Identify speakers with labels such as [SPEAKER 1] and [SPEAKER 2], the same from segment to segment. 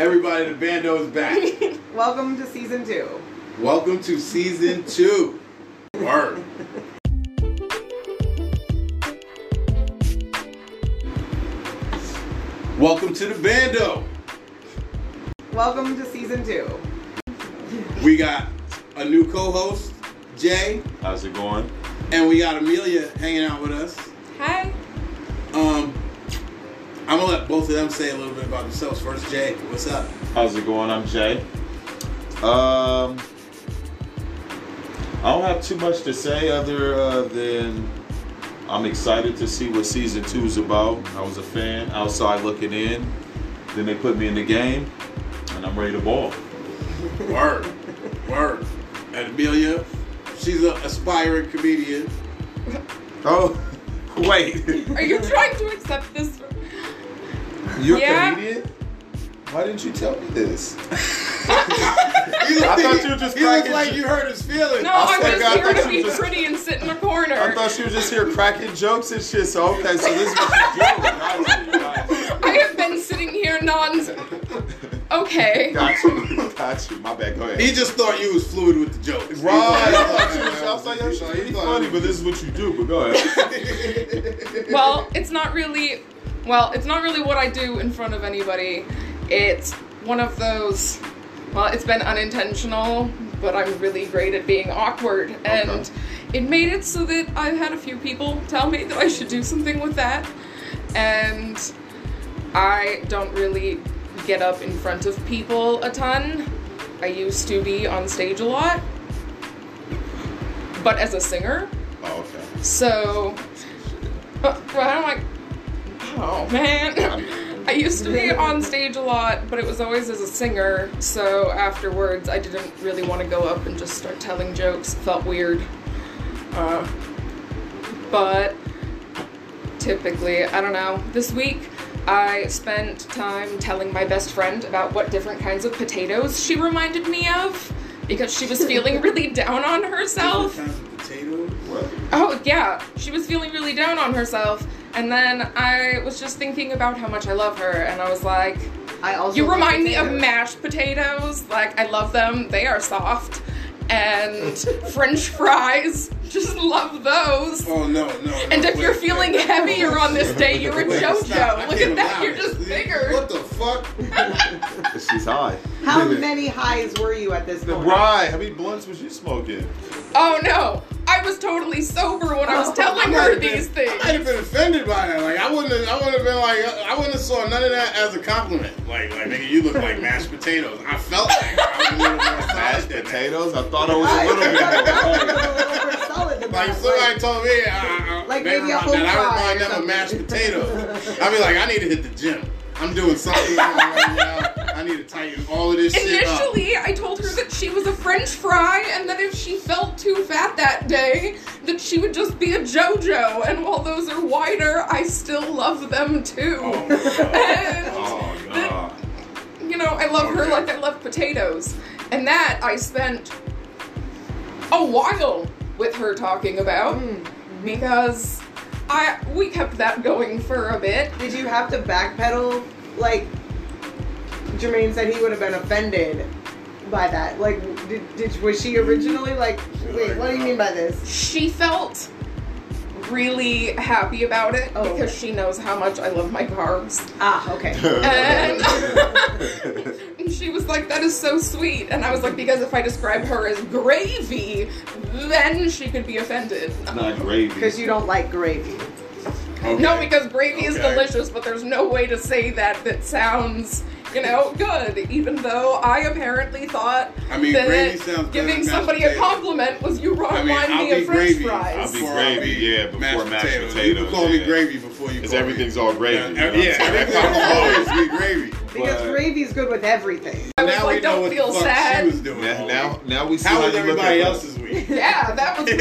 [SPEAKER 1] everybody. The bando is back.
[SPEAKER 2] Welcome to season two.
[SPEAKER 1] Welcome to season two. Word. Welcome to the bando.
[SPEAKER 2] Welcome to season two.
[SPEAKER 1] We got a new co-host, Jay,
[SPEAKER 3] How's it going?
[SPEAKER 1] and we got Amelia hanging out with us.
[SPEAKER 4] Hi.
[SPEAKER 1] Um, I'm gonna let both of them say a little bit about themselves first. Jay, what's up?
[SPEAKER 3] How's it going? I'm Jay. Um, I don't have too much to say other uh, than I'm excited to see what season two is about. I was a fan outside looking in. Then they put me in the game, and I'm ready to ball.
[SPEAKER 1] Word, word. And Amelia, she's an aspiring comedian.
[SPEAKER 3] Oh, wait.
[SPEAKER 4] Are you trying to accept this?
[SPEAKER 3] You're
[SPEAKER 4] Yeah.
[SPEAKER 3] a comedian? Why didn't you tell me this?
[SPEAKER 1] You look
[SPEAKER 3] I thought you were just
[SPEAKER 1] he looks
[SPEAKER 3] cracking
[SPEAKER 1] like
[SPEAKER 3] jo-
[SPEAKER 1] you hurt his feelings.
[SPEAKER 4] No,
[SPEAKER 3] I
[SPEAKER 4] I'm
[SPEAKER 3] swear to
[SPEAKER 4] just
[SPEAKER 3] God, I
[SPEAKER 4] here
[SPEAKER 3] thought
[SPEAKER 4] to
[SPEAKER 3] you
[SPEAKER 4] be
[SPEAKER 3] just-
[SPEAKER 4] pretty and sit in the corner.
[SPEAKER 3] I thought she was just here cracking jokes and shit. So okay, so this is what you do. Got you,
[SPEAKER 4] I have been sitting here non. Okay.
[SPEAKER 3] got you, got you. My bad. Go ahead.
[SPEAKER 1] He just thought you was fluid with the jokes.
[SPEAKER 3] Right. I thought you was- I was like, yo,
[SPEAKER 1] He
[SPEAKER 3] she's
[SPEAKER 1] thought-
[SPEAKER 3] pretty
[SPEAKER 1] he thought-
[SPEAKER 3] funny, but this is what you do. But go ahead.
[SPEAKER 4] Well, it's not really. Well, it's not really what I do in front of anybody. It's one of those. Well, it's been unintentional, but I'm really great at being awkward, and
[SPEAKER 3] Okay.
[SPEAKER 4] it made it so that I've had a few people tell me that I should do something with that, and I don't really get up in front of people a ton. I used to be on stage a lot, but as a singer,
[SPEAKER 3] Oh, okay.
[SPEAKER 4] so, uh, but, but I'm like, oh man. I used to be on stage a lot, but it was always as a singer. So afterwards, I didn't really want to go up and just start telling jokes. It felt weird. Uh, but typically, I don't know. This week, I spent time telling my best friend about what different kinds of potatoes she reminded me of because she was feeling really down on herself.
[SPEAKER 1] "Oh, Potato.
[SPEAKER 3] What?
[SPEAKER 4] Oh, yeah. She was feeling really down on herself. And then I was just thinking about how much I love her. And I was like,
[SPEAKER 2] I also
[SPEAKER 4] You
[SPEAKER 2] love
[SPEAKER 4] remind me of
[SPEAKER 2] potatoes.
[SPEAKER 4] mashed potatoes. Like, I love them. They are soft. And french fries. Just love those.
[SPEAKER 1] Oh no, no. no,
[SPEAKER 4] And if
[SPEAKER 1] wait,
[SPEAKER 4] you're feeling
[SPEAKER 1] wait,
[SPEAKER 4] heavier on this day, you're a
[SPEAKER 1] wait, stop.
[SPEAKER 4] JoJo.
[SPEAKER 1] I
[SPEAKER 4] Look
[SPEAKER 1] can't
[SPEAKER 4] at that.
[SPEAKER 1] allow
[SPEAKER 4] You're
[SPEAKER 1] this.
[SPEAKER 4] just bigger.
[SPEAKER 1] What the fuck?
[SPEAKER 3] She's high.
[SPEAKER 2] How many highs were you at this point?
[SPEAKER 3] Right. How many blunts was you smoking?
[SPEAKER 4] Oh, no. I was totally sober when
[SPEAKER 1] Oh,
[SPEAKER 4] I was telling
[SPEAKER 1] might
[SPEAKER 4] her
[SPEAKER 1] have been-
[SPEAKER 4] these
[SPEAKER 1] I
[SPEAKER 4] things.
[SPEAKER 1] might have been offended by that. Like I wouldn't. Have, I would have been like. I wouldn't have saw none of that as a compliment. Like, like nigga, you look like mashed potatoes. I felt like I was a little more
[SPEAKER 3] Mashed
[SPEAKER 1] solid than that.
[SPEAKER 3] potatoes. I thought I was
[SPEAKER 2] Right.
[SPEAKER 3] a little bit.
[SPEAKER 2] You're
[SPEAKER 3] more.
[SPEAKER 2] a little more solid than
[SPEAKER 1] Like
[SPEAKER 2] that.
[SPEAKER 1] if somebody told me, uh, I, I,
[SPEAKER 2] Like
[SPEAKER 1] they
[SPEAKER 2] maybe a
[SPEAKER 1] remind- that
[SPEAKER 2] home
[SPEAKER 1] I
[SPEAKER 2] fry or
[SPEAKER 1] remind them of mashed
[SPEAKER 2] something.
[SPEAKER 1] potatoes. I'd be like, I need to hit the gym. I'm doing something wrong right now. I need to tighten all of this shit up.
[SPEAKER 4] Initially, I told her that she was a French fry, and that if she felt too fat that day, that she would just be a JoJo. And while those are wider, I still love them too.
[SPEAKER 1] Oh, no.
[SPEAKER 4] And,
[SPEAKER 3] Oh god.
[SPEAKER 4] you know, I love her
[SPEAKER 1] Okay.
[SPEAKER 4] like I love potatoes. And that I spent a while with her talking about
[SPEAKER 1] Mm.
[SPEAKER 4] because I we kept that going for a bit.
[SPEAKER 2] Did you have to backpedal? Like Jermaine said, he would have been offended by that. Like, did, did was she originally like? Wait, what do you mean by this?
[SPEAKER 4] she felt really happy about it
[SPEAKER 2] Oh.
[SPEAKER 4] because she knows how much I love my carbs.
[SPEAKER 2] Ah, okay.
[SPEAKER 4] And- And she was like, that is so sweet. And I was like, because if I describe her as gravy, then she could be offended.
[SPEAKER 3] Not gravy.
[SPEAKER 2] Because you don't like gravy.
[SPEAKER 1] Okay.
[SPEAKER 4] No, because gravy is
[SPEAKER 1] Okay.
[SPEAKER 4] delicious, but there's no way to say that that sounds, you know, good. Even though I apparently thought
[SPEAKER 1] I mean,
[SPEAKER 4] that
[SPEAKER 1] gravy sounds better than
[SPEAKER 4] giving
[SPEAKER 1] mashed
[SPEAKER 4] somebody a
[SPEAKER 1] potatoes.
[SPEAKER 4] compliment was you
[SPEAKER 1] I
[SPEAKER 4] remind
[SPEAKER 1] mean, I'll
[SPEAKER 4] me
[SPEAKER 1] be
[SPEAKER 4] of French
[SPEAKER 1] gravy.
[SPEAKER 4] fries.
[SPEAKER 3] I'll be
[SPEAKER 1] Before I
[SPEAKER 3] gravy,
[SPEAKER 1] be
[SPEAKER 3] yeah, before mashed
[SPEAKER 1] You
[SPEAKER 3] potatoes,
[SPEAKER 1] can call me
[SPEAKER 3] yeah.
[SPEAKER 1] gravy before you.
[SPEAKER 3] Because
[SPEAKER 1] call
[SPEAKER 3] everything's all
[SPEAKER 1] Me.
[SPEAKER 3] gravy. you know
[SPEAKER 1] Yeah,
[SPEAKER 3] what I'm
[SPEAKER 1] yeah,
[SPEAKER 3] saying? oh.
[SPEAKER 1] everything will always be gravy.
[SPEAKER 2] Because
[SPEAKER 3] But-
[SPEAKER 2] gravy's good with everything.
[SPEAKER 4] I was
[SPEAKER 1] Now we
[SPEAKER 4] like,
[SPEAKER 1] know
[SPEAKER 4] don't
[SPEAKER 1] what
[SPEAKER 4] feel
[SPEAKER 1] the fuck
[SPEAKER 4] sad.
[SPEAKER 1] she was doing.
[SPEAKER 3] Now,
[SPEAKER 1] all
[SPEAKER 3] now,
[SPEAKER 1] week.
[SPEAKER 3] now we see
[SPEAKER 1] how
[SPEAKER 3] how
[SPEAKER 1] was
[SPEAKER 3] you look
[SPEAKER 1] everybody
[SPEAKER 3] at
[SPEAKER 1] else's week?
[SPEAKER 4] Yeah, that was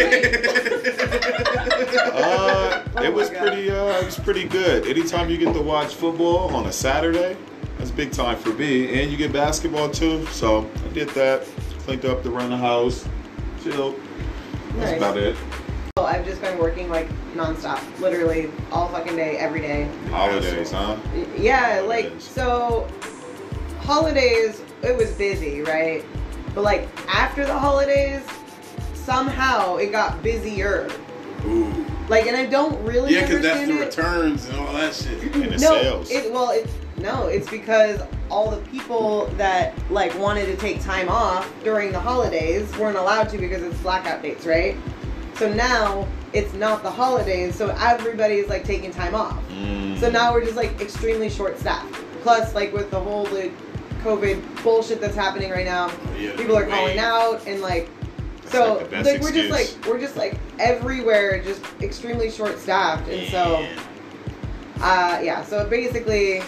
[SPEAKER 4] great.
[SPEAKER 3] Uh,
[SPEAKER 2] Oh
[SPEAKER 3] it was
[SPEAKER 2] my God.
[SPEAKER 3] pretty. Uh, it was pretty good. Anytime you get to watch football on a Saturday, that's big time for me. And you get basketball too. So I did that. Cleaned up the run the house. Chilled. That's
[SPEAKER 2] Nice.
[SPEAKER 3] about it.
[SPEAKER 2] Oh, I've just been working like nonstop, literally all fucking day, every day.
[SPEAKER 3] Holidays, huh?
[SPEAKER 2] Yeah, like
[SPEAKER 3] Holidays.
[SPEAKER 2] so. holidays, it was busy, right? But like after the holidays, somehow it got busier.
[SPEAKER 1] Ooh.
[SPEAKER 2] Like, and I don't really
[SPEAKER 1] Yeah, because that's
[SPEAKER 2] understand
[SPEAKER 1] the
[SPEAKER 2] it.
[SPEAKER 1] returns and all that shit.
[SPEAKER 3] And
[SPEAKER 2] no,
[SPEAKER 3] the sales.
[SPEAKER 2] It, well, it's no, it's because all the people that like wanted to take time off during the holidays weren't allowed to because it's blackout dates, right? So now it's not the holidays, so everybody's like taking time off.
[SPEAKER 3] Mm.
[SPEAKER 2] So now we're just like extremely short staffed. Plus, like with the whole the COVID bullshit that's happening right now,
[SPEAKER 1] yeah,
[SPEAKER 2] people are
[SPEAKER 1] wait.
[SPEAKER 2] calling out and like.
[SPEAKER 3] That's
[SPEAKER 2] So
[SPEAKER 3] like the best
[SPEAKER 2] like we're just
[SPEAKER 3] excuse.
[SPEAKER 2] like we're just like everywhere, just extremely short staffed, and so.
[SPEAKER 1] Yeah.
[SPEAKER 2] Uh, yeah, so basically,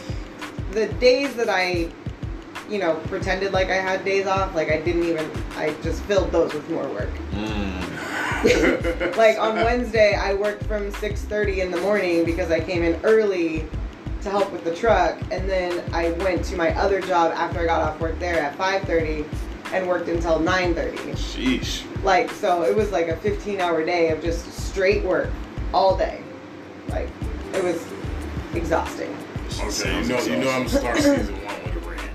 [SPEAKER 2] the days that I, you know, pretended like I had days off, like I didn't even, I just filled those with more work.
[SPEAKER 3] Mm.
[SPEAKER 2] Like on Wednesday, I worked from 6:30 in the morning because I came in early to help with the truck, and then I went to my other job after I got off work there at 5:30 and worked until 9:30.
[SPEAKER 3] Sheesh.
[SPEAKER 2] Like so, it was like a 15-hour day of just straight work all day. Like it was exhausting.
[SPEAKER 1] Okay, you know, you know, I'm starting season one with a rant.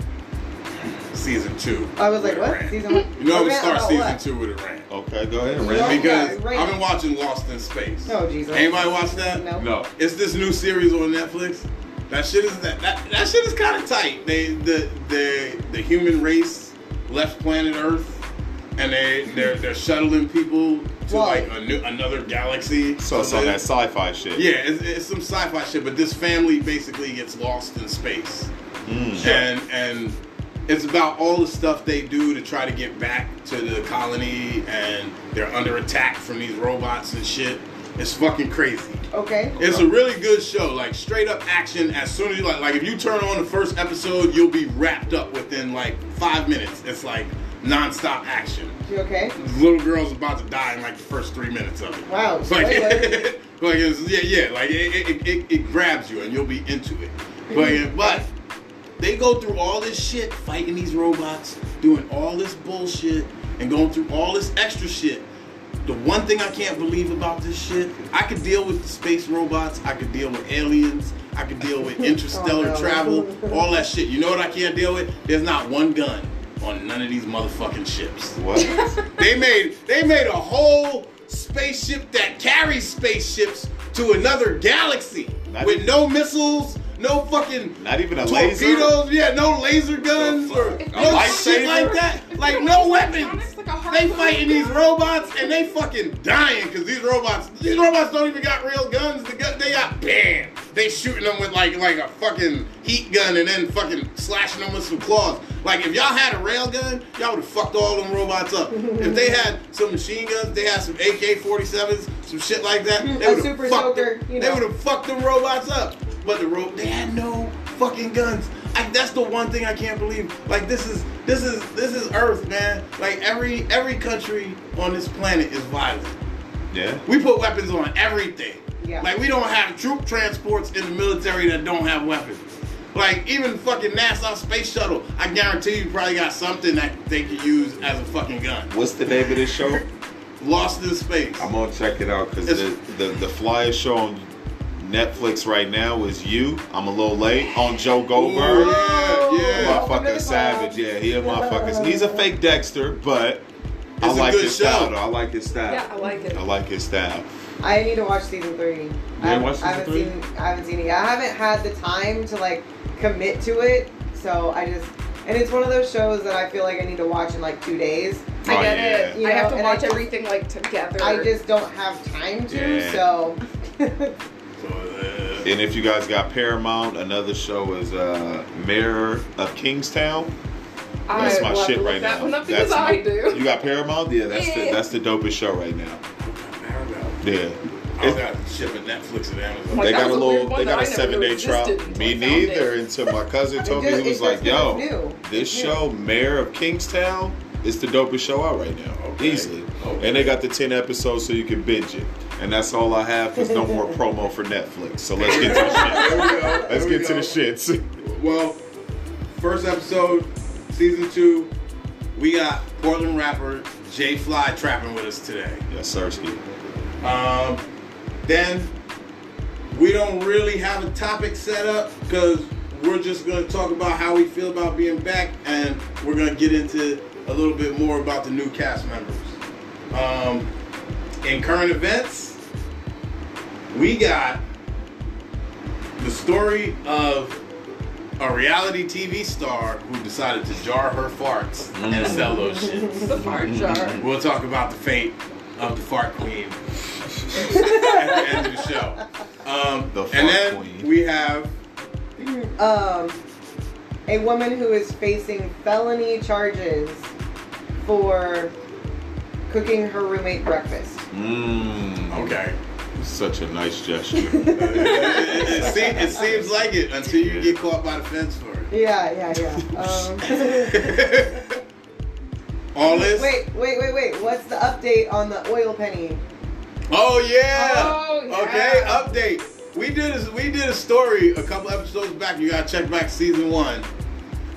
[SPEAKER 1] Season two.
[SPEAKER 2] I was like,
[SPEAKER 1] with a
[SPEAKER 2] what?
[SPEAKER 1] rant.
[SPEAKER 2] Season one?
[SPEAKER 1] You know, I'm gonna
[SPEAKER 2] A rant
[SPEAKER 1] start
[SPEAKER 2] about
[SPEAKER 1] season
[SPEAKER 2] what? Oh,
[SPEAKER 1] two with a rant
[SPEAKER 3] Okay, go ahead.
[SPEAKER 2] No.
[SPEAKER 3] Randy.
[SPEAKER 1] because
[SPEAKER 2] yeah, rant.
[SPEAKER 1] I've been watching Lost in Space.
[SPEAKER 2] Oh, Jesus.
[SPEAKER 1] Anybody watch that?
[SPEAKER 2] No.
[SPEAKER 3] No.
[SPEAKER 1] It's this new series on Netflix. That shit is that that, that shit is kind of tight. They the the the human race left planet Earth, and they they're they're shuttling people to
[SPEAKER 2] Whoa.
[SPEAKER 1] like a new, another galaxy.
[SPEAKER 3] So it's
[SPEAKER 1] to
[SPEAKER 3] on that
[SPEAKER 1] live.
[SPEAKER 3] sci-fi shit.
[SPEAKER 1] Yeah, it's, it's some sci-fi shit, but this family basically gets lost in space,
[SPEAKER 3] Mm.
[SPEAKER 1] and and it's about all the stuff they do to try to get back to the colony, and they're under attack from these robots and shit. It's fucking crazy.
[SPEAKER 2] Okay.
[SPEAKER 1] It's a really good show, like straight up action. As soon as you like, like if you turn on the first episode, you'll be wrapped up within like five minutes. It's like nonstop action.
[SPEAKER 2] You okay?
[SPEAKER 1] This little girl's about to die in like the first three minutes of it.
[SPEAKER 2] Wow,
[SPEAKER 1] It's like,
[SPEAKER 2] spoiler.
[SPEAKER 1] like it's, yeah, yeah, like it, it- it, it, it grabs you and you'll be into it. But
[SPEAKER 2] Mm-hmm.
[SPEAKER 1] but they go through all this shit, fighting these robots, doing all this bullshit, and going through all this extra shit. The one thing I can't believe about this shit, I could deal with the space robots, I could deal with aliens, I could deal with interstellar
[SPEAKER 2] Oh, no.
[SPEAKER 1] travel, all that shit. You know what I can't deal with? There's not one gun on none of these motherfucking ships.
[SPEAKER 3] What?
[SPEAKER 1] They made they made a whole spaceship that carries spaceships to another galaxy
[SPEAKER 3] Not
[SPEAKER 1] with
[SPEAKER 3] even-
[SPEAKER 1] no missiles, no fucking
[SPEAKER 3] Not even a laser.
[SPEAKER 1] torpedoes. Yeah, no laser guns
[SPEAKER 3] The
[SPEAKER 1] or
[SPEAKER 3] fuck?
[SPEAKER 4] A
[SPEAKER 1] no shit
[SPEAKER 3] lightsaber?
[SPEAKER 1] like that. Like no weapons. They fighting these robots and they fucking dying because these robots these robots don't even got real guns. The gun, they got bam. They shooting them with like like a fucking heat gun and then fucking slashing them with some claws. Like if y'all had a rail gun, y'all would have fucked all them robots up. if they had some machine guns, they had some AK-47s, some shit like that. They
[SPEAKER 2] A
[SPEAKER 1] would have
[SPEAKER 2] super
[SPEAKER 1] fucked.
[SPEAKER 2] soaker,
[SPEAKER 1] them-
[SPEAKER 2] you
[SPEAKER 1] They
[SPEAKER 2] know.
[SPEAKER 1] would have fucked them robots up. But the rope, they had no fucking guns. I, that's the one thing I can't believe. Like this is this is this is Earth, man. Like every every country on this planet is violent.
[SPEAKER 3] Yeah.
[SPEAKER 1] We put weapons on everything.
[SPEAKER 2] Yeah.
[SPEAKER 1] Like we don't have troop transports in the military that don't have weapons. Like even fucking NASA space shuttle, I guarantee you probably got something that they could use as a fucking gun.
[SPEAKER 3] What's the name of this show?
[SPEAKER 1] Lost in space.
[SPEAKER 3] I'm gonna check it out because the, the the flyest show on Netflix right now is You. I'm a little late on Joe Goldberg.
[SPEAKER 1] Ooh, yeah, yeah.
[SPEAKER 2] Welcome to the
[SPEAKER 3] Motherfucking
[SPEAKER 2] club.
[SPEAKER 3] savage, yeah, he a motherfucker. He's a fake Dexter, but I
[SPEAKER 1] It's a
[SPEAKER 3] like
[SPEAKER 1] good
[SPEAKER 3] his
[SPEAKER 1] show.
[SPEAKER 3] style. Though. I like his style.
[SPEAKER 4] Yeah, I like it.
[SPEAKER 3] I like his style.
[SPEAKER 2] I need to watch season three. I haven't-
[SPEAKER 3] watch season
[SPEAKER 2] I haven't
[SPEAKER 3] three?
[SPEAKER 2] seen. I haven't seen it. yet. I haven't had the time to like commit to it, so I just. And it's one of those shows that I feel like I need to watch in like two days.
[SPEAKER 4] I
[SPEAKER 3] Oh,
[SPEAKER 4] get
[SPEAKER 3] yeah.
[SPEAKER 4] it.
[SPEAKER 2] You
[SPEAKER 4] I have
[SPEAKER 2] know,
[SPEAKER 4] to
[SPEAKER 2] and I
[SPEAKER 4] watch
[SPEAKER 2] just-
[SPEAKER 4] everything like together.
[SPEAKER 2] I just don't have time to,
[SPEAKER 3] Yeah.
[SPEAKER 2] so.
[SPEAKER 1] So, uh,
[SPEAKER 3] And if you guys got Paramount, another show is uh, Mayor of Kingstown. That's
[SPEAKER 4] I
[SPEAKER 3] my
[SPEAKER 4] will have
[SPEAKER 3] shit
[SPEAKER 4] to look
[SPEAKER 3] right
[SPEAKER 4] that
[SPEAKER 3] now.
[SPEAKER 4] One up because
[SPEAKER 3] That's-
[SPEAKER 4] I do.
[SPEAKER 3] You got Paramount? Yeah, that's the
[SPEAKER 4] Yeah.
[SPEAKER 3] that's the dopest show right now.
[SPEAKER 1] Paramount.
[SPEAKER 3] Yeah.
[SPEAKER 1] I don't got shit with Netflix and Amazon.
[SPEAKER 4] Like,
[SPEAKER 3] they
[SPEAKER 4] that
[SPEAKER 3] got a
[SPEAKER 4] was a
[SPEAKER 3] little
[SPEAKER 4] weird one
[SPEAKER 3] they
[SPEAKER 4] that
[SPEAKER 3] got
[SPEAKER 4] I
[SPEAKER 3] a
[SPEAKER 4] never
[SPEAKER 3] seven
[SPEAKER 4] knew
[SPEAKER 3] day trial.
[SPEAKER 4] existed
[SPEAKER 3] Me
[SPEAKER 4] until I found it.
[SPEAKER 3] neither until my cousin told me
[SPEAKER 2] just-
[SPEAKER 3] he
[SPEAKER 2] it's
[SPEAKER 3] was like,
[SPEAKER 2] just because it's
[SPEAKER 3] yo,
[SPEAKER 2] new.
[SPEAKER 3] this
[SPEAKER 2] It's new.
[SPEAKER 3] show, Mayor of Kingstown, is the dopest show out right now.
[SPEAKER 1] Okay.
[SPEAKER 3] Easily.
[SPEAKER 1] Okay.
[SPEAKER 3] And they got the ten episodes so you can binge it. And that's all I have because no more promo for Netflix. So let's get to the shit.
[SPEAKER 1] There we go.
[SPEAKER 3] Let's
[SPEAKER 1] There we
[SPEAKER 3] get to
[SPEAKER 1] go.
[SPEAKER 3] the shits.
[SPEAKER 1] Well, first episode, season two, we got Portland rapper Jay Fly trapping with us today.
[SPEAKER 3] Yes, Sirski.
[SPEAKER 1] Um, then we don't really have a topic set up because we're just going to talk about how we feel about being back, and we're going to get into a little bit more about the new cast members. Um, in current events, we got the story of a reality TV star who decided to jar her farts and sell those shits.
[SPEAKER 4] The fart jar.
[SPEAKER 1] We'll talk about the fate of the fart queen at the end of the show. Um,
[SPEAKER 3] The
[SPEAKER 1] and
[SPEAKER 3] fart
[SPEAKER 1] then
[SPEAKER 3] queen.
[SPEAKER 1] we have
[SPEAKER 2] um, a woman who is facing felony charges for cooking her roommate breakfast.
[SPEAKER 3] Mmm.
[SPEAKER 1] okay.
[SPEAKER 3] Such a nice gesture.
[SPEAKER 1] it, it, it, seem- it seems like it until you get caught by the fence for it.
[SPEAKER 2] Yeah, yeah, yeah. Um,
[SPEAKER 1] All this.
[SPEAKER 2] wait, wait, wait, wait. What's the update on the oil penny?
[SPEAKER 1] Oh yeah.
[SPEAKER 4] Oh, yeah.
[SPEAKER 1] Okay. Update. We did a, we did a story a couple episodes back. You gotta check back season one.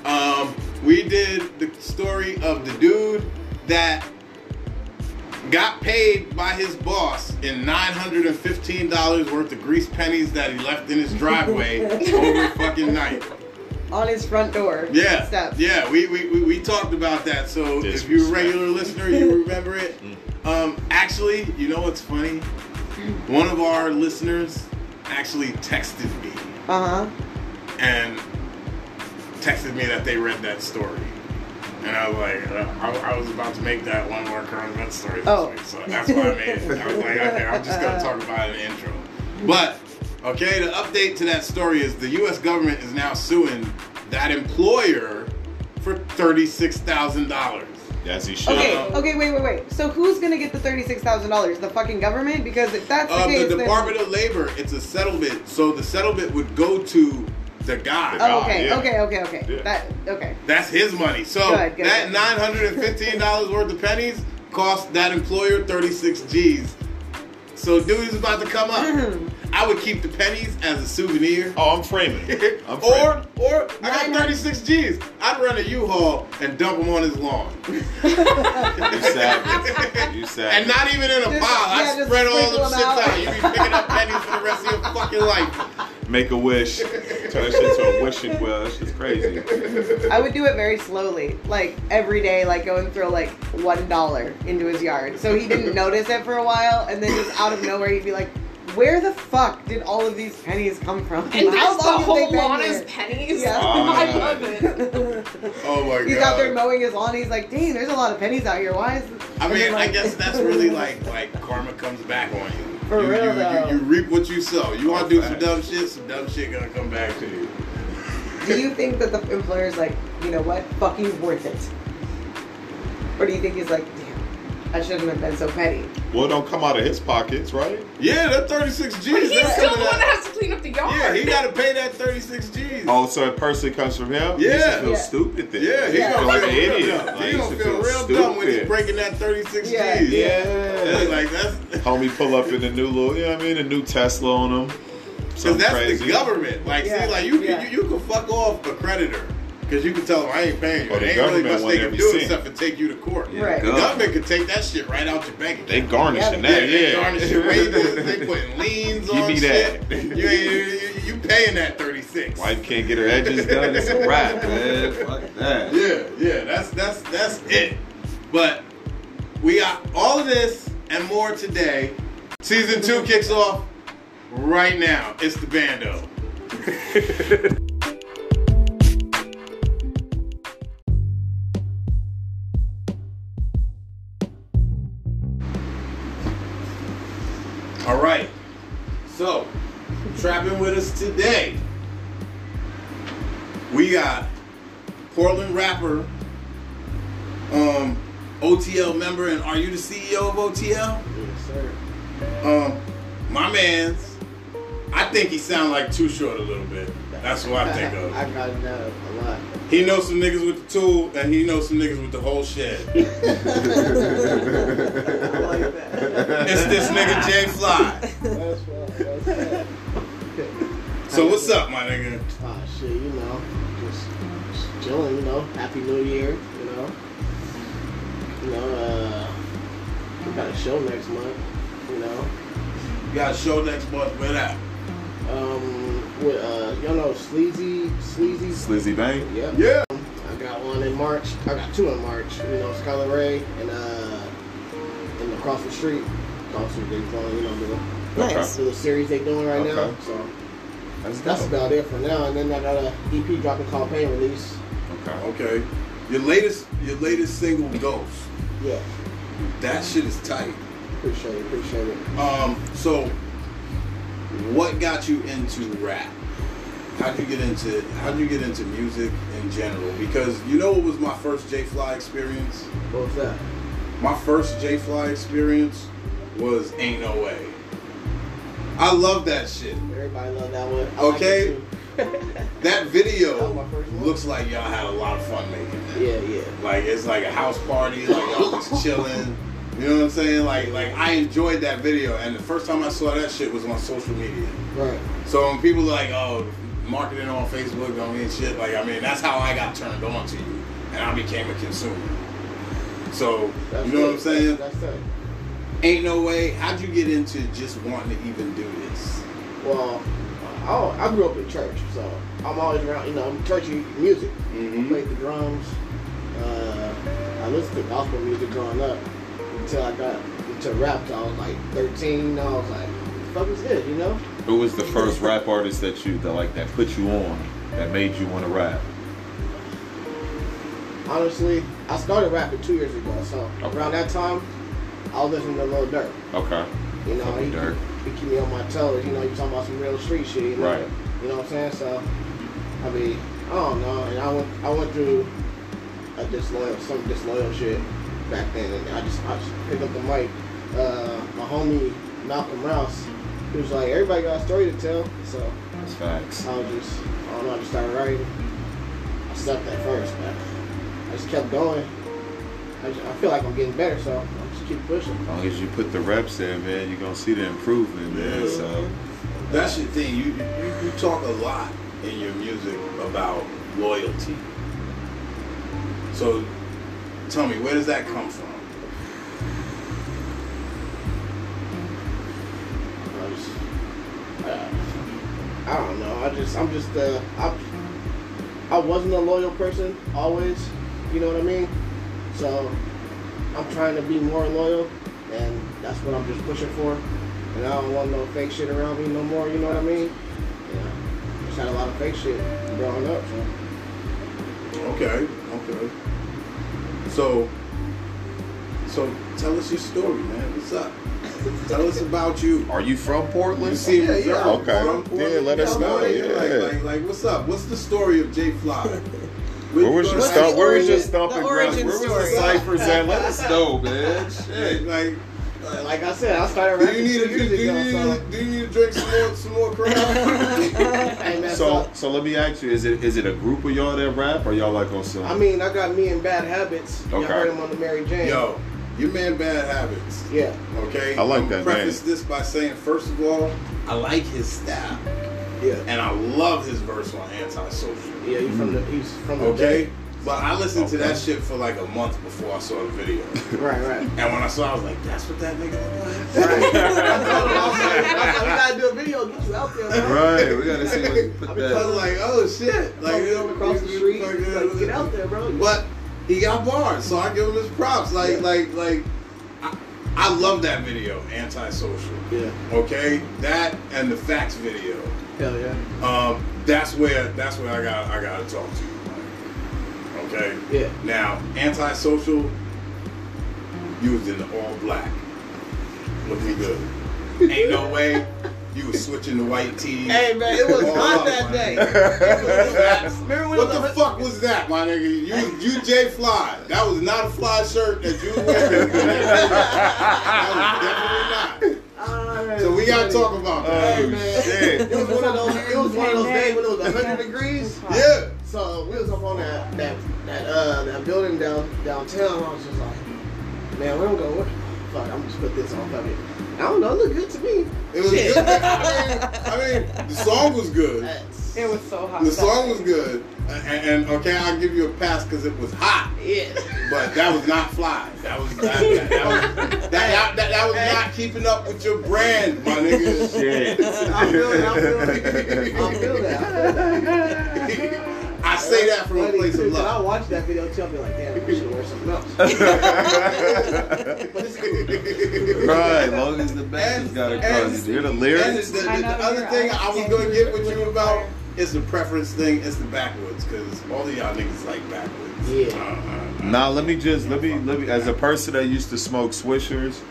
[SPEAKER 1] Um, we did the story of the dude that got paid by his boss in nine hundred and fifteen dollars worth of grease pennies that he left in his driveway over fucking night.
[SPEAKER 2] On his front door.
[SPEAKER 1] Yeah,
[SPEAKER 2] Steps.
[SPEAKER 1] yeah, we, we, we, we talked about that. So if you're a regular listener, you remember it. Um, actually, you know what's funny? One of our listeners actually texted me
[SPEAKER 2] Uh huh.
[SPEAKER 1] and texted me that they read that story. And I was like, uh, I, I was about to make that one more current event story this
[SPEAKER 2] Oh.
[SPEAKER 1] week, so that's why I made it. I was like, okay, I'm just gonna talk about it in the intro. But okay, the update to that story is the U.S. government is now suing that employer for thirty-six thousand dollars.
[SPEAKER 3] As he should.
[SPEAKER 2] Okay,
[SPEAKER 1] Uh,
[SPEAKER 2] okay, wait, wait, wait. So who's gonna get the thirty-six thousand dollars? The fucking government? Because if that's the
[SPEAKER 1] Of Uh,
[SPEAKER 2] case,
[SPEAKER 1] the
[SPEAKER 2] then-
[SPEAKER 1] Department of Labor, it's a settlement, so the settlement would go to the guy.
[SPEAKER 2] Oh, okay,
[SPEAKER 3] Yeah.
[SPEAKER 2] okay, okay, okay.
[SPEAKER 3] Yeah.
[SPEAKER 2] That okay.
[SPEAKER 1] That's his money. So
[SPEAKER 2] Good, good,
[SPEAKER 1] that
[SPEAKER 2] good.
[SPEAKER 1] nine hundred and fifteen dollars worth of pennies cost that employer thirty six G's. So dude is about to come up.
[SPEAKER 2] Mm-hmm.
[SPEAKER 1] I would keep the pennies as a souvenir.
[SPEAKER 3] Oh, I'm framing. it. I'm framing.
[SPEAKER 1] or
[SPEAKER 3] it.
[SPEAKER 1] or I got
[SPEAKER 2] 900
[SPEAKER 1] thirty six G's. I'd run a U haul and dump them on his lawn,
[SPEAKER 3] you savage. You savage.
[SPEAKER 1] and not even in a
[SPEAKER 2] Just-
[SPEAKER 1] pile.
[SPEAKER 2] yeah,
[SPEAKER 1] I
[SPEAKER 2] just
[SPEAKER 1] spread all
[SPEAKER 2] sprinkle
[SPEAKER 1] them
[SPEAKER 2] 'em
[SPEAKER 1] shits out.
[SPEAKER 2] out.
[SPEAKER 1] You be picking up pennies for the rest of your fucking life.
[SPEAKER 3] Make a wish. Turn that shit to a wishing well. That shit's crazy.
[SPEAKER 2] I would do it very slowly, like every day, like go and throw like one dollar into his yard. So he didn't notice it for a while, and then just out of nowhere, he'd be like, "Where the fuck did all of these pennies come from? How
[SPEAKER 4] And there's the
[SPEAKER 2] long have they
[SPEAKER 4] whole
[SPEAKER 2] been
[SPEAKER 4] lawn
[SPEAKER 2] here?"
[SPEAKER 4] is pennies.
[SPEAKER 2] Yeah.
[SPEAKER 4] I love it.
[SPEAKER 1] Oh my god.
[SPEAKER 2] He's out there mowing his lawn. He's like, "Dang, there's a lot of pennies out here. Why is?" This?
[SPEAKER 1] I
[SPEAKER 2] and
[SPEAKER 1] mean,
[SPEAKER 2] then,
[SPEAKER 1] I
[SPEAKER 2] like-
[SPEAKER 1] guess that's really like like karma comes back on you.
[SPEAKER 2] For
[SPEAKER 1] you,
[SPEAKER 2] real,
[SPEAKER 1] you,
[SPEAKER 2] though.
[SPEAKER 1] You, you reap what you sow. You want to do some
[SPEAKER 3] Facts.
[SPEAKER 1] dumb shit, some dumb shit gonna come back to you.
[SPEAKER 2] Do you think that the employer's like, you know what, fucking worth it? Or do you think he's like, damn, I shouldn't have been so petty?
[SPEAKER 3] Well, it don't come out of his pockets, right?
[SPEAKER 1] Yeah, that 36 G's.
[SPEAKER 4] But he's
[SPEAKER 1] that's
[SPEAKER 4] still the
[SPEAKER 1] coming
[SPEAKER 4] one
[SPEAKER 1] out.
[SPEAKER 4] that has to clean up the yard.
[SPEAKER 1] Yeah, he gotta pay that 36 G's.
[SPEAKER 3] Oh, so it personally comes from him? He
[SPEAKER 1] Yeah.
[SPEAKER 3] should feel
[SPEAKER 2] Yeah.
[SPEAKER 3] stupid then.
[SPEAKER 1] yeah, he
[SPEAKER 3] he should
[SPEAKER 1] gonna
[SPEAKER 3] feel like an
[SPEAKER 1] feel real
[SPEAKER 3] idiot.
[SPEAKER 1] dumb.
[SPEAKER 3] Like,
[SPEAKER 1] he
[SPEAKER 3] should
[SPEAKER 1] gonna feel, real
[SPEAKER 3] stupid.
[SPEAKER 1] dumb when he's breaking that 36
[SPEAKER 2] Yeah.
[SPEAKER 1] G's.
[SPEAKER 3] Yeah.
[SPEAKER 1] It's like that's
[SPEAKER 3] Homie pull up in the new little, you know what I mean? A new Tesla on him.
[SPEAKER 1] because
[SPEAKER 3] Something
[SPEAKER 1] that's
[SPEAKER 3] crazy.
[SPEAKER 1] the government. Like,
[SPEAKER 2] Yeah.
[SPEAKER 1] see, like you,
[SPEAKER 2] Yeah.
[SPEAKER 1] can you you can fuck off a creditor because you can tell them I ain't paying you.
[SPEAKER 3] Oh, the
[SPEAKER 1] There ain't really
[SPEAKER 3] government
[SPEAKER 1] much
[SPEAKER 3] want
[SPEAKER 1] they can
[SPEAKER 3] every
[SPEAKER 1] do
[SPEAKER 3] cent.
[SPEAKER 1] except for take you to court.
[SPEAKER 2] Yeah, Right.
[SPEAKER 1] The
[SPEAKER 3] God.
[SPEAKER 1] government could take that shit right out your bank. account.
[SPEAKER 3] They garnishing
[SPEAKER 2] Yeah,
[SPEAKER 3] that, yeah.
[SPEAKER 1] They garnish your wages. They putting liens
[SPEAKER 3] Give
[SPEAKER 1] on
[SPEAKER 3] me
[SPEAKER 1] shit.
[SPEAKER 3] that.
[SPEAKER 1] You ain't you, you paying that thirty six.
[SPEAKER 3] Wife can't get her edges done. It's a wrap, man. Fuck that.
[SPEAKER 1] Yeah, yeah. That's that's that's it. But we got all of this and more today. Season two kicks off right now. It's the bando. All right. So, trapping with us today, we got Portland rapper, um, OTL member, and are you the CEO of OTL? Yes, sir. Um, my man's. I think he sound like Too Short a little bit. That's what I think
[SPEAKER 5] I
[SPEAKER 1] of.
[SPEAKER 5] got that a lot.
[SPEAKER 1] He knows some niggas with the tool, and he knows some niggas with the whole shed.
[SPEAKER 5] I like that.
[SPEAKER 1] It's this nigga Jay Fly.
[SPEAKER 5] That's what that's that.
[SPEAKER 1] So what's up, my nigga?
[SPEAKER 5] Ah, shit, you know, just, just chilling, you know. Happy New Year, you know. You know, uh, we got a show next month, you know.
[SPEAKER 1] You got a show next month. Where that?
[SPEAKER 5] Um, with uh, y'all know Sleazy, Sleazy.
[SPEAKER 3] Slizzy Bang.
[SPEAKER 5] Yep.
[SPEAKER 6] Yeah.
[SPEAKER 5] I got one in March. I got two in March. You know, Skylar Ray and uh, and across the street, across the street, you know, the
[SPEAKER 2] Nice.
[SPEAKER 5] the little series they doing right now.
[SPEAKER 3] Okay.
[SPEAKER 5] So
[SPEAKER 3] That's
[SPEAKER 5] that's
[SPEAKER 3] dope.
[SPEAKER 5] about it for now. And then I got a EP dropping called Pain Release.
[SPEAKER 3] Okay.
[SPEAKER 1] Okay. Your latest your latest single Ghost.
[SPEAKER 5] Yeah,
[SPEAKER 1] That shit is tight.
[SPEAKER 5] appreciate it, appreciate it.
[SPEAKER 1] Um, so what got you into rap? How'd you get into how'd you get into music in general? Because you know what was my first J Fly experience?
[SPEAKER 5] What was that?
[SPEAKER 1] My first J Fly experience was Ain't No Way. I love that shit.
[SPEAKER 5] Everybody love that one. I
[SPEAKER 1] Okay.
[SPEAKER 5] Like it
[SPEAKER 1] That
[SPEAKER 5] That was
[SPEAKER 1] video
[SPEAKER 5] my first one.
[SPEAKER 1] looks like y'all had a lot of fun making that.
[SPEAKER 5] too. yeah, yeah.
[SPEAKER 1] Like it's like a house party, like y'all was chilling. You know what I'm saying? Like like I enjoyed that video and the first time I saw that shit was on social media.
[SPEAKER 5] Right.
[SPEAKER 1] So when people like, oh, marketing on Facebook don't mean shit, like I mean that's how I got turned on to you and I became a consumer. So
[SPEAKER 5] That's
[SPEAKER 1] you know what I'm
[SPEAKER 5] it.
[SPEAKER 1] saying?
[SPEAKER 5] That's it.
[SPEAKER 1] Ain't no way. How'd you get into just wanting to even do this?
[SPEAKER 5] Well, I, I grew up in church, so I'm always around, you know, I'm churchy music. I
[SPEAKER 1] Mm-hmm.
[SPEAKER 5] played the drums. Uh, I listened to gospel music growing up until I got into rap. till I was like 13. I was like, the fuck is this, you know?
[SPEAKER 3] Who was the first rap artist that you that like that put you on that made you want to rap?
[SPEAKER 5] Honestly, I started rapping two years ago, so around that time, I was listening to Lil Durk.
[SPEAKER 3] Okay.
[SPEAKER 5] You know,
[SPEAKER 3] Fucking
[SPEAKER 5] he,
[SPEAKER 3] Durk.
[SPEAKER 5] he keep me on my toes. You know, you talking about some real street shit. You know?
[SPEAKER 3] Right.
[SPEAKER 5] You know what I'm saying? So, I mean, I don't know. And I went, I went through a disloyal, some disloyal shit back then, and I just, I just picked up the mic. Uh, my homie Malcolm Rouse, he was like, everybody got a story to tell. So
[SPEAKER 3] That's facts.
[SPEAKER 5] I was just, I don't know, I just started writing. I sucked at first, but I just kept going. I, just, I feel like I'm getting better, so I just keep pushing.
[SPEAKER 3] As long as you put the reps in, man, you're gonna see the improvement, man.
[SPEAKER 1] Yeah.
[SPEAKER 3] So
[SPEAKER 1] That's your thing. You, you you talk a lot in your music about loyalty. So tell me, where does that come from?
[SPEAKER 5] I just, uh, I don't know. I just, I'm just, uh, I, I wasn't a loyal person always. You know what I mean? So, I'm trying to be more loyal, and that's what I'm just pushing for. And I don't want no fake shit around me no more. You know what I mean? Yeah. Just had a lot of fake shit growing up. So.
[SPEAKER 1] Okay, okay. So, so tell us your story, man. What's up? tell us about you.
[SPEAKER 3] are you from Portland?
[SPEAKER 1] You seem
[SPEAKER 3] yeah,
[SPEAKER 1] reserved.
[SPEAKER 3] yeah. Okay.
[SPEAKER 1] From Portland,
[SPEAKER 3] Yeah, let us
[SPEAKER 1] you
[SPEAKER 3] know.
[SPEAKER 1] Like,
[SPEAKER 3] Yeah.
[SPEAKER 1] Like, like, like, what's up? What's the story of Jay Fly?
[SPEAKER 3] Where was your
[SPEAKER 2] What's
[SPEAKER 1] story?
[SPEAKER 3] stump?
[SPEAKER 2] the
[SPEAKER 3] Where was
[SPEAKER 2] origin- the origin
[SPEAKER 3] your stomping ground? Where was the
[SPEAKER 2] story?
[SPEAKER 3] ciphers at? Let us know, man.
[SPEAKER 1] Like,
[SPEAKER 3] Shit.
[SPEAKER 1] like,
[SPEAKER 5] Like I said, I started
[SPEAKER 1] do you
[SPEAKER 5] rapping
[SPEAKER 1] need a
[SPEAKER 5] two
[SPEAKER 1] do you
[SPEAKER 5] years
[SPEAKER 1] need,
[SPEAKER 5] ago. So,
[SPEAKER 1] do you need to drink some more some more
[SPEAKER 5] I
[SPEAKER 1] crowd?
[SPEAKER 5] ain't messed
[SPEAKER 3] So,
[SPEAKER 5] up.
[SPEAKER 3] so let me ask you: Is it is it a group of y'all that rap, or y'all like on some?
[SPEAKER 5] I mean, I got me in bad habits. Y'all
[SPEAKER 3] Okay.
[SPEAKER 5] heard him on the Mary Jane.
[SPEAKER 1] Yo, your man bad habits.
[SPEAKER 5] Yeah.
[SPEAKER 1] Okay.
[SPEAKER 3] I like
[SPEAKER 1] I'm
[SPEAKER 3] that
[SPEAKER 1] Preface
[SPEAKER 3] name.
[SPEAKER 1] this by saying, first of all, I like his style,
[SPEAKER 5] Yeah.
[SPEAKER 1] and I love his verse on antisocial.
[SPEAKER 5] Yeah, he's from the he's from the
[SPEAKER 1] Okay. But I listened to
[SPEAKER 3] Okay.
[SPEAKER 1] that shit for like a month before I saw the video,
[SPEAKER 5] Bay. Right, right.
[SPEAKER 1] and when I saw, it, I was like, "That's what that nigga looked
[SPEAKER 5] Right.
[SPEAKER 1] like."
[SPEAKER 5] I told him, I was like, I was like, we gotta do a video, get you out there. man.
[SPEAKER 3] right. We gotta see what you
[SPEAKER 5] I
[SPEAKER 3] put
[SPEAKER 5] mean,
[SPEAKER 1] I was
[SPEAKER 3] that.
[SPEAKER 1] like, "Oh shit!" Like
[SPEAKER 5] Like,
[SPEAKER 1] you know,
[SPEAKER 5] across the
[SPEAKER 1] you-
[SPEAKER 5] street,
[SPEAKER 1] like,
[SPEAKER 5] he's like, get out there, bro.
[SPEAKER 1] But he got bars, so I give him his props. Like,
[SPEAKER 5] Yeah.
[SPEAKER 1] like, like, I, I love that video, antisocial.
[SPEAKER 5] Yeah,
[SPEAKER 1] Okay, that and the facts video.
[SPEAKER 5] hell yeah.
[SPEAKER 1] Um, that's where that's where I got I got to talk to you. like, Okay.
[SPEAKER 5] Yeah.
[SPEAKER 1] Now, antisocial. You was in the all black, looking good. Ain't no way you was switching to white tees.
[SPEAKER 2] Hey man, it was
[SPEAKER 1] All
[SPEAKER 2] hot
[SPEAKER 5] Oh,
[SPEAKER 1] up,
[SPEAKER 2] that
[SPEAKER 1] my
[SPEAKER 2] day.
[SPEAKER 1] nigga.
[SPEAKER 2] Remember when
[SPEAKER 1] What
[SPEAKER 2] it
[SPEAKER 1] the
[SPEAKER 2] was-
[SPEAKER 1] fuck was that, my nigga? You you J Fly. That was not a fly shirt that you were wearing. that was definitely not. So we gotta talk about that.
[SPEAKER 3] Oh shit.
[SPEAKER 5] It was one of those. It was one of those days when it was hundred degrees.
[SPEAKER 1] Yeah.
[SPEAKER 5] So we was up on that that that uh that building down downtown. I was just like, man, where I'm going? What the fuck, I'm just put this on, fuck it. I don't know, it looked good to me.
[SPEAKER 1] It was
[SPEAKER 2] Shit.
[SPEAKER 1] good. I mean, I mean, the song was good.
[SPEAKER 2] It was so hot.
[SPEAKER 1] The song was good, and, and okay, I'll give you a pass because it was hot.
[SPEAKER 2] Yeah.
[SPEAKER 1] But that was not fly. That was that, that, that was that, that, that, that was not keeping up with your brand, my nigga.
[SPEAKER 3] Shit.
[SPEAKER 5] I feel it, I feel it. I feel that. I feel that.
[SPEAKER 1] I say that from a
[SPEAKER 5] Funny,
[SPEAKER 1] place
[SPEAKER 5] too,
[SPEAKER 1] of
[SPEAKER 5] 'cause I
[SPEAKER 1] love.
[SPEAKER 5] watched that video too. I'll be like, damn, we should wear something else. But it's cool.
[SPEAKER 3] Right, long as the band
[SPEAKER 1] And-
[SPEAKER 3] has got a
[SPEAKER 1] and-
[SPEAKER 3] cousin. Hear the
[SPEAKER 1] And
[SPEAKER 3] lyrics?
[SPEAKER 1] it's the, the,
[SPEAKER 4] I
[SPEAKER 1] the
[SPEAKER 4] know
[SPEAKER 1] other
[SPEAKER 4] you're
[SPEAKER 1] thing
[SPEAKER 4] right.
[SPEAKER 1] I was gonna get with you about is the preference thing. It's the backwoods because all of y'all niggas like backwoods.
[SPEAKER 5] Yeah.
[SPEAKER 1] Uh, uh, uh.
[SPEAKER 3] Nah, let me just let me let me as a person that used to smoke swishers,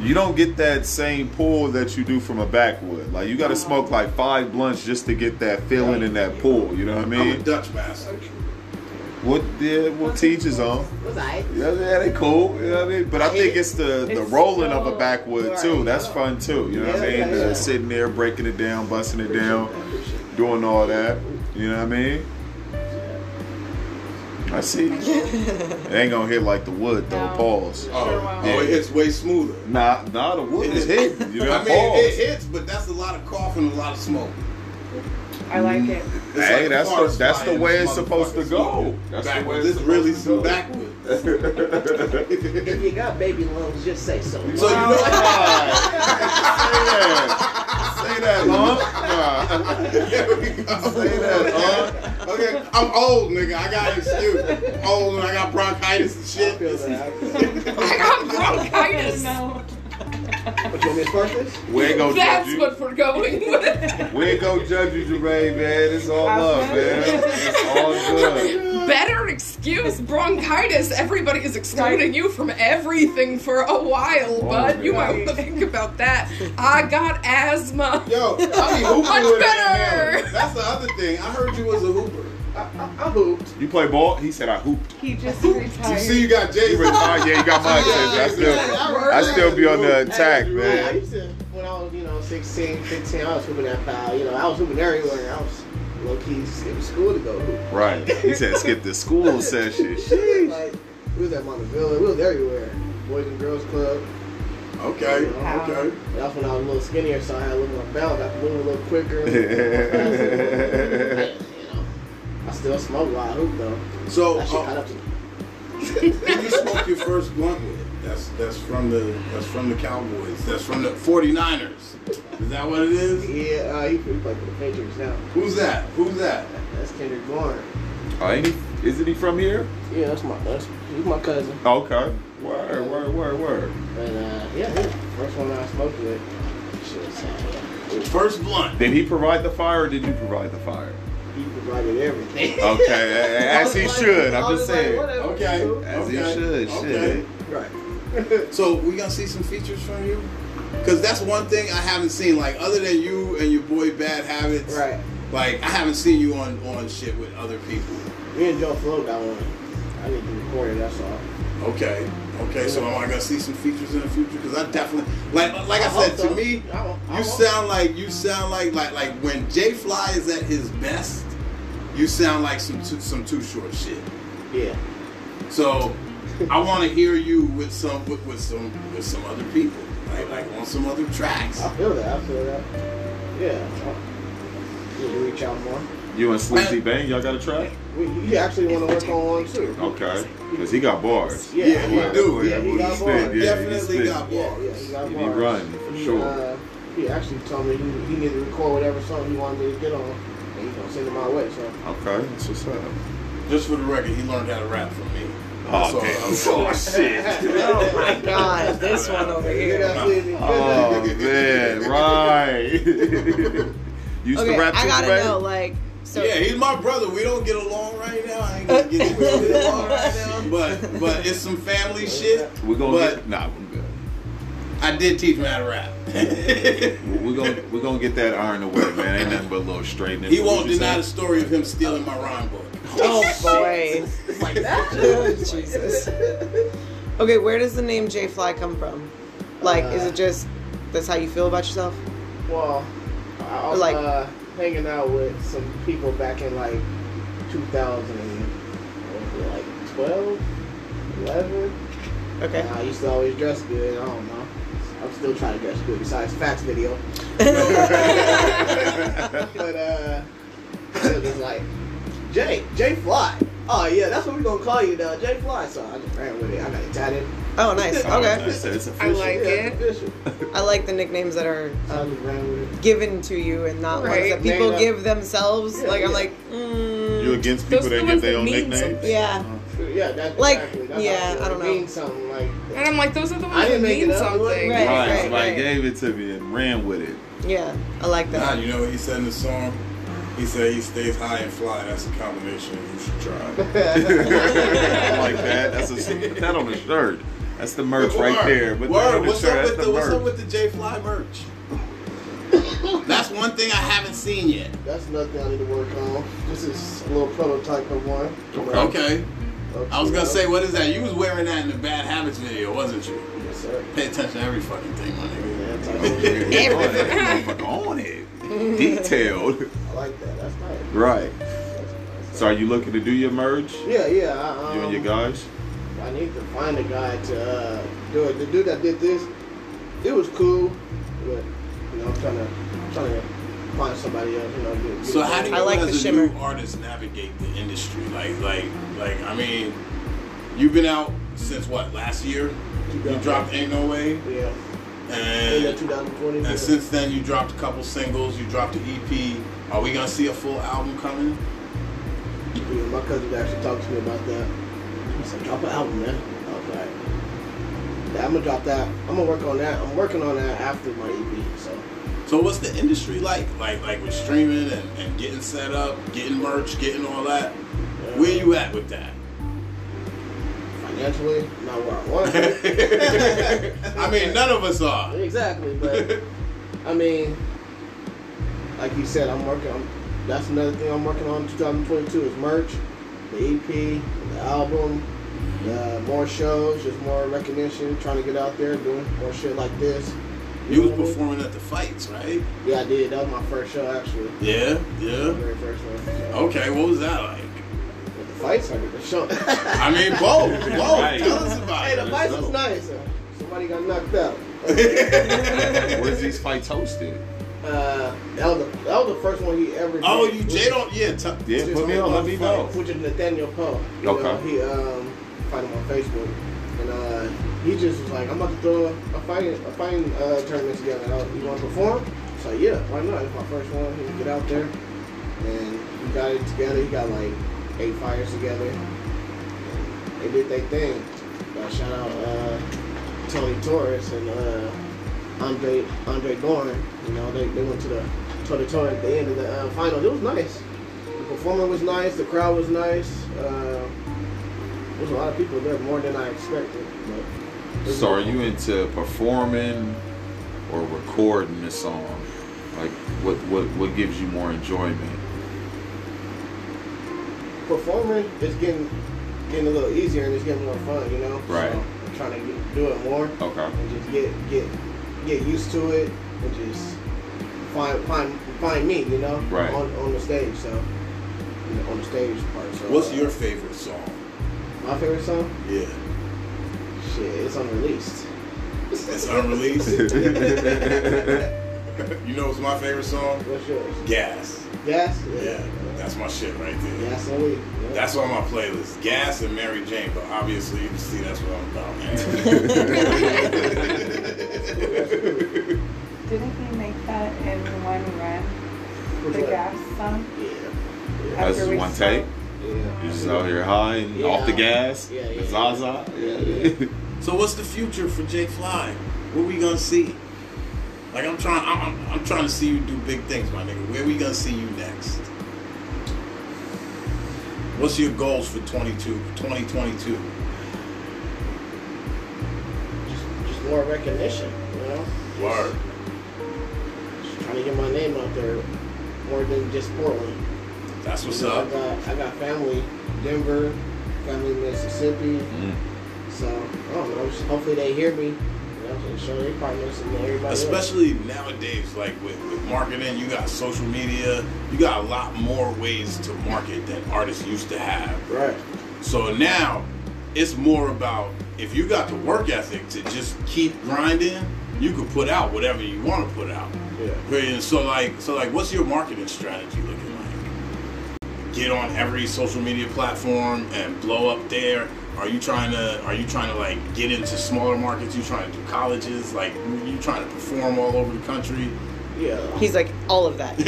[SPEAKER 3] you don't get that same pull that you do from a backwood. Like you gotta smoke like five blunts just to get that feeling in that pull, you know what I
[SPEAKER 1] I'm a
[SPEAKER 3] mean?
[SPEAKER 1] Dutch bastard.
[SPEAKER 3] What the what teachers on.
[SPEAKER 2] was I?
[SPEAKER 3] Yeah, yeah, they cool. You know what I mean? But I think it's the, the
[SPEAKER 2] It's
[SPEAKER 3] rolling
[SPEAKER 2] so
[SPEAKER 3] of a backwood too.
[SPEAKER 2] right.
[SPEAKER 3] That's fun too. You know what I mean?
[SPEAKER 5] Yeah, yeah,
[SPEAKER 3] The
[SPEAKER 5] yeah.
[SPEAKER 3] sitting there, breaking it down, busting it down, doing all that. You know what I mean? I see. it ain't gonna hit like the wood though.
[SPEAKER 4] No.
[SPEAKER 3] Pause.
[SPEAKER 1] Oh,
[SPEAKER 4] Sure will.
[SPEAKER 1] oh, it hits way smoother.
[SPEAKER 3] Nah, nah, the wood is hitting. You know,
[SPEAKER 1] I mean, it
[SPEAKER 3] pause.
[SPEAKER 1] hits, but that's a lot of coughing, and a lot of smoke.
[SPEAKER 4] I like it.
[SPEAKER 1] It's
[SPEAKER 3] Hey,
[SPEAKER 1] like
[SPEAKER 3] that's
[SPEAKER 1] cars
[SPEAKER 3] the that's the
[SPEAKER 1] flying
[SPEAKER 3] way
[SPEAKER 1] in
[SPEAKER 3] it's supposed to
[SPEAKER 1] motherfucking
[SPEAKER 3] go.
[SPEAKER 1] smoke.
[SPEAKER 3] That's the way
[SPEAKER 1] Backwards.
[SPEAKER 3] it's
[SPEAKER 1] This really some
[SPEAKER 3] supposed to
[SPEAKER 1] backwards.
[SPEAKER 3] go.
[SPEAKER 5] If you got baby lungs, just say so.
[SPEAKER 1] So you
[SPEAKER 3] Wow.
[SPEAKER 1] know,
[SPEAKER 3] Say that, huh? Nah.
[SPEAKER 1] there we go.
[SPEAKER 3] Say that,
[SPEAKER 1] Okay, I'm old, nigga. I got an excuse. I'm old and I got bronchitis and
[SPEAKER 5] I
[SPEAKER 1] shit.
[SPEAKER 5] feel that.
[SPEAKER 4] I got bronchitis.
[SPEAKER 5] But you want me to start this?
[SPEAKER 3] huh? We ain't gonna judge
[SPEAKER 4] That's
[SPEAKER 3] you.
[SPEAKER 4] what we're going with.
[SPEAKER 3] we ain't gonna judge you, Jermaine, man. It's all love, man. It's all good.
[SPEAKER 4] Better excuse bronchitis. Everybody is excluding you from everything for a while, bud. You might want to think about that. I got asthma.
[SPEAKER 1] Yo, I be hooping
[SPEAKER 4] Much
[SPEAKER 1] with it.
[SPEAKER 4] better.
[SPEAKER 1] now. That's the other thing. I heard you was a hooper.
[SPEAKER 5] I, I, I hooped.
[SPEAKER 3] You play ball? He said I hooped.
[SPEAKER 2] He just
[SPEAKER 1] You
[SPEAKER 2] retired.
[SPEAKER 1] see, you got Jay.
[SPEAKER 3] He retired. Yeah, he got my attention. I still, I still be on the attack,
[SPEAKER 5] I
[SPEAKER 3] man.
[SPEAKER 5] used to, when I was, you know, 16, 15, I was hooping that foul. You know, I was hooping everywhere. I was low key skipping school to go hoop.
[SPEAKER 3] Right. He said skip the school session. Sheesh.
[SPEAKER 5] Like, we was at Montevilla. We was everywhere. Boys and Girls Club.
[SPEAKER 1] Okay,
[SPEAKER 5] You know,
[SPEAKER 1] okay.
[SPEAKER 5] That's when I was a little skinnier, so I had a little more bounce. I could move a little quicker. a little faster. I, you know, I still smoke while I hoop, though.
[SPEAKER 1] So,
[SPEAKER 5] That shit caught
[SPEAKER 1] uh,
[SPEAKER 5] up to me.
[SPEAKER 1] who you smoked your first blunt with? That's that's from the that's from the Cowboys. That's from the 49ers. Is that what it is?
[SPEAKER 5] Yeah, uh, he, he played for the Patriots now.
[SPEAKER 1] Who's that? Who's that?
[SPEAKER 5] That's Kendrick Bourne.
[SPEAKER 3] Oh, ain't he, isn't he from here?
[SPEAKER 5] Yeah, that's my that's he's my cousin.
[SPEAKER 3] Okay. Word, word, word, word.
[SPEAKER 5] But uh, yeah, he was the first one I smoked with. Shit, so,
[SPEAKER 1] First blunt.
[SPEAKER 3] Did he provide the fire or did you provide the fire?
[SPEAKER 5] He provided
[SPEAKER 3] Okay,
[SPEAKER 5] everything.
[SPEAKER 3] a- a- as he should.
[SPEAKER 5] I
[SPEAKER 3] I'm
[SPEAKER 5] was
[SPEAKER 3] just
[SPEAKER 5] like,
[SPEAKER 3] saying.
[SPEAKER 2] Oh
[SPEAKER 5] whatever,
[SPEAKER 1] Okay.
[SPEAKER 5] cool.
[SPEAKER 3] As he
[SPEAKER 1] Okay.
[SPEAKER 3] should,
[SPEAKER 1] Okay.
[SPEAKER 3] shit. eh?
[SPEAKER 5] Right.
[SPEAKER 1] So we gonna see some features from you? Cause that's one thing I haven't seen. Like other than you and your boy Bad Habits,
[SPEAKER 5] Right.
[SPEAKER 1] Like I haven't seen you on on shit with other people.
[SPEAKER 5] Me and Joe Flo got one. I need to record it. That's all.
[SPEAKER 1] Okay, okay. So am I gonna see some features in the future? Cause I definitely like like I, said to me, you sound like you sound like like like when Jay Fly is at his best, you sound like some too, some too short shit.
[SPEAKER 5] Yeah.
[SPEAKER 1] So I want to hear you with some with, with some with some other people, like like on some other tracks.
[SPEAKER 5] I feel that. I feel that. Yeah. I- You need to reach out more.
[SPEAKER 3] You and Sleazy Bang, y'all got a track?
[SPEAKER 5] We, you actually want to work on one too.
[SPEAKER 3] Okay, because he got bars.
[SPEAKER 5] Yeah,
[SPEAKER 1] Yeah, he do.
[SPEAKER 5] Yeah, he got
[SPEAKER 3] spit,
[SPEAKER 5] bars.
[SPEAKER 3] yeah,
[SPEAKER 1] Definitely
[SPEAKER 3] he spit.
[SPEAKER 1] got bars.
[SPEAKER 5] Yeah, yeah, he got
[SPEAKER 3] He be
[SPEAKER 5] bars.
[SPEAKER 3] running, for
[SPEAKER 5] He,
[SPEAKER 3] sure.
[SPEAKER 5] Uh, he actually told me he, he needed to record whatever song he wanted me to get on, and he's gonna send it my way. So
[SPEAKER 3] Okay, that's what's up.
[SPEAKER 1] Just for the record, he learned how to rap from me.
[SPEAKER 3] Oh,
[SPEAKER 1] That's
[SPEAKER 3] damn.
[SPEAKER 1] all.
[SPEAKER 3] Oh, shit.
[SPEAKER 2] Oh my god, this one over
[SPEAKER 5] Good
[SPEAKER 2] here.
[SPEAKER 5] night, Sleazy. Good night.
[SPEAKER 3] Oh, man, right. Used
[SPEAKER 2] Okay,
[SPEAKER 3] to rap
[SPEAKER 2] I
[SPEAKER 3] to
[SPEAKER 2] gotta
[SPEAKER 3] rap.
[SPEAKER 2] know, like, so
[SPEAKER 1] Yeah, he's my brother. We don't get along right now. I ain't gonna get we don't get along right now. But but it's some family shit.
[SPEAKER 3] We're gonna
[SPEAKER 1] But-
[SPEAKER 3] get, nah, we're good.
[SPEAKER 1] I did teach him how to rap.
[SPEAKER 3] We're gonna we're gonna get that iron away, man. Ain't nothing but a little straightening.
[SPEAKER 1] he
[SPEAKER 3] What
[SPEAKER 1] won't
[SPEAKER 3] you
[SPEAKER 1] deny the
[SPEAKER 3] say?
[SPEAKER 1] story of him stealing my rhyme book.
[SPEAKER 2] Oh boy.
[SPEAKER 5] Like that?
[SPEAKER 2] Jesus. Okay, where does the name J Fly come from? Like, is it just that's how you feel about yourself?
[SPEAKER 5] Well, I was
[SPEAKER 2] Like-
[SPEAKER 5] uh, hanging out with some people back in like 2000, and, what was it, like 12, 11.
[SPEAKER 2] Okay.
[SPEAKER 5] I used to always dress good. I don't know. I'm still trying to dress good. Besides facts video, but uh, it was like Jay, Jay Fly. Oh yeah, that's what we gonna call you now, Jay Fly. So I just ran with it. I got it tatted.
[SPEAKER 2] oh, nice. Okay.
[SPEAKER 3] It's, it's
[SPEAKER 4] I
[SPEAKER 3] official.
[SPEAKER 4] like
[SPEAKER 5] yeah,
[SPEAKER 4] it.
[SPEAKER 5] it's official.
[SPEAKER 2] I like the nicknames that are
[SPEAKER 5] So I just ran with it.
[SPEAKER 2] given to you and not ones
[SPEAKER 4] Right.
[SPEAKER 2] that people
[SPEAKER 5] Name, uh,
[SPEAKER 2] give themselves.
[SPEAKER 5] yeah,
[SPEAKER 2] like I'm
[SPEAKER 5] yeah.
[SPEAKER 2] like, mm,
[SPEAKER 3] You against
[SPEAKER 4] Those
[SPEAKER 3] people
[SPEAKER 4] are
[SPEAKER 3] that get
[SPEAKER 4] the ones
[SPEAKER 3] their
[SPEAKER 4] that
[SPEAKER 3] own
[SPEAKER 4] mean
[SPEAKER 3] nicknames?
[SPEAKER 4] something.
[SPEAKER 2] yeah.
[SPEAKER 5] Yeah, that,
[SPEAKER 2] Like,
[SPEAKER 5] exactly. That's
[SPEAKER 2] yeah,
[SPEAKER 5] how
[SPEAKER 2] I don't know.
[SPEAKER 5] Mean something like.
[SPEAKER 4] And I'm like, those are the ones
[SPEAKER 5] I
[SPEAKER 4] that
[SPEAKER 5] didn't make
[SPEAKER 4] mean
[SPEAKER 5] it up.
[SPEAKER 4] something.
[SPEAKER 2] Right,
[SPEAKER 3] Right,
[SPEAKER 2] right,
[SPEAKER 3] somebody
[SPEAKER 2] right.
[SPEAKER 3] gave it to me and ran with it.
[SPEAKER 2] Yeah, I like
[SPEAKER 1] Nah,
[SPEAKER 2] that.
[SPEAKER 1] you know what he said in the song? He said he stays high and fly. That's a combination you should try.
[SPEAKER 3] I like that. That's a put that on a shirt. That's the merch right there. But
[SPEAKER 1] Word.
[SPEAKER 3] the
[SPEAKER 1] What's
[SPEAKER 3] shirt,
[SPEAKER 1] up
[SPEAKER 3] that's
[SPEAKER 1] with the,
[SPEAKER 3] the
[SPEAKER 1] What's up
[SPEAKER 3] merch.
[SPEAKER 1] with the J Fly merch? That's one thing I haven't seen yet.
[SPEAKER 5] That's nothing I need to work on. This is a little prototype of one.
[SPEAKER 1] Okay. I was gonna say, what is that? You was wearing that in the Bad Habits video, wasn't you?
[SPEAKER 5] Yes, sir.
[SPEAKER 1] Pay attention to every fucking thing, my nigga.
[SPEAKER 5] Yeah, that's
[SPEAKER 3] Yeah,
[SPEAKER 5] all.
[SPEAKER 3] motherfucker on it. Detailed.
[SPEAKER 5] I like that. That's nice.
[SPEAKER 3] Right.
[SPEAKER 5] That's nice.
[SPEAKER 3] So are you looking to do your merge? You
[SPEAKER 5] Yeah, yeah. I, um,
[SPEAKER 3] and your guys?
[SPEAKER 5] I need to find a guy to uh, do it. The dude that did this, it was cool, but you know, I'm trying to trying to find somebody else. You know, do,
[SPEAKER 1] So how do you
[SPEAKER 2] I like the
[SPEAKER 1] as a
[SPEAKER 2] shimmer.
[SPEAKER 1] new artist navigate the industry? Like like like I mean, you've been out since what, last year? You dropped Ain't No Way
[SPEAKER 5] Yeah, in the
[SPEAKER 1] and
[SPEAKER 5] 2020. yeah.
[SPEAKER 1] and since then you dropped a couple singles, you dropped an EP. Are we gonna see a full album coming?
[SPEAKER 5] Yeah, my cousin actually talked to me about that. He said, drop an album, man. I was like, yeah, I'm gonna drop that. I'm gonna work on that. I'm working on that after my EP. So
[SPEAKER 1] So what's the industry like? Like like with streaming and, and getting set up, getting merch, getting all that. Where you at with that?
[SPEAKER 5] financially, not where I want. to be.
[SPEAKER 1] I mean none of us are.
[SPEAKER 5] exactly, but I mean, like you said, I'm working. I'm, that's another thing I'm working on. in 2022 is merch, the EP, the album, the more shows, just more recognition. Trying to get out there, doing more shit like this.
[SPEAKER 1] You was
[SPEAKER 5] know what I mean?
[SPEAKER 1] performing at the fights, right?
[SPEAKER 5] Yeah, I did. That was my first show, actually.
[SPEAKER 1] Yeah,
[SPEAKER 5] My
[SPEAKER 1] yeah.
[SPEAKER 5] very first one. So,
[SPEAKER 1] Okay, what was that like?
[SPEAKER 5] The fights are the show.
[SPEAKER 1] I mean, both. Both.
[SPEAKER 3] Right.
[SPEAKER 1] Tell us about
[SPEAKER 5] hey,
[SPEAKER 1] it.
[SPEAKER 5] the fights was nice. Uh, Somebody got knocked out.
[SPEAKER 3] Where's these fights hosted?
[SPEAKER 5] Uh, that was the, that was the first one he ever. Did.
[SPEAKER 1] oh, you
[SPEAKER 5] which-
[SPEAKER 1] J don't. Yeah, t-
[SPEAKER 3] Yeah,
[SPEAKER 5] which is
[SPEAKER 3] put me on. Let me know.
[SPEAKER 5] Which is Nathaniel Poe. You
[SPEAKER 3] Okay.
[SPEAKER 5] know, he um, find him on Facebook, and uh, he just was like, "I'm about to throw a fighting a fighting uh, tournament together. And I was, you want to perform?" So yeah, why not? It's my first one. He get out there, and he got it together. He got like eight fires together. They did their thing. Uh, shout out uh, Tony Torres and uh, Andre Andre Gorn. You know, they, they went to the Tony Torres at the end of the uh, final. It was nice. The performer was nice. The crowd was nice. Uh, there was a lot of people there, more than I expected. But
[SPEAKER 3] So are you into performing or recording the song? Like what what what gives you more enjoyment?
[SPEAKER 5] performing? It's getting getting a little easier and it's getting more fun. You know,
[SPEAKER 3] Right. Oh.
[SPEAKER 5] So I'm trying to get, do it more.
[SPEAKER 3] Okay.
[SPEAKER 5] and just get get get used to it and just find find find me, you know,
[SPEAKER 3] Right.
[SPEAKER 5] on, on the stage. So you know, on the stage part. So
[SPEAKER 1] What's
[SPEAKER 5] uh,
[SPEAKER 1] your favorite song?
[SPEAKER 5] my favorite song?
[SPEAKER 1] Yeah,
[SPEAKER 5] Shit, it's unreleased.
[SPEAKER 1] it's unreleased.
[SPEAKER 3] okay.
[SPEAKER 1] you know, what's my favorite song?
[SPEAKER 5] What's yours?
[SPEAKER 1] Gas.
[SPEAKER 5] Gas?
[SPEAKER 1] Yeah, that's my shit right there.
[SPEAKER 5] Gas and weed. Yeah.
[SPEAKER 1] That's on my playlist. Gas and Mary Jane, but obviously you can see that's what I'm about. man.
[SPEAKER 7] Didn't he make that in One Run,
[SPEAKER 5] Which
[SPEAKER 7] the
[SPEAKER 5] one?
[SPEAKER 7] gas song?
[SPEAKER 5] Yeah.
[SPEAKER 3] That's
[SPEAKER 7] After we
[SPEAKER 3] one
[SPEAKER 7] spoke?
[SPEAKER 3] take.
[SPEAKER 5] Yeah.
[SPEAKER 3] You just out here high and off the gas.
[SPEAKER 5] Yeah, yeah.
[SPEAKER 3] The Zaza.
[SPEAKER 5] Yeah, yeah.
[SPEAKER 1] so what's the future for Jay Fly? What we gonna see? Like I'm trying, I'm, I'm, I'm trying to see you do big things, my nigga. Where we gonna see you next? What's your goals for 22, 2022?
[SPEAKER 5] Just, just more recognition, you know?
[SPEAKER 1] Word.
[SPEAKER 5] Just trying to get my name out there more than just Portland.
[SPEAKER 1] That's what's
[SPEAKER 5] You know,
[SPEAKER 1] up.
[SPEAKER 5] I got, I got family Denver, family Mississippi.
[SPEAKER 3] Mm.
[SPEAKER 5] So I don't know. just hopefully they hear me. You know, and show their partners and everybody. else.
[SPEAKER 1] Especially nowadays, like with, with marketing, you got social media, you got a lot more ways to market than artists used to have.
[SPEAKER 5] Right.
[SPEAKER 1] So now it's more about if you got the work ethic to just keep grinding, you can put out whatever you want to put out.
[SPEAKER 5] Yeah.
[SPEAKER 1] Right, And so like so like what's your marketing strategy looking like? Get on every social media platform and blow up there. Are you trying to are you trying to like get into smaller markets? You trying to do colleges? Like you trying to perform all over the country?
[SPEAKER 5] Yeah.
[SPEAKER 2] He's like all of that. yeah.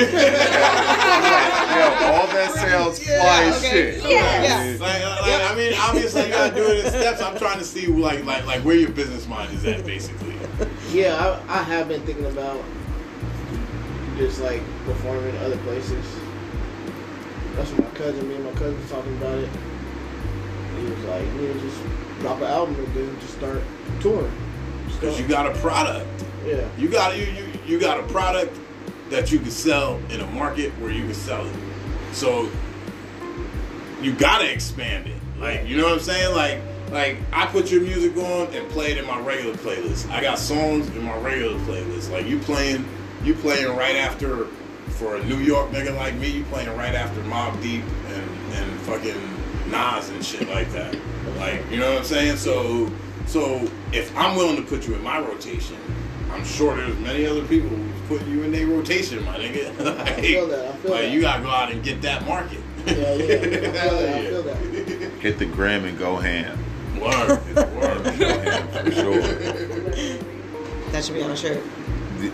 [SPEAKER 3] Yo, all that sounds fly as
[SPEAKER 4] okay.
[SPEAKER 3] shit.
[SPEAKER 2] Yeah.
[SPEAKER 1] Like, like I mean, obviously you gotta do it in steps. I'm trying to see like like like where your business mind is at basically.
[SPEAKER 5] Yeah, I, I have been thinking about just like performing other places. That's what my cousin, me and my cousin was talking about it. He was like, yeah, just drop an album and then just start touring.
[SPEAKER 1] Because you got a product.
[SPEAKER 5] Yeah.
[SPEAKER 1] You got you, you you got a product that you can sell in a market where you can sell it. So you gotta expand it. Like you know what I'm saying? Like like I put your music on and play it in my regular playlist. I got songs in my regular playlist. Like you playing you playing right after for a New York nigga like me, you playing right after Mob Deep and, and fucking Nas and shit like that. Like, you know what I'm saying? So so if I'm willing to put you in my rotation, I'm sure there's many other people who's putting you in their rotation, my nigga. like,
[SPEAKER 5] feel that, I feel
[SPEAKER 1] like,
[SPEAKER 5] that.
[SPEAKER 1] you gotta go out and get that market.
[SPEAKER 5] Yeah, yeah. I feel that. I feel that.
[SPEAKER 3] Hit the gram and go ham.
[SPEAKER 1] Word,
[SPEAKER 3] Go
[SPEAKER 1] word.
[SPEAKER 3] ham for sure.
[SPEAKER 2] That should be on a shirt.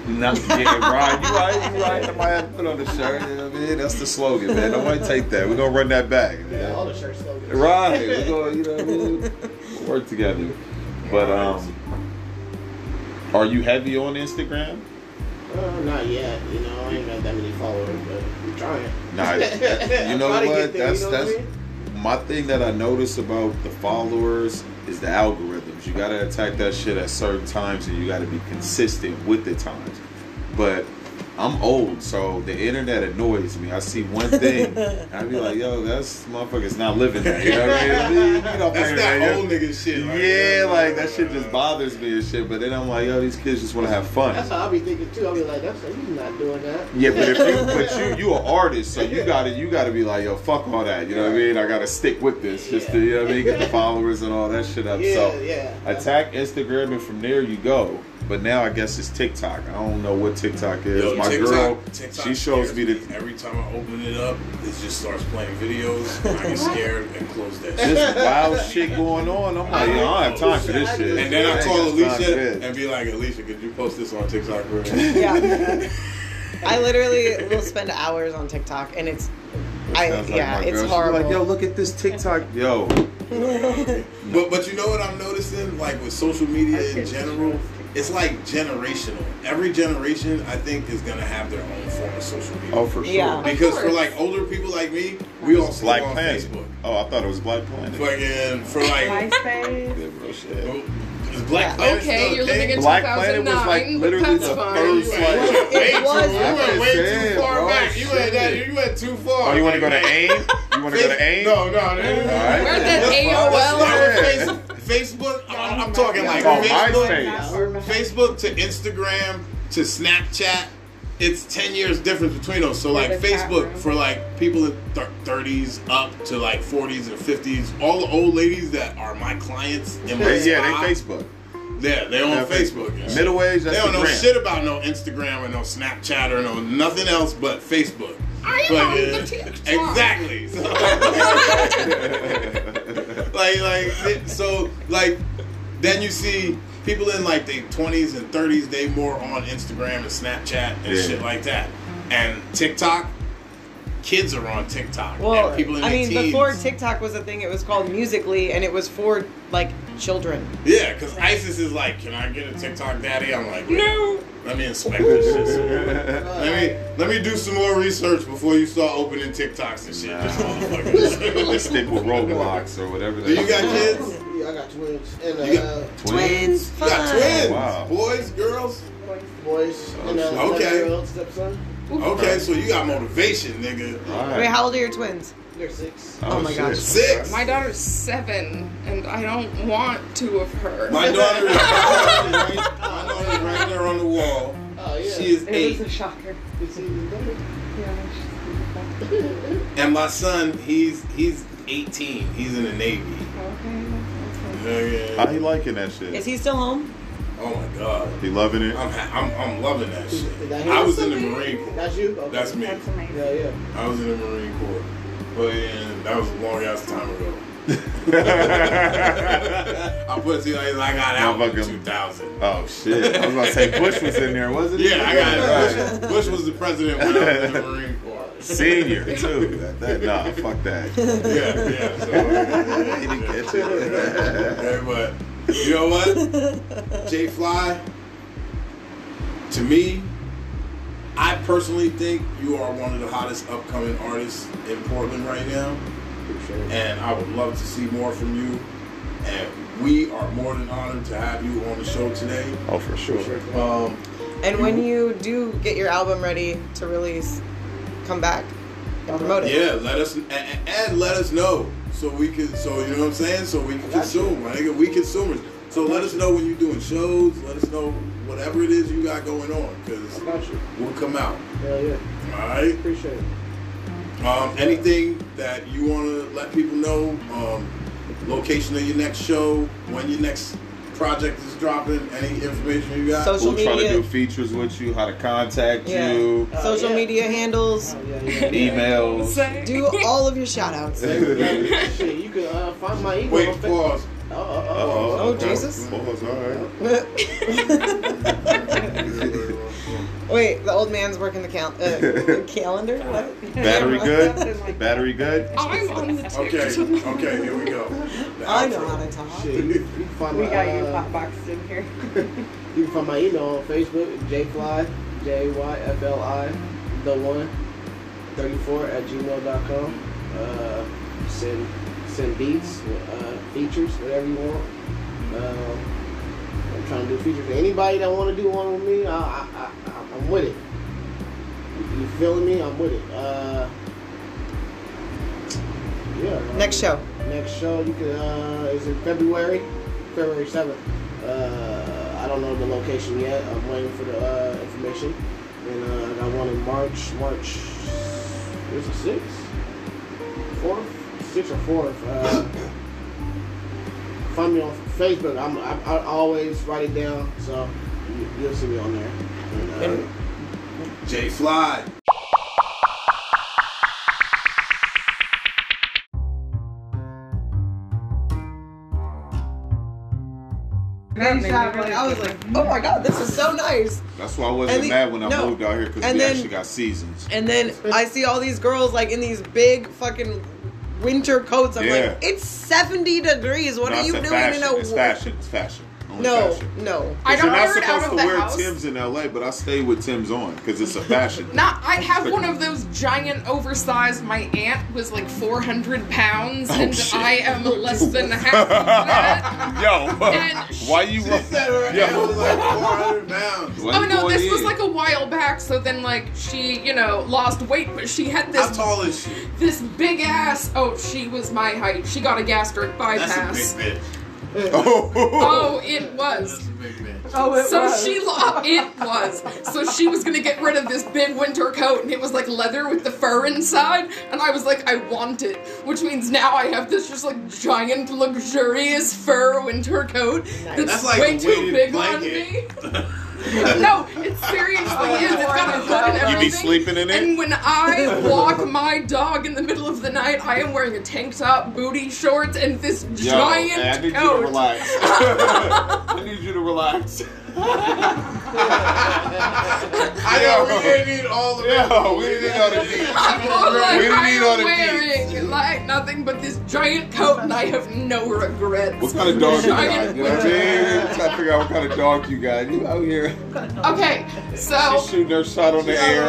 [SPEAKER 3] Not yeah, right. You right. You right. I might have to put on the shirt. You know what I mean? That's the slogan, man. Nobody take that. We're gonna run that back. you
[SPEAKER 5] Yeah, all
[SPEAKER 3] know?
[SPEAKER 5] the shirt slogans.
[SPEAKER 3] Right. We're gonna, you know what I mean? We'll work together. But um, are you heavy on Instagram?
[SPEAKER 5] Uh, not yet, you know, I ain't got that many followers, but I'm trying.
[SPEAKER 3] Nah, it's- you know
[SPEAKER 5] Try to
[SPEAKER 3] what?
[SPEAKER 5] get there,
[SPEAKER 3] That's
[SPEAKER 5] you know what I
[SPEAKER 3] that's my thing that I notice about the followers is the algorithms. You gotta attack that shit at certain times, and you gotta be consistent with the times. But I'm old, so the internet annoys me. I see one thing, and I be like, "Yo, that's motherfucker's not living there." You know what I mean? Get off the
[SPEAKER 1] That's
[SPEAKER 3] internet,
[SPEAKER 1] that
[SPEAKER 3] yo.
[SPEAKER 1] old nigga shit. right
[SPEAKER 3] yeah,
[SPEAKER 1] there.
[SPEAKER 3] like that shit just bothers me and shit. But then I'm like, "Yo, these kids just want to have fun."
[SPEAKER 5] That's how I be thinking too. I be like, that's he's not doing that.
[SPEAKER 3] Yeah, but if you but you you an artist, so you gotta you gotta be like, yo, fuck all that. You know what I mean? I gotta stick with this just to you know what I mean, get the followers and all that shit up.
[SPEAKER 5] Yeah,
[SPEAKER 3] so
[SPEAKER 5] yeah.
[SPEAKER 3] attack Instagram and from there you go. But now I guess it's TikTok. I don't know what TikTok is.
[SPEAKER 1] Yo,
[SPEAKER 3] My
[SPEAKER 1] TikTok-
[SPEAKER 3] girl,
[SPEAKER 1] TikTok
[SPEAKER 3] she shows
[SPEAKER 1] scares
[SPEAKER 3] me the
[SPEAKER 1] every time I open it up, it just starts playing videos. and I get scared and close that shit.
[SPEAKER 3] just wild shit going on. I'm like, yo, I don't have time for this shit.
[SPEAKER 1] And then I
[SPEAKER 3] ain't
[SPEAKER 1] call
[SPEAKER 3] got time for
[SPEAKER 1] Alicia
[SPEAKER 3] this.
[SPEAKER 1] and be like, Alicia, could you post this on TikTok real quick?
[SPEAKER 2] Yeah. I literally will spend hours on TikTok, and it's, I
[SPEAKER 3] Sounds like
[SPEAKER 2] yeah,
[SPEAKER 3] my
[SPEAKER 2] it's
[SPEAKER 3] girl. She be
[SPEAKER 2] horrible.
[SPEAKER 3] Like, yo, look at this TikTok. Yo,
[SPEAKER 1] But but you know what I'm noticing, like with social media in general, it's like generational. Every generation, I think, is gonna have their own form of social media.
[SPEAKER 3] oh for sure.
[SPEAKER 2] Yeah.
[SPEAKER 1] because for
[SPEAKER 4] course.
[SPEAKER 1] like older people like me, we all
[SPEAKER 3] Black
[SPEAKER 1] slack on
[SPEAKER 3] Planet.
[SPEAKER 1] Facebook.
[SPEAKER 3] Oh, I thought it was Black Planet.
[SPEAKER 1] Fucking for like,
[SPEAKER 7] MySpace.
[SPEAKER 3] Yeah, bro, shit.
[SPEAKER 1] is Black Planet still
[SPEAKER 4] Okay,
[SPEAKER 1] a
[SPEAKER 4] you're
[SPEAKER 1] thing?
[SPEAKER 4] living in
[SPEAKER 3] Black Planet was like
[SPEAKER 4] 2009,
[SPEAKER 3] literally
[SPEAKER 4] that's
[SPEAKER 3] the
[SPEAKER 4] fine.
[SPEAKER 3] first
[SPEAKER 1] You
[SPEAKER 3] like.
[SPEAKER 1] went way too-
[SPEAKER 2] It was-
[SPEAKER 1] you went way
[SPEAKER 3] Damn,
[SPEAKER 1] too far
[SPEAKER 3] bro,
[SPEAKER 1] back. You went, that,
[SPEAKER 3] shit.
[SPEAKER 1] you went too far.
[SPEAKER 3] Oh, you want to go to AIM? You want to go to AIM?
[SPEAKER 1] No, no, no.
[SPEAKER 3] right.
[SPEAKER 4] Where's that AOL?
[SPEAKER 3] Yeah.
[SPEAKER 1] Facebook. I'm, I'm talking like
[SPEAKER 3] Oh,
[SPEAKER 1] Facebook,
[SPEAKER 3] MySpace.
[SPEAKER 1] Facebook to Instagram to Snapchat. It's ten years difference between those. So like
[SPEAKER 7] the chat
[SPEAKER 1] Facebook
[SPEAKER 7] room.
[SPEAKER 1] for like people in thir- 30s up to like 40s and 50s. All the old ladies that are my clients in my
[SPEAKER 3] They- yeah,
[SPEAKER 1] spa,
[SPEAKER 3] they Facebook.
[SPEAKER 1] Yeah, they on
[SPEAKER 3] Yeah,
[SPEAKER 1] Facebook. and
[SPEAKER 3] Middle age,
[SPEAKER 1] They
[SPEAKER 3] that's
[SPEAKER 1] don't
[SPEAKER 3] the
[SPEAKER 1] know
[SPEAKER 3] gram.
[SPEAKER 1] shit about no Instagram or no Snapchat or no nothing else but Facebook.
[SPEAKER 4] I am
[SPEAKER 1] But,
[SPEAKER 4] on the
[SPEAKER 1] uh,
[SPEAKER 4] TikTok.
[SPEAKER 1] Exactly. So- like, like, it- so, like, then you see people in like their twenties and thirties. They more on Instagram and Snapchat and
[SPEAKER 3] Yeah.
[SPEAKER 1] shit like that. And TikTok, kids are on TikTok.
[SPEAKER 2] Well,
[SPEAKER 1] and people in
[SPEAKER 2] I
[SPEAKER 1] their
[SPEAKER 2] mean,
[SPEAKER 1] teens.
[SPEAKER 2] before TikTok was a thing, it was called Musically, and it was for like children.
[SPEAKER 1] yeah, because ISIS is like, can I get a TikTok daddy? I'm like,
[SPEAKER 4] No.
[SPEAKER 1] Let me inspect this shit. some more. Let me let me do some more research befefore you start opening TikToks and shit. Just motherfuckers.
[SPEAKER 3] Stick with Roblox or whatever.
[SPEAKER 1] Do you got
[SPEAKER 3] that-
[SPEAKER 1] kids?
[SPEAKER 5] Yeah, I got twins and
[SPEAKER 1] You got-
[SPEAKER 5] uh,
[SPEAKER 3] Twins.
[SPEAKER 1] You got twins,
[SPEAKER 3] Wow.
[SPEAKER 1] boys, girls.
[SPEAKER 5] boys and uh,
[SPEAKER 1] Okay.
[SPEAKER 5] eleven-year-old stepson.
[SPEAKER 1] Okay, so you got motivation, nigga.
[SPEAKER 3] All right.
[SPEAKER 2] Wait, how old are your twins?
[SPEAKER 5] They're six.
[SPEAKER 1] Um,
[SPEAKER 2] Oh my
[SPEAKER 3] shit.
[SPEAKER 2] gosh.
[SPEAKER 1] Six.
[SPEAKER 4] My daughter's seven, and I don't want two of her.
[SPEAKER 1] My daughter is my daughter is right, my daughter is right there on the wall.
[SPEAKER 5] Oh yeah.
[SPEAKER 1] She is
[SPEAKER 7] It was
[SPEAKER 1] eight,
[SPEAKER 7] a shocker.
[SPEAKER 5] You see the daughter?
[SPEAKER 7] Yeah, she's beautiful.
[SPEAKER 1] and my son, he's he's 18. He's in the Navy.
[SPEAKER 7] Oh, okay, okay.
[SPEAKER 1] Hell yeah.
[SPEAKER 3] How you liking that shit?
[SPEAKER 2] Is he still home?
[SPEAKER 1] Oh my god.
[SPEAKER 3] He loving it?
[SPEAKER 1] I'm, ha- I'm I'm loving that shit.
[SPEAKER 5] Did I hear
[SPEAKER 1] I was in the
[SPEAKER 5] something?
[SPEAKER 1] Marine Corps.
[SPEAKER 5] That's you? Okay.
[SPEAKER 1] That's me.
[SPEAKER 7] That's amazing.
[SPEAKER 5] Yeah, yeah.
[SPEAKER 1] I was in the Marine Corps, but yeah, that was a long ass time ago. I put it to you like I got out in
[SPEAKER 3] Motherfucker.
[SPEAKER 1] 2000.
[SPEAKER 3] oh shit! I was about to say Bush was in there, wasn't he?
[SPEAKER 1] Yeah, I got
[SPEAKER 3] Right.
[SPEAKER 1] it. Bush, Bush was the president when I was in the Marine Corps.
[SPEAKER 3] Senior too. That, that, nah, fuck that.
[SPEAKER 1] Yeah, yeah. So, yeah,
[SPEAKER 3] He didn't catch it.
[SPEAKER 1] yeah, but you know what? Jay Fly, to me, I personally think you are one of the hottest upcoming artists in Portland right now. And I would love to see more from you. And we are more than honored to have you on the show today.
[SPEAKER 3] Oh, for sure.
[SPEAKER 1] Um,
[SPEAKER 2] And when you do get your album ready to release, come back and promote it.
[SPEAKER 1] yeah, let us and, and- and let us know so we can so you know what I'm saying so we can consume, my nigga. We consumers. So let us know when you're doing shows. Let us know whatever it is you got going on, cause
[SPEAKER 5] I got you.
[SPEAKER 1] we'll come out.
[SPEAKER 5] Hell yeah.
[SPEAKER 1] All right.
[SPEAKER 5] Appreciate it.
[SPEAKER 1] Um, anything that you want to let people know? Um, location of your next show, when your next project is dropping, any information you got?
[SPEAKER 2] Social
[SPEAKER 3] We'll try to
[SPEAKER 2] media.
[SPEAKER 3] do features with you, how to contact
[SPEAKER 2] Yeah.
[SPEAKER 3] you,
[SPEAKER 5] Oh,
[SPEAKER 2] Social
[SPEAKER 5] yeah.
[SPEAKER 2] media handles.
[SPEAKER 5] Oh, yeah, yeah, yeah.
[SPEAKER 3] emails.
[SPEAKER 4] Say-
[SPEAKER 2] Do all of your shout outs.
[SPEAKER 5] Yeah, shit, you can uh, find my email.
[SPEAKER 1] Wait,
[SPEAKER 5] on Fa-
[SPEAKER 1] pause.
[SPEAKER 5] Oh, oh,
[SPEAKER 3] Uh-oh.
[SPEAKER 5] oh,
[SPEAKER 2] Oh, Jesus.
[SPEAKER 3] Pause, all right.
[SPEAKER 2] Wait, the old man's working the cal- uh, calendar? What?
[SPEAKER 3] Battery
[SPEAKER 7] Something like
[SPEAKER 3] good?
[SPEAKER 7] that.
[SPEAKER 3] Battery good?
[SPEAKER 4] I'm on the ticket.
[SPEAKER 1] Okay, okay, here we go. The
[SPEAKER 2] I know
[SPEAKER 1] outro.
[SPEAKER 2] how to talk.
[SPEAKER 5] oh, Shit, you can find
[SPEAKER 7] We
[SPEAKER 5] my,
[SPEAKER 7] got you
[SPEAKER 5] uh,
[SPEAKER 7] hotboxed in here.
[SPEAKER 5] You can find my email on Facebook, jfly, J-Y-F-L-I, the one, 34 at gmail.com. Uh, send, send beats, uh, features, whatever you want. Um, I'm trying to do features. Anybody that want to do one with me, I, I, I, I- I'm with it. You- You feeling me? I'm with it. Uh, yeah. I
[SPEAKER 2] Next
[SPEAKER 5] mean,
[SPEAKER 2] show.
[SPEAKER 5] Next show you can uh, is in February, February seventh. Uh, I don't know the location yet. I'm waiting for the uh, information. And uh, I got one in March, March. There's a sixth, fourth, sixth or fourth. Uh, find me on Facebook. I'm I, I always write it down, so you, you'll see me on there. And, uh,
[SPEAKER 2] And-
[SPEAKER 1] Jay Fly.
[SPEAKER 4] That made me
[SPEAKER 2] I
[SPEAKER 4] really
[SPEAKER 2] was like, oh my god, this is so nice.
[SPEAKER 3] That's why I wasn't
[SPEAKER 2] And the-
[SPEAKER 3] mad when I
[SPEAKER 2] no.
[SPEAKER 3] moved out here because we
[SPEAKER 2] And then-
[SPEAKER 3] actually got seasons.
[SPEAKER 2] And then I see all these girls like in these big fucking winter coats. I'm
[SPEAKER 3] Yeah.
[SPEAKER 2] like, it's 70 degrees. What
[SPEAKER 3] No,
[SPEAKER 2] are
[SPEAKER 3] it's
[SPEAKER 2] you
[SPEAKER 3] a
[SPEAKER 2] doing
[SPEAKER 3] fashion.
[SPEAKER 2] in a
[SPEAKER 3] It's fashion. It's fashion. Only
[SPEAKER 2] No,
[SPEAKER 3] fashion.
[SPEAKER 2] no.
[SPEAKER 4] I
[SPEAKER 3] You're
[SPEAKER 4] don't
[SPEAKER 3] not
[SPEAKER 4] wear it out
[SPEAKER 3] supposed
[SPEAKER 4] of
[SPEAKER 3] to
[SPEAKER 4] the
[SPEAKER 3] wear
[SPEAKER 4] house.
[SPEAKER 3] Tim's in LA, but I stay with Tim's on because it's a fashion.
[SPEAKER 4] Nah, I have one of those giant, oversized. My aunt was like 400 pounds,
[SPEAKER 3] Oh,
[SPEAKER 4] and
[SPEAKER 3] shit.
[SPEAKER 4] I am less than half of that.
[SPEAKER 3] Yo,
[SPEAKER 4] And
[SPEAKER 3] why you?
[SPEAKER 1] She said her
[SPEAKER 3] Yo.
[SPEAKER 1] hand was like 400 pounds.
[SPEAKER 3] why
[SPEAKER 4] Oh
[SPEAKER 3] you
[SPEAKER 4] no,
[SPEAKER 3] going
[SPEAKER 4] this was
[SPEAKER 3] in?
[SPEAKER 4] like a while back. So then, like she, you know, lost weight, but she had
[SPEAKER 1] How
[SPEAKER 4] this
[SPEAKER 1] tall is she?
[SPEAKER 4] this big ass. Oh, she was my height. She got a gastric bypass.
[SPEAKER 1] That's a big bitch.
[SPEAKER 4] Oh, it was.
[SPEAKER 1] That's a big bitch.
[SPEAKER 7] Oh, it
[SPEAKER 4] So
[SPEAKER 7] was.
[SPEAKER 4] she, lo- it was. So she was gonna get rid of this big winter coat, and it was like leather with the fur inside. And I was like, I want it, which means now I have this just like giant, luxurious fur winter coat that's,
[SPEAKER 1] That's like
[SPEAKER 4] way
[SPEAKER 1] a
[SPEAKER 4] too
[SPEAKER 1] weighted
[SPEAKER 4] big
[SPEAKER 1] blanket.
[SPEAKER 4] on me. no, it seriously
[SPEAKER 7] Oh,
[SPEAKER 4] is. It's got a hood and
[SPEAKER 3] You
[SPEAKER 4] everything.
[SPEAKER 3] be sleeping in it?
[SPEAKER 4] And when I walk my dog in the middle of the night, I am wearing a tank top, booty shorts, and this
[SPEAKER 3] Yo,
[SPEAKER 4] giant
[SPEAKER 3] hey, I need you
[SPEAKER 4] coat.
[SPEAKER 3] to relax. I need you to relax.
[SPEAKER 1] I know we didn't need all the
[SPEAKER 3] Yo, we didn't know the deep.
[SPEAKER 4] All that
[SPEAKER 3] We didn't
[SPEAKER 4] I
[SPEAKER 3] need
[SPEAKER 4] am
[SPEAKER 3] all the
[SPEAKER 4] wearing like nothing but this giant coat, and I have no regrets.
[SPEAKER 3] What kind of dog you got?
[SPEAKER 4] Giant
[SPEAKER 3] You know what I mean? I'm trying to figure out what kind of dog you got. You out here
[SPEAKER 4] Okay, so
[SPEAKER 3] just shooting her shot on the air.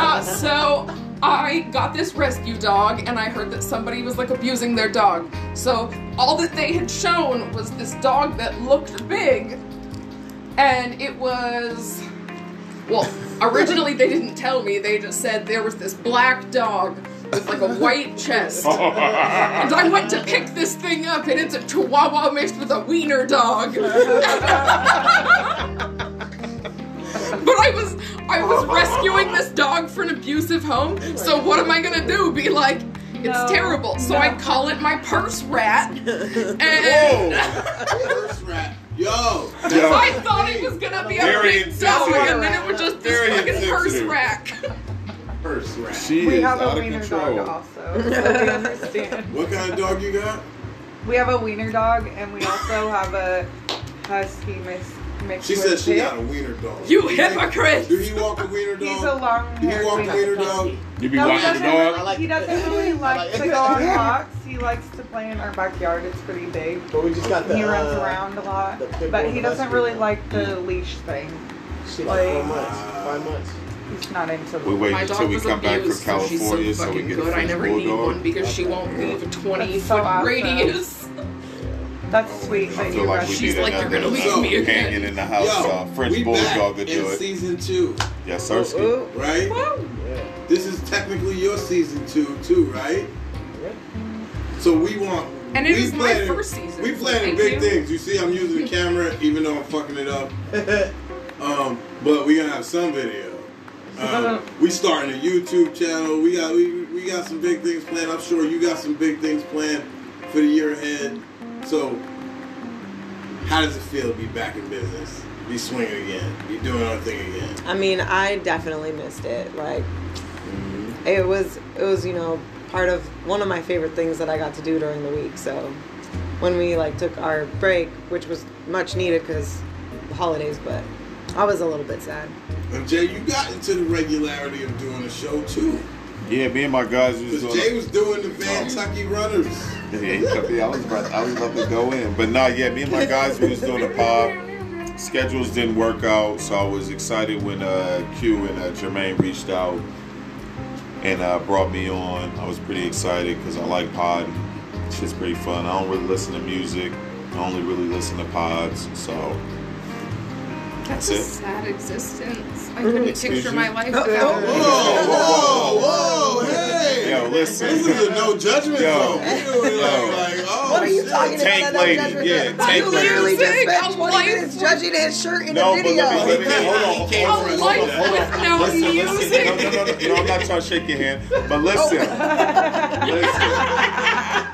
[SPEAKER 4] uh, so I got this rescue dog, and I heard that somebody was like abusing their dog. So all that they had shown was this dog that looked big, and it was well. Originally, they didn't tell me. They just said there was this black dog with like a white chest.
[SPEAKER 3] Oh.
[SPEAKER 4] And I went to pick this thing up, and it's a chihuahua mixed with a wiener dog. but I was I was rescuing this dog from an abusive home, so what am I gonna do? Be like, It's
[SPEAKER 7] No.
[SPEAKER 4] terrible. So
[SPEAKER 7] No.
[SPEAKER 4] I call it my purse rat.
[SPEAKER 1] Whoa!
[SPEAKER 4] And
[SPEAKER 1] First rat. Yo.
[SPEAKER 3] Yo.
[SPEAKER 4] I thought it was gonna be a
[SPEAKER 6] Very
[SPEAKER 4] big dog,
[SPEAKER 6] insensitive.
[SPEAKER 4] and then it was just this
[SPEAKER 6] Very
[SPEAKER 4] fucking purse
[SPEAKER 6] insensitive.
[SPEAKER 4] rack.
[SPEAKER 1] First rat.
[SPEAKER 3] She
[SPEAKER 7] We
[SPEAKER 3] is
[SPEAKER 7] have
[SPEAKER 3] out
[SPEAKER 7] a
[SPEAKER 3] of
[SPEAKER 7] wiener
[SPEAKER 3] control.
[SPEAKER 7] dog also, so we understand.
[SPEAKER 1] What kind of dog you got?
[SPEAKER 7] We have a wiener dog, and we also have a husky mix. mixed
[SPEAKER 1] She
[SPEAKER 7] with
[SPEAKER 1] says she
[SPEAKER 7] pit.
[SPEAKER 1] got a wiener dog.
[SPEAKER 4] You
[SPEAKER 1] Do he- Do
[SPEAKER 4] hypocrite!
[SPEAKER 1] he walk a wiener dog?
[SPEAKER 7] He's a long
[SPEAKER 1] Do you walk
[SPEAKER 7] haired
[SPEAKER 1] the wiener dog?
[SPEAKER 3] You be
[SPEAKER 7] No, he
[SPEAKER 3] watching the
[SPEAKER 7] doesn't
[SPEAKER 3] dog.
[SPEAKER 5] like
[SPEAKER 7] He
[SPEAKER 5] it.
[SPEAKER 7] doesn't really like
[SPEAKER 5] I
[SPEAKER 7] to
[SPEAKER 5] like
[SPEAKER 7] go on
[SPEAKER 5] it.
[SPEAKER 7] walks. He likes to play in our backyard. It's pretty big.
[SPEAKER 5] But we just got the.
[SPEAKER 7] he runs
[SPEAKER 5] uh,
[SPEAKER 7] around a lot,
[SPEAKER 5] the pit
[SPEAKER 7] but
[SPEAKER 5] bull
[SPEAKER 7] he
[SPEAKER 5] and
[SPEAKER 7] doesn't
[SPEAKER 5] husky.
[SPEAKER 7] really like the leash thing.
[SPEAKER 5] Shit, like four
[SPEAKER 7] Like-
[SPEAKER 5] months. Five months.
[SPEAKER 7] He's not into.
[SPEAKER 3] We wait
[SPEAKER 4] My
[SPEAKER 3] until
[SPEAKER 4] dog
[SPEAKER 3] we
[SPEAKER 4] was
[SPEAKER 3] come back from
[SPEAKER 4] abused, so she's so
[SPEAKER 3] California so we
[SPEAKER 4] fucking
[SPEAKER 3] get a
[SPEAKER 4] good. I
[SPEAKER 3] French
[SPEAKER 4] never need one
[SPEAKER 3] bulldog.
[SPEAKER 4] because she won't leave a 20
[SPEAKER 7] That's so
[SPEAKER 4] foot
[SPEAKER 7] awesome.
[SPEAKER 4] radius.
[SPEAKER 7] That's sweet
[SPEAKER 3] I
[SPEAKER 7] that
[SPEAKER 3] feel
[SPEAKER 7] you
[SPEAKER 3] like we
[SPEAKER 7] rescued.
[SPEAKER 4] She's
[SPEAKER 3] need
[SPEAKER 4] like, they're
[SPEAKER 3] another
[SPEAKER 4] gonna leave
[SPEAKER 3] uh,
[SPEAKER 4] me again.
[SPEAKER 3] companion in the
[SPEAKER 1] Yo,
[SPEAKER 3] house. uh, French
[SPEAKER 1] we back
[SPEAKER 3] bulldog would
[SPEAKER 1] in
[SPEAKER 3] do it.
[SPEAKER 1] season two,
[SPEAKER 3] Yes,
[SPEAKER 5] Oh,
[SPEAKER 3] sir.
[SPEAKER 5] oh,
[SPEAKER 1] right?
[SPEAKER 4] Woo!
[SPEAKER 5] yeah,
[SPEAKER 1] This is technically your season two, too, right?
[SPEAKER 5] yeah.
[SPEAKER 1] So we want.
[SPEAKER 4] And it
[SPEAKER 1] we
[SPEAKER 4] is my
[SPEAKER 1] planning-
[SPEAKER 4] first season.
[SPEAKER 1] We planning
[SPEAKER 4] Thank
[SPEAKER 1] big
[SPEAKER 4] you.
[SPEAKER 1] things. You see, I'm using the camera, even though I'm fucking it up. um, but we gonna have some video. Um, we starting a YouTube channel. We got we, we got some big things planned. I'm sure you got some big things planned for the year ahead. So, how does it feel to be back in business? Be swinging again. Be doing our thing again.
[SPEAKER 2] I mean, I definitely missed it. Like, it was, it was, you know, part of one of my favorite things that I got to do during the week. So, when we like took our break, which was much needed because holidays, but I was a little bit sad.
[SPEAKER 1] And Jay, you got into the regularity of doing a show too.
[SPEAKER 3] Yeah, me and my guys
[SPEAKER 1] Because
[SPEAKER 3] was doing.
[SPEAKER 1] Jay was doing the Kentucky Runners.
[SPEAKER 3] Yeah, yeah, I was about, I was about to go in, but nah, yeah, me and my guys we was doing a pod. Schedules didn't work out, so I was excited when uh, Q and uh, Jermaine reached out and uh, brought me on. I was pretty excited because I like pod. It's just pretty fun. I don't really listen to music. I only really listen to pods. So
[SPEAKER 4] That's a
[SPEAKER 3] That's it.
[SPEAKER 4] sad existence. I couldn't
[SPEAKER 3] Excuse
[SPEAKER 4] picture
[SPEAKER 3] you?
[SPEAKER 4] my life
[SPEAKER 1] Whoa,
[SPEAKER 4] without
[SPEAKER 1] whoa, whoa, hey!
[SPEAKER 3] yo,
[SPEAKER 1] This
[SPEAKER 3] listen,
[SPEAKER 1] is a no judgment
[SPEAKER 3] Yo.
[SPEAKER 1] zone. We were
[SPEAKER 3] Yo.
[SPEAKER 1] Like, like, oh,
[SPEAKER 2] What are you
[SPEAKER 1] shit.
[SPEAKER 2] talking
[SPEAKER 3] Tank
[SPEAKER 2] about? That
[SPEAKER 3] lady,
[SPEAKER 2] judgment
[SPEAKER 3] yeah,
[SPEAKER 2] thing?
[SPEAKER 3] tank
[SPEAKER 2] you literally
[SPEAKER 4] lady.
[SPEAKER 2] just
[SPEAKER 4] I'm
[SPEAKER 2] spent 20
[SPEAKER 4] like-
[SPEAKER 2] minutes judging his shirt in
[SPEAKER 3] no,
[SPEAKER 2] a
[SPEAKER 3] but
[SPEAKER 2] video.
[SPEAKER 3] let me, let me hold on, hold on.
[SPEAKER 4] a life without
[SPEAKER 3] Listen, listen. No,
[SPEAKER 4] music.
[SPEAKER 3] no, no, no, no, I'm not trying to shake your hand, but listen. listen.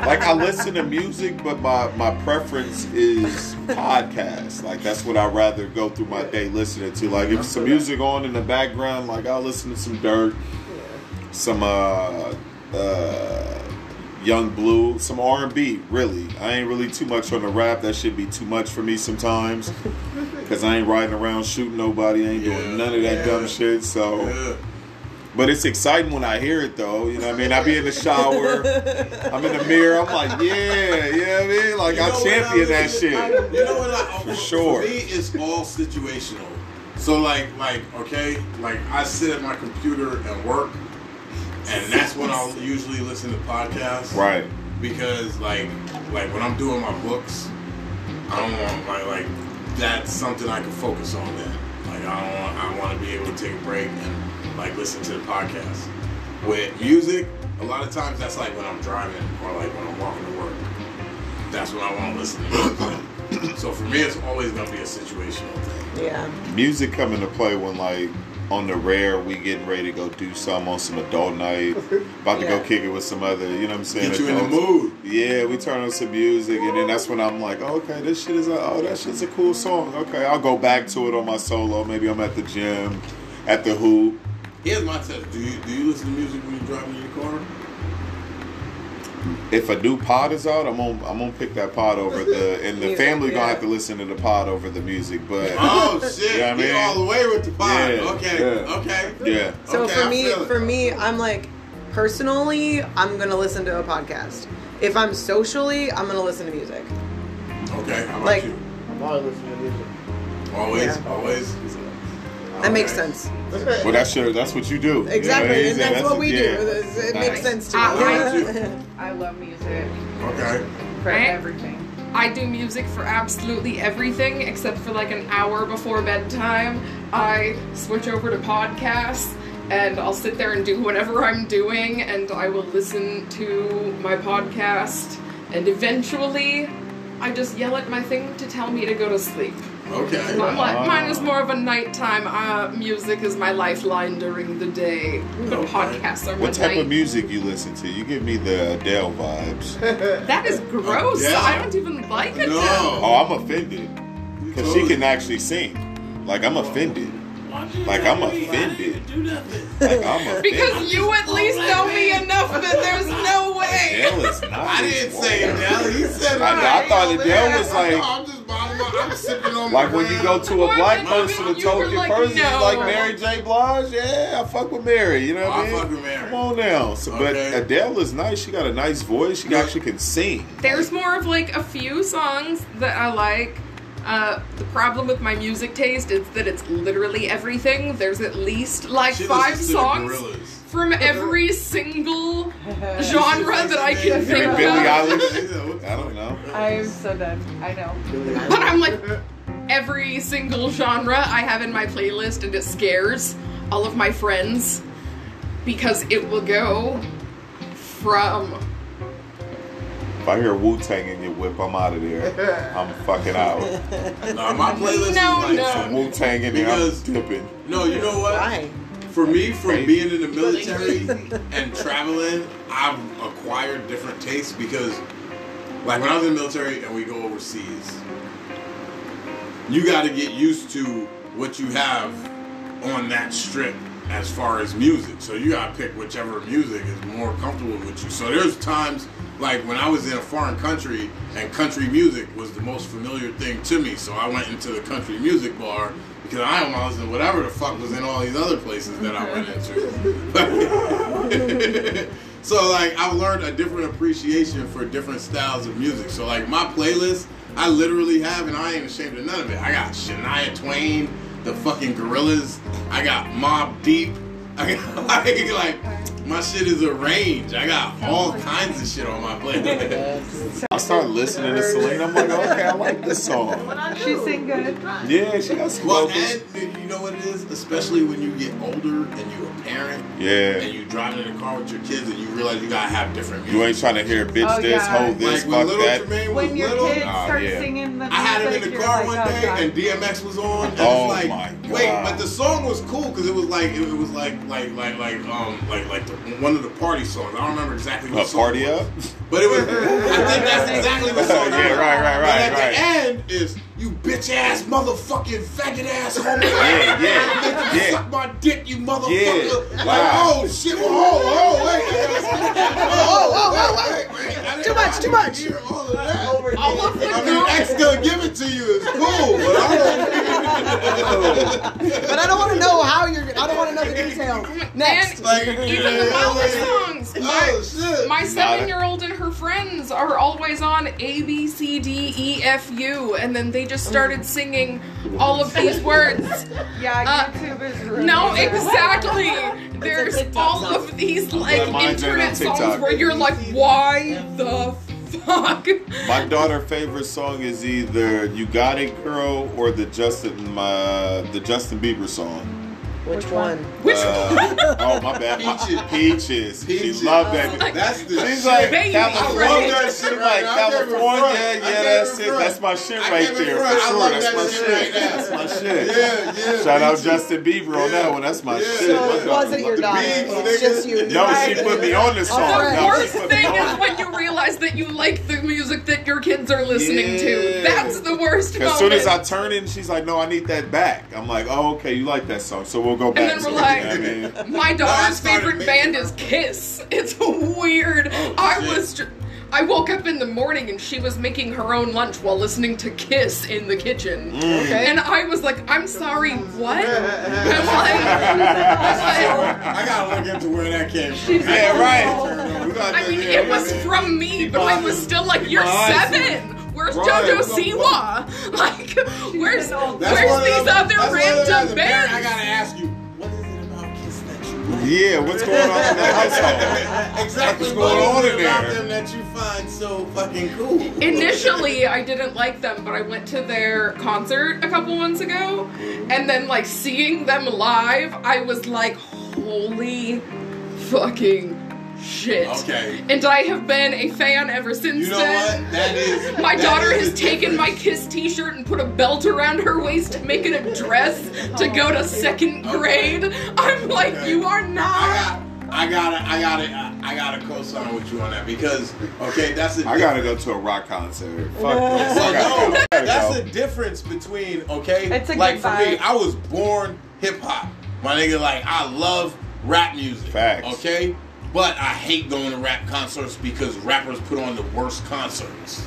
[SPEAKER 3] Like I listen to music, but my my preference is podcasts. Like that's what I would rather go through my day listening to. Like if some music on in the background, like I'll listen to some Dirt, some uh uh Young Blue, some R and B. Really, I ain't really too much on the rap. That should be too much for me sometimes, because I ain't riding around shooting nobody. I ain't
[SPEAKER 1] Yeah.
[SPEAKER 3] doing none of that dumb
[SPEAKER 1] Yeah.
[SPEAKER 3] shit. So.
[SPEAKER 1] Yeah.
[SPEAKER 3] But it's exciting when I hear it though. You know what I mean? I be in the shower, I'm in the mirror, I'm like, yeah, you know what I mean? Like
[SPEAKER 1] You know
[SPEAKER 3] I
[SPEAKER 1] what
[SPEAKER 3] champion
[SPEAKER 1] I
[SPEAKER 3] that
[SPEAKER 1] was-
[SPEAKER 3] shit.
[SPEAKER 1] You know what? I, for
[SPEAKER 3] sure.
[SPEAKER 1] For me, it's all situational. So like, like okay, like I sit at my computer and work, and that's when I'll usually listen to podcasts.
[SPEAKER 3] Right.
[SPEAKER 1] Because like, like when I'm doing my books, I don't want like like that's something I can focus on. Then like I don't want I want to be able to take a break and like listen to the podcast. With music, a lot of times that's like when I'm driving or like when I'm walking to work that's what I want to listen to. music. so for me, it's always gonna be a situational thing.
[SPEAKER 2] Yeah.
[SPEAKER 3] Music come into play when like on the rare we getting ready to go do something on some adult night. About to
[SPEAKER 2] Yeah.
[SPEAKER 3] go kick it with some other, you know what I'm saying?
[SPEAKER 1] Get you in the
[SPEAKER 3] adults.
[SPEAKER 1] mood.
[SPEAKER 3] Yeah, we turn on some music, and then that's when I'm like, okay, this shit is a, oh, that shit's a cool song. Okay, I'll go back to it on my solo. Maybe I'm at the gym, at the hoop.
[SPEAKER 1] Here's my test: Do you do you listen to music when you're driving in your car?
[SPEAKER 3] If a new pod is out, I'm on. I'm gonna pick that pod over the, and the
[SPEAKER 2] Music,
[SPEAKER 3] family
[SPEAKER 2] yeah.
[SPEAKER 3] gonna have to listen to the pod over the music. But
[SPEAKER 1] Oh shit!
[SPEAKER 3] Yeah, I
[SPEAKER 1] Get
[SPEAKER 3] mean-
[SPEAKER 1] all the way with the vibe.
[SPEAKER 3] Yeah,
[SPEAKER 1] okay,
[SPEAKER 3] yeah.
[SPEAKER 1] okay.
[SPEAKER 3] yeah,
[SPEAKER 2] So
[SPEAKER 1] Okay, I
[SPEAKER 2] for me,
[SPEAKER 1] feel it.
[SPEAKER 2] for me, I'm like personally, I'm gonna listen to a podcast. If I'm socially, I'm gonna listen to music.
[SPEAKER 1] Okay, how about
[SPEAKER 2] Like-
[SPEAKER 1] you?
[SPEAKER 5] I'm always listening to music.
[SPEAKER 1] Always,
[SPEAKER 2] Yeah.
[SPEAKER 1] always.
[SPEAKER 2] That makes sense.
[SPEAKER 3] well, that's your. That's what you do.
[SPEAKER 2] Exactly,
[SPEAKER 3] You know
[SPEAKER 2] and
[SPEAKER 3] what I'm saying?
[SPEAKER 2] that's, what we
[SPEAKER 3] yeah.
[SPEAKER 2] do. This- It makes
[SPEAKER 3] Nice.
[SPEAKER 2] sense to
[SPEAKER 4] I-
[SPEAKER 2] me.
[SPEAKER 7] I love music
[SPEAKER 1] Okay.
[SPEAKER 7] for
[SPEAKER 4] Right?
[SPEAKER 7] everything.
[SPEAKER 4] I do music for absolutely everything except for like an hour before bedtime. I switch over to podcasts and I'll sit there and do whatever I'm doing and I will listen to my podcast and eventually I just yell at my thing to tell me to go to sleep.
[SPEAKER 1] Okay.
[SPEAKER 4] Mi- Mine is more of a nighttime. Uh, music is my lifeline during the day. But
[SPEAKER 1] Okay.
[SPEAKER 4] podcasts are my
[SPEAKER 3] What type
[SPEAKER 4] night.
[SPEAKER 3] of music you listen to? You give me the Adele vibes.
[SPEAKER 4] That
[SPEAKER 3] Uh,
[SPEAKER 4] is gross.
[SPEAKER 1] Yeah.
[SPEAKER 4] I don't even like it.
[SPEAKER 1] No.
[SPEAKER 3] Oh, I'm offended because she can actually sing. Like I'm offended. Like I'm offended. Like I'm offended.
[SPEAKER 4] Because you at least
[SPEAKER 1] Oh,
[SPEAKER 4] know me enough that there's no way.
[SPEAKER 3] Adele is not.
[SPEAKER 1] I
[SPEAKER 3] his
[SPEAKER 1] didn't say
[SPEAKER 3] voice.
[SPEAKER 1] Adele. He said
[SPEAKER 3] I- I
[SPEAKER 1] it.
[SPEAKER 3] thought Adele was like-
[SPEAKER 1] No, I'm just bottling up. I'm sipping on my
[SPEAKER 3] Like when you
[SPEAKER 1] brand.
[SPEAKER 3] go to a
[SPEAKER 4] Why
[SPEAKER 3] black
[SPEAKER 4] would
[SPEAKER 3] person,
[SPEAKER 4] you-
[SPEAKER 3] a
[SPEAKER 4] you were
[SPEAKER 3] token
[SPEAKER 4] like,
[SPEAKER 3] person,
[SPEAKER 4] no.
[SPEAKER 3] like Mary J. Blige, yeah, I fuck with Mary. You know what
[SPEAKER 1] I
[SPEAKER 3] I mean?
[SPEAKER 1] fuck with Mary.
[SPEAKER 3] Come on now. So,
[SPEAKER 1] Okay.
[SPEAKER 3] But Adele is nice. She got a nice voice. She
[SPEAKER 1] Yeah.
[SPEAKER 3] actually can sing.
[SPEAKER 4] There's more of like a few songs that I like. Uh, the problem with my music taste is that it's literally everything. There's at least like
[SPEAKER 1] She
[SPEAKER 4] five
[SPEAKER 1] listens to the
[SPEAKER 4] songs
[SPEAKER 1] Gorillaz.
[SPEAKER 4] from every single genre that I
[SPEAKER 3] Billie
[SPEAKER 4] can think of.
[SPEAKER 3] Eilish. I don't know.
[SPEAKER 7] I'm so done. I know.
[SPEAKER 4] But I'm like, every single genre I have in my playlist, and it scares all of my friends because it will go from.
[SPEAKER 3] If I hear Wu Tang in your whip, I'm out of there. I'm fucking out.
[SPEAKER 1] Nah, my playlist
[SPEAKER 4] No,
[SPEAKER 1] is like
[SPEAKER 4] no.
[SPEAKER 1] some-
[SPEAKER 3] Wu Tang in there, I'm
[SPEAKER 1] Because-
[SPEAKER 3] dipping.
[SPEAKER 1] No, you know what?
[SPEAKER 2] Why?
[SPEAKER 1] For me, from being in the military and traveling, I've acquired different tastes because, like, when I was in the military and we go overseas, you got to get used to what you have on that strip as far as music. So you got to pick whichever music is more comfortable with you. So there's times like when I was in a foreign country and country music was the most familiar thing to me. So I went into the country music bar because I almost listened to whatever the fuck was in all these other places that I went into. so like I've learned a different appreciation for different styles of music. So like my playlist, I literally have, and I ain't ashamed of none of it. I got Shania Twain, the fucking Gorillas. I got Mob Deep. I got like, like my shit is a range. I got all kinds of shit on my playlist.
[SPEAKER 3] I start listening to Selena. I'm like, okay, I like this song.
[SPEAKER 7] She sing good.
[SPEAKER 3] Yeah, she got some
[SPEAKER 1] Well,
[SPEAKER 3] vocals.
[SPEAKER 1] and you know what it is, especially when you get older and you're a parent and
[SPEAKER 3] Yeah.
[SPEAKER 1] you driving in the car with your kids and you realize you gotta have different music.
[SPEAKER 3] You ain't trying to hear bitch
[SPEAKER 7] Oh,
[SPEAKER 3] this,
[SPEAKER 7] yeah.
[SPEAKER 3] hold
[SPEAKER 1] like
[SPEAKER 3] this,
[SPEAKER 1] when
[SPEAKER 3] fuck
[SPEAKER 1] little
[SPEAKER 3] that.
[SPEAKER 1] Jermaine was
[SPEAKER 7] When your
[SPEAKER 1] little,
[SPEAKER 7] kids
[SPEAKER 3] Oh,
[SPEAKER 7] start
[SPEAKER 3] yeah.
[SPEAKER 7] singing the music,
[SPEAKER 1] I had him in the
[SPEAKER 7] you're
[SPEAKER 1] car
[SPEAKER 7] like,
[SPEAKER 1] one
[SPEAKER 7] oh,
[SPEAKER 1] day,
[SPEAKER 7] God.
[SPEAKER 1] and DMX was on. And
[SPEAKER 3] Oh
[SPEAKER 1] it's like,
[SPEAKER 3] my
[SPEAKER 1] Wait,
[SPEAKER 3] God.
[SPEAKER 1] but the song was cool because it was like it, was like like like like um like like the, one of the party songs. I don't remember exactly what
[SPEAKER 3] A
[SPEAKER 1] song.
[SPEAKER 3] party
[SPEAKER 1] it was.
[SPEAKER 3] up?
[SPEAKER 1] But it was. I think that's exactly what song. it
[SPEAKER 3] Yeah,
[SPEAKER 1] was.
[SPEAKER 3] right, right,
[SPEAKER 1] But
[SPEAKER 3] right,
[SPEAKER 1] at
[SPEAKER 3] right.
[SPEAKER 1] the end is you bitch ass motherfucking faggot ass homie.
[SPEAKER 3] Yeah, yeah,
[SPEAKER 1] You
[SPEAKER 3] yeah.
[SPEAKER 1] Suck my dick, you motherfucker.
[SPEAKER 3] Yeah.
[SPEAKER 1] Like
[SPEAKER 3] Wow.
[SPEAKER 1] oh shit. Well, oh oh wait. oh oh oh wait. wait. Too much. Too much. Hear all of that.
[SPEAKER 4] All of the
[SPEAKER 1] I mean,
[SPEAKER 4] girls.
[SPEAKER 1] X gonna give it to you. It's cool, but I don't.
[SPEAKER 2] But I don't want to know how you're. I don't want to know the details.
[SPEAKER 4] Next.
[SPEAKER 1] Like,
[SPEAKER 4] Even the Wilder songs.
[SPEAKER 1] Oh
[SPEAKER 4] My,
[SPEAKER 1] shit!
[SPEAKER 4] my seven year old and her friends are always on A, B, C, D, E, F, U, and then they just started singing all of these words.
[SPEAKER 7] Yeah,
[SPEAKER 4] Uh,
[SPEAKER 7] YouTube is ruined.
[SPEAKER 4] No, exactly. There's
[SPEAKER 2] TikTok
[SPEAKER 4] all
[SPEAKER 2] song.
[SPEAKER 4] of these
[SPEAKER 3] glad
[SPEAKER 4] like
[SPEAKER 3] mine's not on
[SPEAKER 4] internet songs
[SPEAKER 3] TikTok.
[SPEAKER 4] where you're like, why the fuck?
[SPEAKER 3] My daughter' favorite song is either "You Got It, Girl" or the Justin uh, the Justin Bieber song.
[SPEAKER 2] Which one?
[SPEAKER 4] Which
[SPEAKER 3] Uh, oh my bad,
[SPEAKER 1] Peaches.
[SPEAKER 3] Peaches.
[SPEAKER 1] Peaches. Oh
[SPEAKER 3] She loved that.
[SPEAKER 1] That's the
[SPEAKER 3] She's
[SPEAKER 1] shit.
[SPEAKER 3] like
[SPEAKER 4] Baby,
[SPEAKER 3] California.
[SPEAKER 4] I love
[SPEAKER 1] that shit
[SPEAKER 3] She's
[SPEAKER 1] right
[SPEAKER 3] like
[SPEAKER 1] now. I can't even
[SPEAKER 3] California.
[SPEAKER 1] front. I
[SPEAKER 3] Yeah,
[SPEAKER 1] can't
[SPEAKER 3] that's
[SPEAKER 1] even
[SPEAKER 3] it.
[SPEAKER 1] front.
[SPEAKER 3] That's my shit
[SPEAKER 1] I
[SPEAKER 3] right
[SPEAKER 1] can't even
[SPEAKER 3] there.
[SPEAKER 1] front.
[SPEAKER 3] For
[SPEAKER 1] I
[SPEAKER 3] sure.
[SPEAKER 1] love
[SPEAKER 3] That's
[SPEAKER 1] that
[SPEAKER 3] my
[SPEAKER 1] shit
[SPEAKER 3] shit.
[SPEAKER 1] right now.
[SPEAKER 3] That's my
[SPEAKER 1] Yeah,
[SPEAKER 3] shit.
[SPEAKER 1] yeah.
[SPEAKER 3] Shout out
[SPEAKER 1] Peaches.
[SPEAKER 3] Justin Bieber
[SPEAKER 1] Yeah.
[SPEAKER 3] on that one. That's my
[SPEAKER 1] Yeah.
[SPEAKER 3] shit.
[SPEAKER 1] So
[SPEAKER 2] It wasn't your daughter.
[SPEAKER 1] beads,
[SPEAKER 2] It's
[SPEAKER 1] nigga.
[SPEAKER 2] just you.
[SPEAKER 3] No, she put me on this song.
[SPEAKER 4] The
[SPEAKER 2] Alright.
[SPEAKER 3] No, she
[SPEAKER 4] worst
[SPEAKER 3] put me
[SPEAKER 4] thing
[SPEAKER 3] on
[SPEAKER 4] is when you realize that you like the music that your kids are listening to.
[SPEAKER 3] Yeah.
[SPEAKER 4] That's the worst moment.
[SPEAKER 3] As soon as I turn it, she's like, "No, I need that back." I'm like, "Oh, okay, you like that song, so we'll go back."
[SPEAKER 4] then
[SPEAKER 3] to
[SPEAKER 4] we're
[SPEAKER 3] it."
[SPEAKER 4] like-
[SPEAKER 3] You know what I mean?
[SPEAKER 4] My
[SPEAKER 1] No, I
[SPEAKER 4] daughter's
[SPEAKER 1] started
[SPEAKER 4] favorite
[SPEAKER 1] making
[SPEAKER 4] band
[SPEAKER 1] her-
[SPEAKER 4] is Kiss. It's weird.
[SPEAKER 1] Oh,
[SPEAKER 4] I
[SPEAKER 1] shit.
[SPEAKER 4] was. Ju- I woke up in the morning and she was making her own lunch while listening to Kiss in the kitchen.
[SPEAKER 1] Mm.
[SPEAKER 2] Okay.
[SPEAKER 4] And I was like, I'm sorry, what? I'm like,
[SPEAKER 1] I gotta look into where that came from.
[SPEAKER 4] She's-
[SPEAKER 3] Yeah, right.
[SPEAKER 4] I mean, it was from me, but I was still like, you're
[SPEAKER 3] Eyes.
[SPEAKER 4] seven. Where's
[SPEAKER 3] Right.
[SPEAKER 4] JoJo Siwa? Like, where's
[SPEAKER 7] an old-
[SPEAKER 1] That's one
[SPEAKER 4] where's
[SPEAKER 1] of
[SPEAKER 4] these
[SPEAKER 1] the-
[SPEAKER 4] other
[SPEAKER 1] that's one of the- as
[SPEAKER 4] random
[SPEAKER 1] a parent, I
[SPEAKER 4] bands?
[SPEAKER 1] gotta ask you, what is it about Kiss that you like?
[SPEAKER 3] Yeah, what's going on in that household?
[SPEAKER 1] exactly
[SPEAKER 3] What's
[SPEAKER 1] what
[SPEAKER 3] going on
[SPEAKER 1] is
[SPEAKER 3] in
[SPEAKER 1] it about
[SPEAKER 3] there?
[SPEAKER 1] them that you find so fucking cool?
[SPEAKER 4] Initially, I didn't like them, but I went to their concert a couple months ago, and then like seeing them live, I was like, holy fucking shit.
[SPEAKER 1] Okay.
[SPEAKER 4] And I have been a fan ever since
[SPEAKER 1] You know
[SPEAKER 4] then.
[SPEAKER 1] what? That is.
[SPEAKER 4] My
[SPEAKER 1] that
[SPEAKER 4] daughter
[SPEAKER 1] is
[SPEAKER 4] has
[SPEAKER 1] the
[SPEAKER 4] taken my
[SPEAKER 1] difference.
[SPEAKER 4] Kiss T-shirt and put a belt around her waist to make it a dress to go to second
[SPEAKER 1] Okay.
[SPEAKER 4] grade. I'm like,
[SPEAKER 1] Okay.
[SPEAKER 4] you are not.
[SPEAKER 1] I got. I gotta. I gotta. I gotta co-sign with you on that because okay, that's a
[SPEAKER 3] I gotta
[SPEAKER 1] difference.
[SPEAKER 3] go to a rock concert. Fuck this.
[SPEAKER 1] So
[SPEAKER 3] I gotta go.
[SPEAKER 1] no,
[SPEAKER 3] I gotta
[SPEAKER 1] that's
[SPEAKER 3] go.
[SPEAKER 1] the difference between okay.
[SPEAKER 7] It's a
[SPEAKER 1] like
[SPEAKER 7] good
[SPEAKER 1] for me,
[SPEAKER 7] vibe.
[SPEAKER 1] I was born hip hop. My nigga, like I love rap music.
[SPEAKER 3] Facts.
[SPEAKER 1] Okay, but I hate going to rap concerts because rappers put on the worst concerts.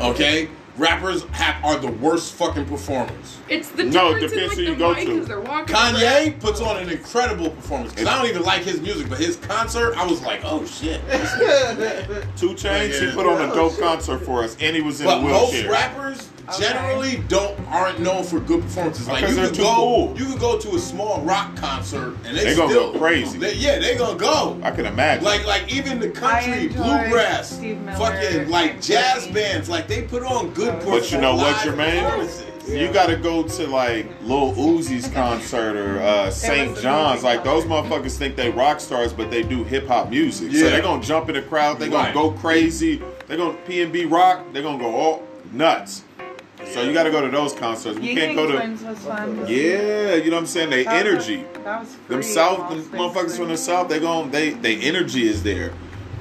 [SPEAKER 1] Okay, rappers have are the worst fucking performers.
[SPEAKER 4] It's the
[SPEAKER 3] No, it
[SPEAKER 4] difference
[SPEAKER 3] depends
[SPEAKER 4] in
[SPEAKER 3] who
[SPEAKER 4] like the
[SPEAKER 3] you go
[SPEAKER 4] mic
[SPEAKER 3] to.
[SPEAKER 4] as they're walking.
[SPEAKER 1] Kanye puts on an incredible performance. 'cause I don't even like his music, but his concert, I was like, oh shit.
[SPEAKER 3] Two Chainz, he
[SPEAKER 1] Yeah.
[SPEAKER 3] put on a dope concert for us, and he was in
[SPEAKER 1] But
[SPEAKER 3] a
[SPEAKER 1] most
[SPEAKER 3] wheelchair.
[SPEAKER 1] rappers generally don't aren't known for good performances. Like
[SPEAKER 3] Because
[SPEAKER 1] you
[SPEAKER 3] they're
[SPEAKER 1] could
[SPEAKER 3] too
[SPEAKER 1] go,
[SPEAKER 3] cool.
[SPEAKER 1] you could go to a small rock concert and they,
[SPEAKER 3] They gonna
[SPEAKER 1] still
[SPEAKER 3] go crazy.
[SPEAKER 1] they- yeah, they gonna go.
[SPEAKER 3] I can imagine.
[SPEAKER 1] Like like even the country,
[SPEAKER 7] enjoy
[SPEAKER 1] bluegrass,
[SPEAKER 7] Steve Miller
[SPEAKER 1] fucking like
[SPEAKER 7] and
[SPEAKER 1] jazz
[SPEAKER 7] Whitney.
[SPEAKER 1] bands, like they put on good
[SPEAKER 7] But
[SPEAKER 1] performances.
[SPEAKER 3] you know what,
[SPEAKER 1] live
[SPEAKER 3] Jermaine?
[SPEAKER 1] performances.
[SPEAKER 3] You gotta go to like Lil Uzi's concert or uh, St.
[SPEAKER 7] was a
[SPEAKER 3] John's.
[SPEAKER 7] music
[SPEAKER 3] Like those motherfuckers think they rock stars, but they do hip hop music. So
[SPEAKER 1] Yeah.
[SPEAKER 3] they gonna jump in the crowd. They gonna
[SPEAKER 1] Right.
[SPEAKER 3] go crazy. They gonna P and B rock. They gonna go all nuts. So you gotta go to those concerts. We
[SPEAKER 7] Ying
[SPEAKER 3] can't
[SPEAKER 7] Yang
[SPEAKER 3] go to
[SPEAKER 7] Twins was fun.
[SPEAKER 3] yeah. You know what I'm saying? They
[SPEAKER 7] That was-
[SPEAKER 3] energy.
[SPEAKER 7] that was free
[SPEAKER 3] Them
[SPEAKER 7] at
[SPEAKER 3] South,
[SPEAKER 7] all,
[SPEAKER 3] them
[SPEAKER 7] basically.
[SPEAKER 3] motherfuckers from the South. They going they they energy is there.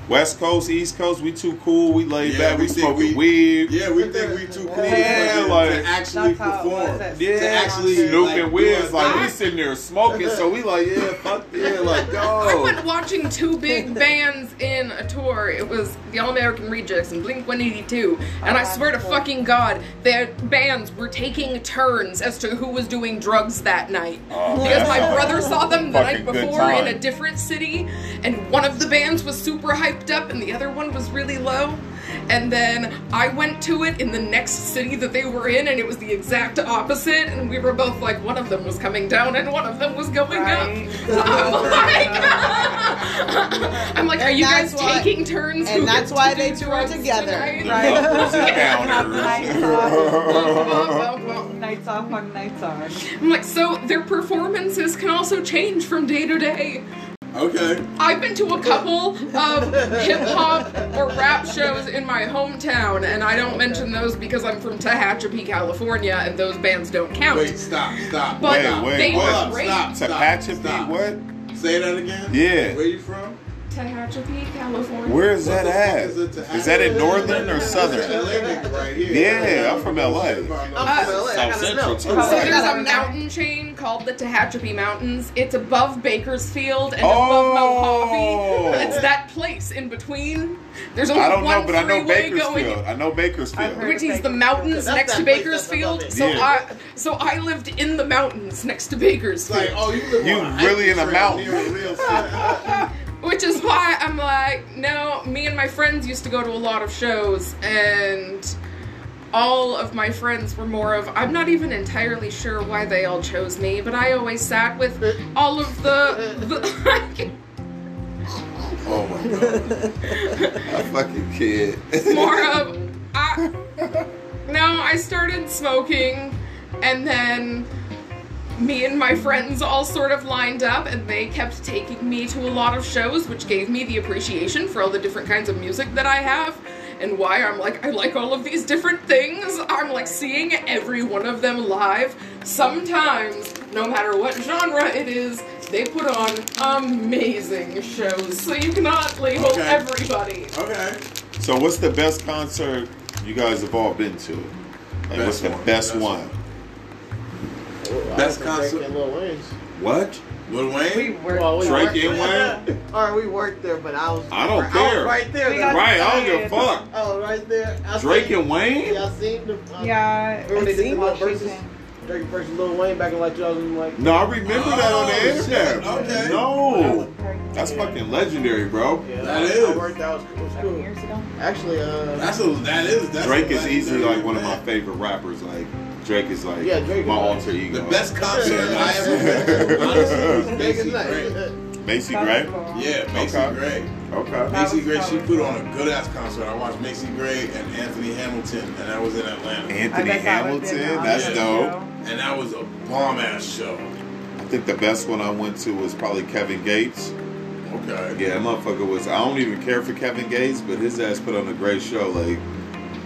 [SPEAKER 3] West Coast, East Coast, we too cool. We laid
[SPEAKER 1] Yeah,
[SPEAKER 3] back.
[SPEAKER 1] we
[SPEAKER 3] We,
[SPEAKER 1] think we-
[SPEAKER 3] smoking weed.
[SPEAKER 1] Yeah, we think we too cool for
[SPEAKER 3] Yeah,
[SPEAKER 1] them
[SPEAKER 3] like-
[SPEAKER 1] to actually
[SPEAKER 7] That's how it was
[SPEAKER 1] perform.
[SPEAKER 7] at
[SPEAKER 3] Yeah,
[SPEAKER 1] to actually
[SPEAKER 7] Snoop
[SPEAKER 3] Snoop
[SPEAKER 1] like,
[SPEAKER 3] and Wiz,
[SPEAKER 1] do
[SPEAKER 3] like
[SPEAKER 1] a-
[SPEAKER 3] we sitting there smoking, so we like, yeah, fuck yeah, like
[SPEAKER 4] I
[SPEAKER 3] go.
[SPEAKER 4] went watching two big bands in a tour. It was the All American Rejects and Blink 182. And
[SPEAKER 3] Oh,
[SPEAKER 4] I swear to fucking God, their bands were taking turns as to who was doing drugs that night.
[SPEAKER 3] Oh,
[SPEAKER 4] because
[SPEAKER 3] man.
[SPEAKER 4] my brother saw them the night
[SPEAKER 3] Fucking good
[SPEAKER 4] before in
[SPEAKER 3] time.
[SPEAKER 4] a different city, and one of the bands was super hyped up and the other one was really low. And then I went to it in the next city that they were in, and it was the exact opposite. And we were both like, one of them was coming down and one of them was going
[SPEAKER 7] Right.
[SPEAKER 4] up. So I'm like, Oh I'm like, are you
[SPEAKER 2] that's
[SPEAKER 4] guys
[SPEAKER 2] why-
[SPEAKER 4] taking turns?
[SPEAKER 2] and
[SPEAKER 4] who
[SPEAKER 2] that's
[SPEAKER 4] gets to
[SPEAKER 2] why
[SPEAKER 4] do
[SPEAKER 2] they tour
[SPEAKER 4] drugs
[SPEAKER 2] together.
[SPEAKER 4] tonight?
[SPEAKER 7] Right.
[SPEAKER 3] Uppers and
[SPEAKER 7] Nights
[SPEAKER 3] downers.
[SPEAKER 4] Well,
[SPEAKER 7] off.
[SPEAKER 4] well,
[SPEAKER 7] Nights off on nights on.
[SPEAKER 4] I'm like, so their performances can also change from day to day.
[SPEAKER 1] Okay.
[SPEAKER 4] I've been to a couple of hip hop or rap shows in my hometown, and I don't mention those because I'm from Tehachapi, California, and those bands don't count.
[SPEAKER 1] Wait, stop, stop.
[SPEAKER 4] But
[SPEAKER 1] stop,
[SPEAKER 3] wait,
[SPEAKER 4] they
[SPEAKER 3] wait.
[SPEAKER 4] were
[SPEAKER 1] Stop,
[SPEAKER 4] great.
[SPEAKER 1] stop, stop,
[SPEAKER 3] Tehachapi,
[SPEAKER 1] stop.
[SPEAKER 3] what?
[SPEAKER 1] Say that again.
[SPEAKER 3] Yeah.
[SPEAKER 1] Where you from?
[SPEAKER 4] Tehachapi, California.
[SPEAKER 3] Where is
[SPEAKER 1] What
[SPEAKER 3] that
[SPEAKER 1] the
[SPEAKER 3] at?
[SPEAKER 1] fuck is a Tehachapi?
[SPEAKER 3] Is that in northern or southern?
[SPEAKER 1] LA nigga right here.
[SPEAKER 3] Yeah, I'm from LA.
[SPEAKER 2] I'm Oh, from LA. I
[SPEAKER 3] South
[SPEAKER 2] gotta
[SPEAKER 3] Central,
[SPEAKER 2] know.
[SPEAKER 3] too.
[SPEAKER 4] So there's a
[SPEAKER 2] Colorado.
[SPEAKER 4] mountain chain called the Tehachapi Mountains. It's above Bakersfield and above
[SPEAKER 3] Oh.
[SPEAKER 4] Mojave. It's that place in between. There's only
[SPEAKER 3] I don't
[SPEAKER 4] one
[SPEAKER 3] know, but I know
[SPEAKER 4] freeway going
[SPEAKER 3] Bakersfield. I know
[SPEAKER 7] I've heard-
[SPEAKER 3] Bakersfield.
[SPEAKER 4] which is the
[SPEAKER 7] Bakersfield.
[SPEAKER 4] mountains
[SPEAKER 5] That's
[SPEAKER 4] next
[SPEAKER 5] that
[SPEAKER 4] to
[SPEAKER 5] place
[SPEAKER 4] Bakersfield.
[SPEAKER 5] that's
[SPEAKER 4] So
[SPEAKER 3] above it.
[SPEAKER 4] I so I lived in the mountains next to
[SPEAKER 1] It's like,
[SPEAKER 4] Bakersfield,
[SPEAKER 1] oh, you live
[SPEAKER 3] You
[SPEAKER 1] on a
[SPEAKER 3] really in a
[SPEAKER 1] hiking trail
[SPEAKER 3] mountain.
[SPEAKER 1] near a real city.
[SPEAKER 4] which is why I'm like, no. Me and my friends used to go to a lot of shows, and all of my friends were more of. I'm not even entirely sure why they all chose me, but I always sat with all of the. the
[SPEAKER 3] Oh my god, I fucking kid.
[SPEAKER 4] more of I No, I started smoking and then me and my friends all sort of lined up and they kept taking me to a lot of shows which gave me the appreciation for all the different kinds of music that I have and why I'm like I like all of these different things. I'm like seeing every one of them live. Sometimes, no matter what genre it is, they put on amazing shows. So you cannot label
[SPEAKER 1] Okay.
[SPEAKER 4] everybody.
[SPEAKER 1] okay.
[SPEAKER 3] So, what's the best concert you guys have all been to? Like, what's
[SPEAKER 1] Best
[SPEAKER 3] the
[SPEAKER 1] one,
[SPEAKER 3] best
[SPEAKER 1] best
[SPEAKER 3] one?
[SPEAKER 1] That's
[SPEAKER 5] That's
[SPEAKER 1] concert-
[SPEAKER 5] concert. Lil Wayne's.
[SPEAKER 3] What?
[SPEAKER 1] Lil
[SPEAKER 7] We
[SPEAKER 1] Wayne?
[SPEAKER 7] worked.
[SPEAKER 5] Well, we
[SPEAKER 3] Drake
[SPEAKER 5] worked-
[SPEAKER 3] and Wayne?
[SPEAKER 5] Or we worked there, but I was.
[SPEAKER 3] I don't
[SPEAKER 5] was
[SPEAKER 3] care.
[SPEAKER 5] right there.
[SPEAKER 7] We
[SPEAKER 5] though.
[SPEAKER 7] got-
[SPEAKER 3] Right, I don't give a fuck.
[SPEAKER 5] Oh, right there. I
[SPEAKER 3] Drake
[SPEAKER 5] seen,
[SPEAKER 3] and Wayne?
[SPEAKER 5] Y'all seen the? Uh,
[SPEAKER 7] Yeah.
[SPEAKER 5] Remember they
[SPEAKER 7] it's
[SPEAKER 5] did the little
[SPEAKER 7] Washington.
[SPEAKER 5] versus Drake versus Lil Wayne back in like 2000, like.
[SPEAKER 3] No, I remember that on
[SPEAKER 1] Oh,
[SPEAKER 3] the internet.
[SPEAKER 1] shit, okay.
[SPEAKER 3] No.
[SPEAKER 7] Like,
[SPEAKER 3] That's fucking legendary, bro.
[SPEAKER 5] Yeah,
[SPEAKER 1] That
[SPEAKER 5] I-
[SPEAKER 1] is.
[SPEAKER 5] I worked. That was, it was
[SPEAKER 7] Seven
[SPEAKER 5] cool.
[SPEAKER 7] years ago.
[SPEAKER 5] Actually, uh.
[SPEAKER 1] That's a, that is, that's
[SPEAKER 3] Drake
[SPEAKER 1] a
[SPEAKER 3] is easily
[SPEAKER 1] legendary
[SPEAKER 3] like one of my
[SPEAKER 1] band.
[SPEAKER 3] favorite rappers. Like Drake is like
[SPEAKER 5] Yeah, Drake is
[SPEAKER 3] my
[SPEAKER 5] like-
[SPEAKER 3] alter ego.
[SPEAKER 1] The best concert
[SPEAKER 5] Yeah.
[SPEAKER 1] I ever been to, honestly, was
[SPEAKER 5] Vegas
[SPEAKER 1] Macy
[SPEAKER 5] night.
[SPEAKER 1] Gray.
[SPEAKER 3] Macy Gray.
[SPEAKER 7] Basketball.
[SPEAKER 1] Yeah, Macy
[SPEAKER 3] Okay.
[SPEAKER 1] Gray.
[SPEAKER 3] Okay.
[SPEAKER 7] That
[SPEAKER 1] Macy
[SPEAKER 7] was
[SPEAKER 1] Gray, she
[SPEAKER 7] probably-
[SPEAKER 1] put on a good ass concert. I watched Macy Gray and Anthony Hamilton, and that was in Atlanta.
[SPEAKER 7] I
[SPEAKER 3] Anthony
[SPEAKER 7] bet that would've
[SPEAKER 3] Hamilton.
[SPEAKER 7] been an
[SPEAKER 3] That's
[SPEAKER 7] awesome
[SPEAKER 3] dope.
[SPEAKER 1] And that was a bomb ass show.
[SPEAKER 3] I think the best one I went to was probably Kevin Gates.
[SPEAKER 1] Okay.
[SPEAKER 3] Yeah, that motherfucker was. I don't even care for Kevin Gates, but his ass put on a great show. Like,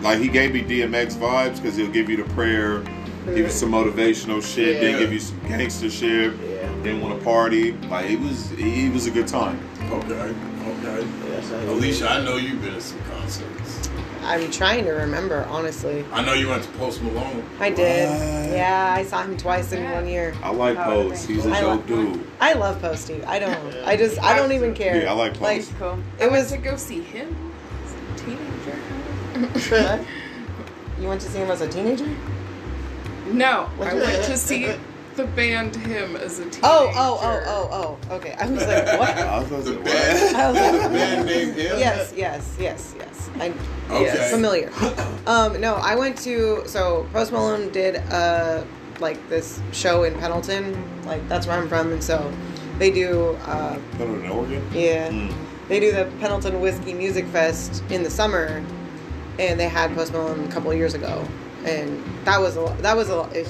[SPEAKER 3] like he gave me DMX vibes because he'll give you the prayer, give you some motivational shit, then
[SPEAKER 1] Yeah.
[SPEAKER 3] give you some gangster shit.
[SPEAKER 5] Yeah.
[SPEAKER 3] Didn't want to party. Like it was, he was a good time.
[SPEAKER 1] Okay. Okay.
[SPEAKER 5] Yes, I
[SPEAKER 1] Alicia, I know you've been to some concerts.
[SPEAKER 2] I'm trying to remember, honestly.
[SPEAKER 1] I know you went to Post Malone.
[SPEAKER 2] I did.
[SPEAKER 3] What?
[SPEAKER 2] Yeah, I saw him twice in one year.
[SPEAKER 3] I like
[SPEAKER 7] How are
[SPEAKER 3] Pose.
[SPEAKER 7] they?
[SPEAKER 3] He's a
[SPEAKER 2] I
[SPEAKER 3] dope
[SPEAKER 2] like-
[SPEAKER 3] dude.
[SPEAKER 2] I love Posty. I don't. I just. I don't even care.
[SPEAKER 3] Yeah, I like
[SPEAKER 2] Like,
[SPEAKER 3] Pose.
[SPEAKER 7] Cool.
[SPEAKER 2] it
[SPEAKER 4] I went
[SPEAKER 2] was.
[SPEAKER 4] to go see him. as a Teenager.
[SPEAKER 2] You went to see him as a teenager?
[SPEAKER 4] No, I went to see the band him as a teenager.
[SPEAKER 2] Oh, oh, oh, oh, oh. Okay, I was like, what?
[SPEAKER 3] I was gonna say,
[SPEAKER 1] The
[SPEAKER 3] what?
[SPEAKER 1] band,
[SPEAKER 2] I was like,
[SPEAKER 1] the band named him.
[SPEAKER 2] Oh. yes, yes, yes, yes. I,
[SPEAKER 1] Okay.
[SPEAKER 2] yes, familiar. Um, no, I went to so Post Malone did uh like this show in Pendleton, like that's where I'm from, and so they do uh
[SPEAKER 3] Put it in Oregon.
[SPEAKER 2] yeah
[SPEAKER 3] Mm.
[SPEAKER 2] they do the Pendleton Whiskey Music Fest in the summer, and they had Post Malone a couple of years ago, and that was a that was a, a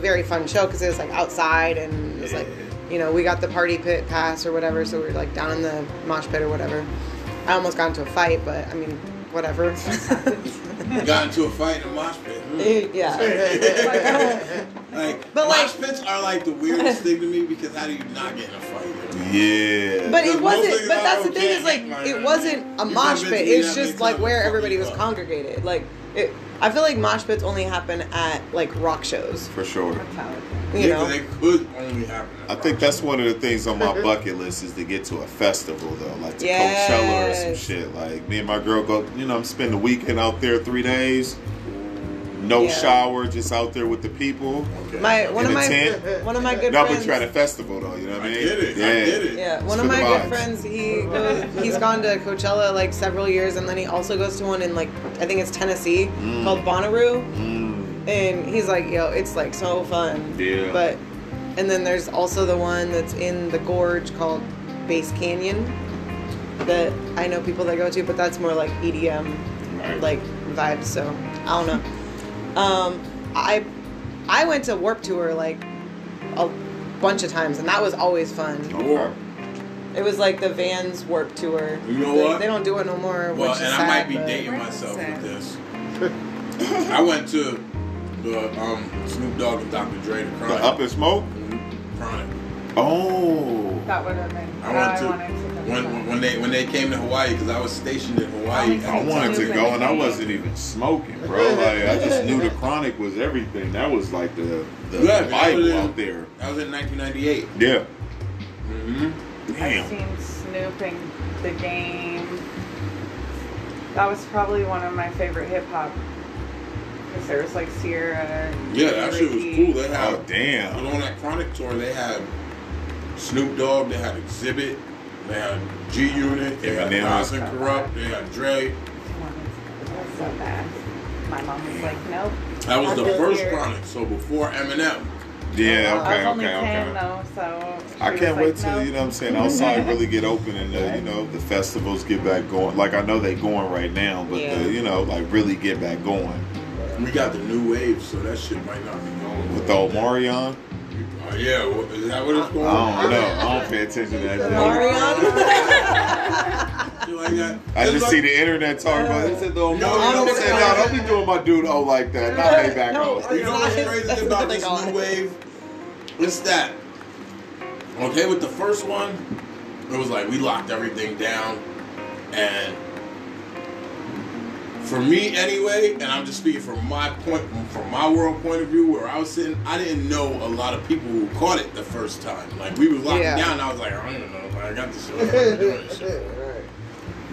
[SPEAKER 2] very fun show because it was like outside and it was like you know we got the party pit pass or whatever, so we were like down in the mosh pit or whatever. I almost got into a fight, but I mean whatever.
[SPEAKER 1] Got into a fight in a mosh pit.
[SPEAKER 2] yeah.
[SPEAKER 1] Like,
[SPEAKER 2] But, like-
[SPEAKER 1] mosh pits are like the weirdest thing to me because how do you not get in a fight?
[SPEAKER 3] Yeah.
[SPEAKER 2] But
[SPEAKER 1] Because
[SPEAKER 2] it
[SPEAKER 1] most
[SPEAKER 2] wasn't.
[SPEAKER 1] things
[SPEAKER 2] But
[SPEAKER 1] I
[SPEAKER 2] that's the
[SPEAKER 1] don't
[SPEAKER 2] thing is like
[SPEAKER 1] get, like,
[SPEAKER 2] it wasn't a
[SPEAKER 1] you convince
[SPEAKER 2] mosh pit.
[SPEAKER 1] me
[SPEAKER 2] It's
[SPEAKER 1] that
[SPEAKER 2] just
[SPEAKER 1] because
[SPEAKER 2] like
[SPEAKER 1] of
[SPEAKER 2] where
[SPEAKER 1] fucking
[SPEAKER 2] everybody was
[SPEAKER 1] fuck.
[SPEAKER 2] congregated. Like it, I feel like mosh pits only happen at like rock shows.
[SPEAKER 3] for sure.
[SPEAKER 2] You
[SPEAKER 1] yeah,
[SPEAKER 2] know.
[SPEAKER 1] they could only happen. in a
[SPEAKER 3] I think
[SPEAKER 1] mosh
[SPEAKER 3] that's one of the things on my bucket list is to get to a festival though, like to Coachella or some
[SPEAKER 2] Yes.
[SPEAKER 3] shit. Like me and my girl go, you know, I'm spend the weekend out there three days, no
[SPEAKER 2] Yeah.
[SPEAKER 3] shower, just out there with the people.
[SPEAKER 1] pit. Okay.
[SPEAKER 2] My one
[SPEAKER 3] In
[SPEAKER 2] of
[SPEAKER 3] a
[SPEAKER 2] my
[SPEAKER 3] tent?
[SPEAKER 2] one of my good
[SPEAKER 3] No,
[SPEAKER 2] friends.
[SPEAKER 3] but try the festival though, you know what I
[SPEAKER 1] I
[SPEAKER 3] mean?
[SPEAKER 1] get it.
[SPEAKER 3] Yeah.
[SPEAKER 1] I get it.
[SPEAKER 2] yeah, one
[SPEAKER 3] It's
[SPEAKER 2] of
[SPEAKER 3] for
[SPEAKER 2] my
[SPEAKER 3] the
[SPEAKER 2] good
[SPEAKER 3] vibes.
[SPEAKER 2] friends. He goes, he's gone to Coachella like several years, and then he also goes to one in like I think it's Tennessee called Bonnaroo.
[SPEAKER 3] Mm,
[SPEAKER 2] and he's like, "Yo, it's like so fun."
[SPEAKER 3] Yeah.
[SPEAKER 2] But, and then there's also the one that's in the gorge called Base Canyon, that I know people that go to, but that's more like EDM,
[SPEAKER 3] Right.
[SPEAKER 2] like vibes. So I don't know. Um, I, I went to Warp Tour like a bunch of times, and that was always fun.
[SPEAKER 1] Or,
[SPEAKER 2] It was like the Vans Warp Tour.
[SPEAKER 1] You know
[SPEAKER 2] they,
[SPEAKER 1] what?
[SPEAKER 2] They don't do it no more.
[SPEAKER 1] well,
[SPEAKER 2] which is
[SPEAKER 1] and I
[SPEAKER 2] sad,
[SPEAKER 1] might be
[SPEAKER 2] but-
[SPEAKER 1] dating
[SPEAKER 4] Right,
[SPEAKER 1] myself
[SPEAKER 4] sad.
[SPEAKER 1] with this. I went to the um, Snoop Dogg and Dr. Dre to
[SPEAKER 3] The up
[SPEAKER 1] Chronic.
[SPEAKER 3] and smoke?
[SPEAKER 1] Chronic.
[SPEAKER 3] Oh.
[SPEAKER 7] That would have been.
[SPEAKER 1] I wanted to
[SPEAKER 7] wanted to
[SPEAKER 1] when, when when they when they came to Hawaii because I was stationed in Hawaii.
[SPEAKER 7] Alex,
[SPEAKER 3] I wanted to go and I wasn't even smoking, bro. Like I just knew the chronic was everything. That was like the the
[SPEAKER 1] Yeah, man, I was
[SPEAKER 3] Bible
[SPEAKER 1] in-
[SPEAKER 3] out there.
[SPEAKER 1] That was in 1998.
[SPEAKER 3] Yeah.
[SPEAKER 1] Mm-hmm.
[SPEAKER 7] I've
[SPEAKER 3] Damn.
[SPEAKER 7] seen Snoop and the game. That was probably one of my favorite hip hop. Because there was like Sierra. and
[SPEAKER 1] Yeah, that shit was
[SPEAKER 7] Ricky.
[SPEAKER 1] cool. They had
[SPEAKER 3] Oh damn.
[SPEAKER 1] on that Chronic tour. They had Snoop Dogg. They had Exhibit. They had G Unit. They had
[SPEAKER 3] Eminem.
[SPEAKER 1] Nas and Corrupt. They had Dre.
[SPEAKER 7] That was so bad. My mom was like, nope.
[SPEAKER 1] That was
[SPEAKER 7] I
[SPEAKER 1] the
[SPEAKER 7] feel
[SPEAKER 1] first
[SPEAKER 7] weird.
[SPEAKER 1] Chronic. So before Eminem.
[SPEAKER 3] Yeah,
[SPEAKER 7] I
[SPEAKER 3] okay,
[SPEAKER 7] was only
[SPEAKER 3] okay,
[SPEAKER 7] 10
[SPEAKER 3] okay.
[SPEAKER 7] though, so. she
[SPEAKER 3] I
[SPEAKER 7] was
[SPEAKER 3] can't
[SPEAKER 7] like,
[SPEAKER 3] wait till
[SPEAKER 7] "Nope."
[SPEAKER 3] you know what I'm saying outside really get open and uh, you know the festivals get back going. Like I know they going right now, but
[SPEAKER 2] Yeah.
[SPEAKER 3] the, you know like really get back going
[SPEAKER 1] We got the new wave, so that shit might not be going.
[SPEAKER 3] with the Omarion.
[SPEAKER 1] Uh, yeah, well, is that what it's
[SPEAKER 3] I
[SPEAKER 1] going?
[SPEAKER 3] don't know. I don't pay attention to that. shit.
[SPEAKER 1] You like that?
[SPEAKER 3] I
[SPEAKER 1] It's
[SPEAKER 3] just
[SPEAKER 1] like-
[SPEAKER 3] see the internet talking about it. It said the Omarion.
[SPEAKER 1] No, no,
[SPEAKER 3] I'm saying,
[SPEAKER 1] no.
[SPEAKER 3] "Nah, don't be doing my dude oh like that. Not pay back
[SPEAKER 2] No.
[SPEAKER 3] on.
[SPEAKER 1] You know what's
[SPEAKER 2] That's
[SPEAKER 1] crazy
[SPEAKER 2] what
[SPEAKER 1] about
[SPEAKER 2] they
[SPEAKER 1] this
[SPEAKER 2] call
[SPEAKER 1] new
[SPEAKER 2] it.
[SPEAKER 1] wave? It's that. Okay, with the first one, it was like we locked everything down, and for me anyway, and I'm just speaking from my point, from my world point of view, where I was sitting, I didn't know a lot of people who caught it the first time. Like we was locked
[SPEAKER 2] Yeah.
[SPEAKER 1] down, and I was like, I don't know, I got this shit. I'm not doing this shit.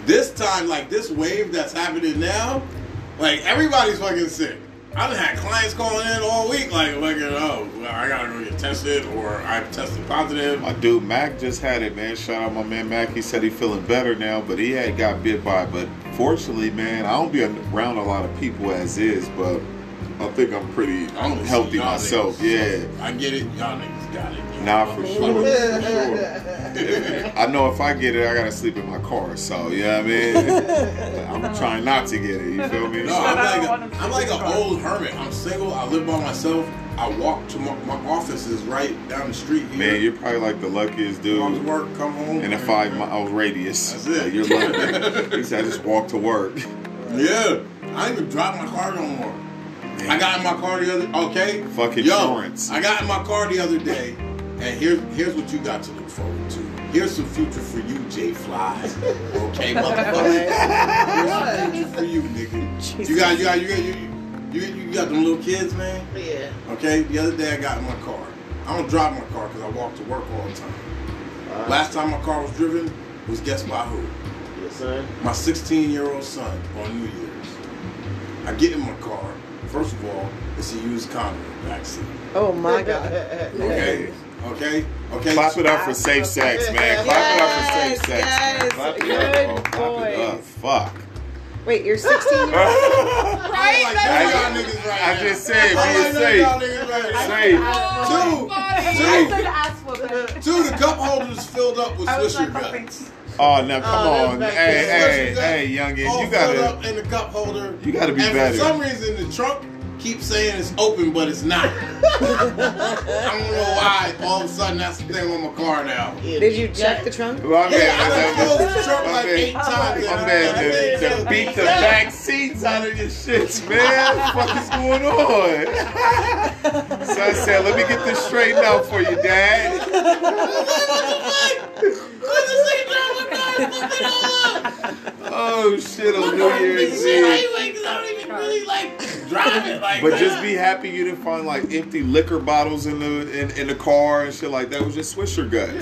[SPEAKER 1] This time, like this wave that's happening now, like everybody's fucking sick. I done had clients calling in all week, like, like, oh, well, I gotta go get tested, or I've tested positive.
[SPEAKER 3] My dude Mac just had it, man. Shout out my man Mac. He said he feeling better now, but he had got bit by. it. But fortunately, man, I don't be around a lot of people as is, but I think I'm pretty
[SPEAKER 1] I don't see
[SPEAKER 3] healthy
[SPEAKER 1] y'all
[SPEAKER 3] myself.
[SPEAKER 1] niggas.
[SPEAKER 3] Yeah.
[SPEAKER 1] I get it, y'all niggas got it.
[SPEAKER 3] Nah, for sure. for sure. I know if I get it, I gotta sleep in my car. So you know what I mean. I'm trying not to get it. You feel me?
[SPEAKER 1] No,
[SPEAKER 7] I don't
[SPEAKER 1] I'm like
[SPEAKER 7] want him
[SPEAKER 1] a,
[SPEAKER 7] to
[SPEAKER 1] I'm like
[SPEAKER 7] be
[SPEAKER 1] an
[SPEAKER 7] drunk.
[SPEAKER 1] old hermit. I'm single. I live by myself. I walk to my, my office is right down the street. Here.
[SPEAKER 3] Man, you're probably like the luckiest
[SPEAKER 1] Come to
[SPEAKER 3] dude
[SPEAKER 1] work, come home.
[SPEAKER 3] in a five mile radius.
[SPEAKER 1] That's it.
[SPEAKER 3] Like, you're lucky. He said, I just walk to work.
[SPEAKER 1] Yeah, I don't even drive my car no more. I got in my car the other okay.
[SPEAKER 3] Fuck insurance.
[SPEAKER 1] Yo, I got in my car the other day, and here's here's what you got to look forward to. Here's some future for you, Jay Fly.
[SPEAKER 3] Oh
[SPEAKER 1] Okay, motherfucker. here's some future for you, nigga. You got you got you got you you, you got them little kids, man.
[SPEAKER 5] Yeah.
[SPEAKER 1] Okay, the other day I got in my car. I don't drive my car because I walk to work all the time. Last time my car was driven was guess by who?
[SPEAKER 5] Yes, son.
[SPEAKER 1] my 16 year old son on New Year's. I get in my car. First of all, it's a used condom in the backseat.
[SPEAKER 2] Oh my god.
[SPEAKER 1] Okay? Okay? Okay?
[SPEAKER 3] Clap it up for safe sex, man. Clap it up for safe sex. man.
[SPEAKER 2] Yes,
[SPEAKER 3] Clap it
[SPEAKER 2] yes,
[SPEAKER 3] up,
[SPEAKER 2] good
[SPEAKER 3] bro. Clap it up.
[SPEAKER 2] boys.
[SPEAKER 3] Fuck.
[SPEAKER 2] Wait, you're 16 years
[SPEAKER 3] I
[SPEAKER 1] I like none of y'all
[SPEAKER 3] that's-
[SPEAKER 1] niggas right now.
[SPEAKER 3] just said,
[SPEAKER 1] I
[SPEAKER 3] be
[SPEAKER 1] like none of y'all niggas right
[SPEAKER 3] safe.
[SPEAKER 1] now.
[SPEAKER 3] Safe.
[SPEAKER 4] Oh
[SPEAKER 1] Two,
[SPEAKER 7] I said
[SPEAKER 1] two,
[SPEAKER 7] ass whooping.
[SPEAKER 1] two, the cup holders filled up with
[SPEAKER 7] I was
[SPEAKER 1] Swisher
[SPEAKER 7] like,
[SPEAKER 1] guns.
[SPEAKER 3] Oh, now come
[SPEAKER 5] Oh,
[SPEAKER 3] on.
[SPEAKER 5] that's
[SPEAKER 3] Hey,
[SPEAKER 1] Swisher
[SPEAKER 3] hey, hey,
[SPEAKER 1] guns
[SPEAKER 3] youngin.
[SPEAKER 1] all
[SPEAKER 3] You
[SPEAKER 1] filled
[SPEAKER 3] gotta.
[SPEAKER 1] Oh, up in the cup holder.
[SPEAKER 3] You gotta be
[SPEAKER 1] and
[SPEAKER 3] better.
[SPEAKER 1] for some reason, the trunk keeps saying it's open, but it's not. I don't know why. All of a sudden, that's the thing on my car now.
[SPEAKER 2] Did you jack the trunk?
[SPEAKER 3] Well, I'm
[SPEAKER 1] Yeah,
[SPEAKER 3] bad.
[SPEAKER 1] I done
[SPEAKER 3] I'm
[SPEAKER 1] closed the
[SPEAKER 3] bad.
[SPEAKER 1] trunk
[SPEAKER 3] I'm
[SPEAKER 1] like eight
[SPEAKER 3] bad.
[SPEAKER 1] times.
[SPEAKER 3] I'm bad to, to beat the back seats out of your shits, man. What the fuck is going on? So I said, let me get this straightened out for you, Dad. Oh shit on New Year's Eve. But just be happy you didn't find like empty liquor bottles in the in, in the car and shit like that. It was just Swisher guns.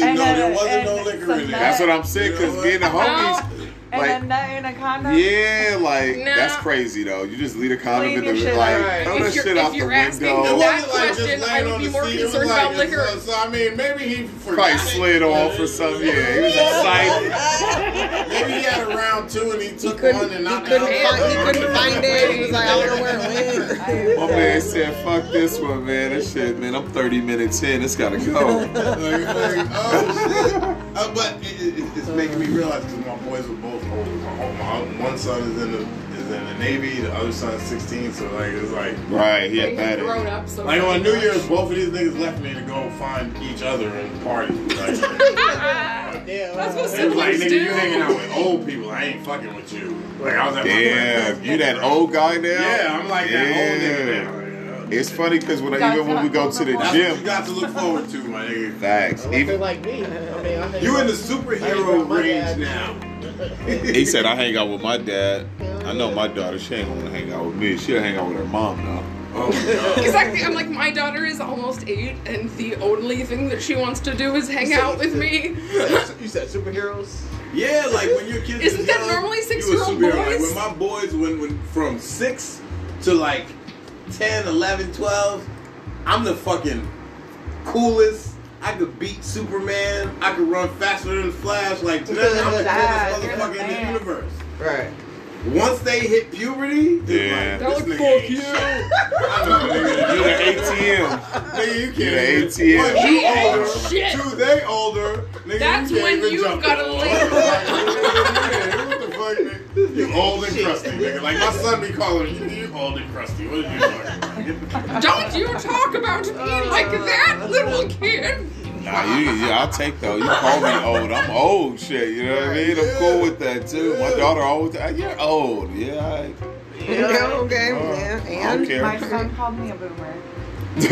[SPEAKER 1] No, there wasn't no liquor in there.
[SPEAKER 3] That's what I'm saying. Cause me and the homies,
[SPEAKER 7] And
[SPEAKER 3] like,
[SPEAKER 7] then that in a condom.
[SPEAKER 3] yeah, like
[SPEAKER 4] No.
[SPEAKER 3] that's crazy though. You just leave a condom
[SPEAKER 7] Leave
[SPEAKER 3] in
[SPEAKER 7] your
[SPEAKER 3] the
[SPEAKER 7] shit
[SPEAKER 3] like
[SPEAKER 7] out.
[SPEAKER 3] throw
[SPEAKER 4] If
[SPEAKER 3] that
[SPEAKER 4] you're-
[SPEAKER 3] shit
[SPEAKER 4] if
[SPEAKER 3] out the
[SPEAKER 4] you're
[SPEAKER 3] window.
[SPEAKER 4] asking
[SPEAKER 1] It
[SPEAKER 4] that-
[SPEAKER 1] wasn't like
[SPEAKER 4] question,
[SPEAKER 1] just
[SPEAKER 4] I
[SPEAKER 1] laying
[SPEAKER 4] would
[SPEAKER 1] on
[SPEAKER 4] be
[SPEAKER 1] the
[SPEAKER 4] more
[SPEAKER 1] seat. It was
[SPEAKER 4] concerned
[SPEAKER 1] like,
[SPEAKER 4] about liquor.
[SPEAKER 1] it's- So I mean, maybe he forgot.
[SPEAKER 3] Probably
[SPEAKER 1] it.
[SPEAKER 3] slid off or something. Yeah, he was excited.
[SPEAKER 1] Maybe he had a round two and he took
[SPEAKER 2] couldn't-
[SPEAKER 1] one and
[SPEAKER 2] he
[SPEAKER 1] knocked
[SPEAKER 2] couldn't
[SPEAKER 1] it
[SPEAKER 2] find,
[SPEAKER 1] out.
[SPEAKER 2] he couldn't find it. He was like, I don't know where it went.
[SPEAKER 3] My man said, "Fuck this one, man. That shit, man. I'm 30 minutes in. It's gotta go."
[SPEAKER 1] Like, like, oh shit! Uh, but it, it, it- it's making me realize because my boys were both older. My, my one son is in the is in the navy. The other son's 16. So like it's like
[SPEAKER 3] right, he
[SPEAKER 4] They
[SPEAKER 3] had
[SPEAKER 4] have
[SPEAKER 3] that.
[SPEAKER 4] grown
[SPEAKER 3] in.
[SPEAKER 4] up so
[SPEAKER 1] like on
[SPEAKER 4] fucking
[SPEAKER 1] New
[SPEAKER 4] much.
[SPEAKER 1] Year's, both of these niggas left me to go find each other and party. Like,
[SPEAKER 4] Ah, That's
[SPEAKER 5] uh,
[SPEAKER 4] what
[SPEAKER 1] It was like,
[SPEAKER 4] siblings
[SPEAKER 1] nigga, you hanging out
[SPEAKER 4] do.
[SPEAKER 1] with old people. I ain't fucking with you. Like, I was at my
[SPEAKER 3] Damn,
[SPEAKER 1] friend's.
[SPEAKER 3] you that old guy now?
[SPEAKER 1] Yeah, I'm like that
[SPEAKER 3] Yeah.
[SPEAKER 1] old nigga now.
[SPEAKER 3] It's funny because when
[SPEAKER 7] That's
[SPEAKER 3] even when we go to the
[SPEAKER 7] not
[SPEAKER 1] That's what you
[SPEAKER 3] gym,
[SPEAKER 1] got to look forward to, my nigga.
[SPEAKER 3] facts.
[SPEAKER 5] Unless they're
[SPEAKER 3] Even
[SPEAKER 5] like me. I mean, I think
[SPEAKER 1] You in the
[SPEAKER 5] Hey,
[SPEAKER 1] superhero
[SPEAKER 5] my
[SPEAKER 1] range
[SPEAKER 5] dad.
[SPEAKER 1] now.
[SPEAKER 3] he said I hang out with my dad. I know my daughter. She ain't gonna hang out with me. She'll hang out with her mom now.
[SPEAKER 1] Oh my god.
[SPEAKER 4] Exactly. I'm like, my daughter is almost eight, and the only thing that she wants to do is hang out with me.
[SPEAKER 5] you said superheroes.
[SPEAKER 1] Yeah, like when your kids.
[SPEAKER 4] Isn't
[SPEAKER 1] is
[SPEAKER 4] that
[SPEAKER 1] young,
[SPEAKER 4] normally
[SPEAKER 1] you a
[SPEAKER 4] six-year-old
[SPEAKER 1] superhero. Like,
[SPEAKER 4] boys?
[SPEAKER 1] when my boys went, went from six to like 10, 11, 12, I'm the fucking coolest. I could beat Superman. I could run faster than Flash. Like, I'm the coolest
[SPEAKER 7] Dad, you're the
[SPEAKER 1] motherfucker in the
[SPEAKER 7] man.
[SPEAKER 1] universe.
[SPEAKER 5] Right.
[SPEAKER 1] Once they hit puberty, they're
[SPEAKER 3] Yeah.
[SPEAKER 4] They're
[SPEAKER 1] like,
[SPEAKER 4] like,
[SPEAKER 1] this nigga
[SPEAKER 4] "Fuck
[SPEAKER 1] ain't
[SPEAKER 4] you."
[SPEAKER 1] shit." I know, nigga.
[SPEAKER 3] You're the ATM.
[SPEAKER 1] Nigga, you
[SPEAKER 3] You're the
[SPEAKER 1] can't.
[SPEAKER 3] ATM.
[SPEAKER 1] One,
[SPEAKER 4] He
[SPEAKER 1] you
[SPEAKER 4] ain't
[SPEAKER 1] older.
[SPEAKER 4] shit.
[SPEAKER 1] Two, they older. Nigga,
[SPEAKER 4] That's
[SPEAKER 1] you can't
[SPEAKER 4] when
[SPEAKER 1] even
[SPEAKER 4] you've
[SPEAKER 1] jump
[SPEAKER 4] gotta
[SPEAKER 1] the
[SPEAKER 4] leave.
[SPEAKER 1] ball. What the fuck, nigga? You old and crusty, nigga. Like my son be calling you, you old and crusty. What are you talking about?
[SPEAKER 4] Don't you talk about me like that, little kid.
[SPEAKER 3] Nah, you, yeah, I'll take though. You call me old. I'm old, shit. You know what I mean? I'm cool with that too. My daughter always, "Ah, you're old. Yeah, I,
[SPEAKER 2] Yeah, okay.
[SPEAKER 3] All right.
[SPEAKER 2] Yeah,
[SPEAKER 3] I don't
[SPEAKER 2] and
[SPEAKER 3] care.
[SPEAKER 7] My son called me a boomer.
[SPEAKER 1] Like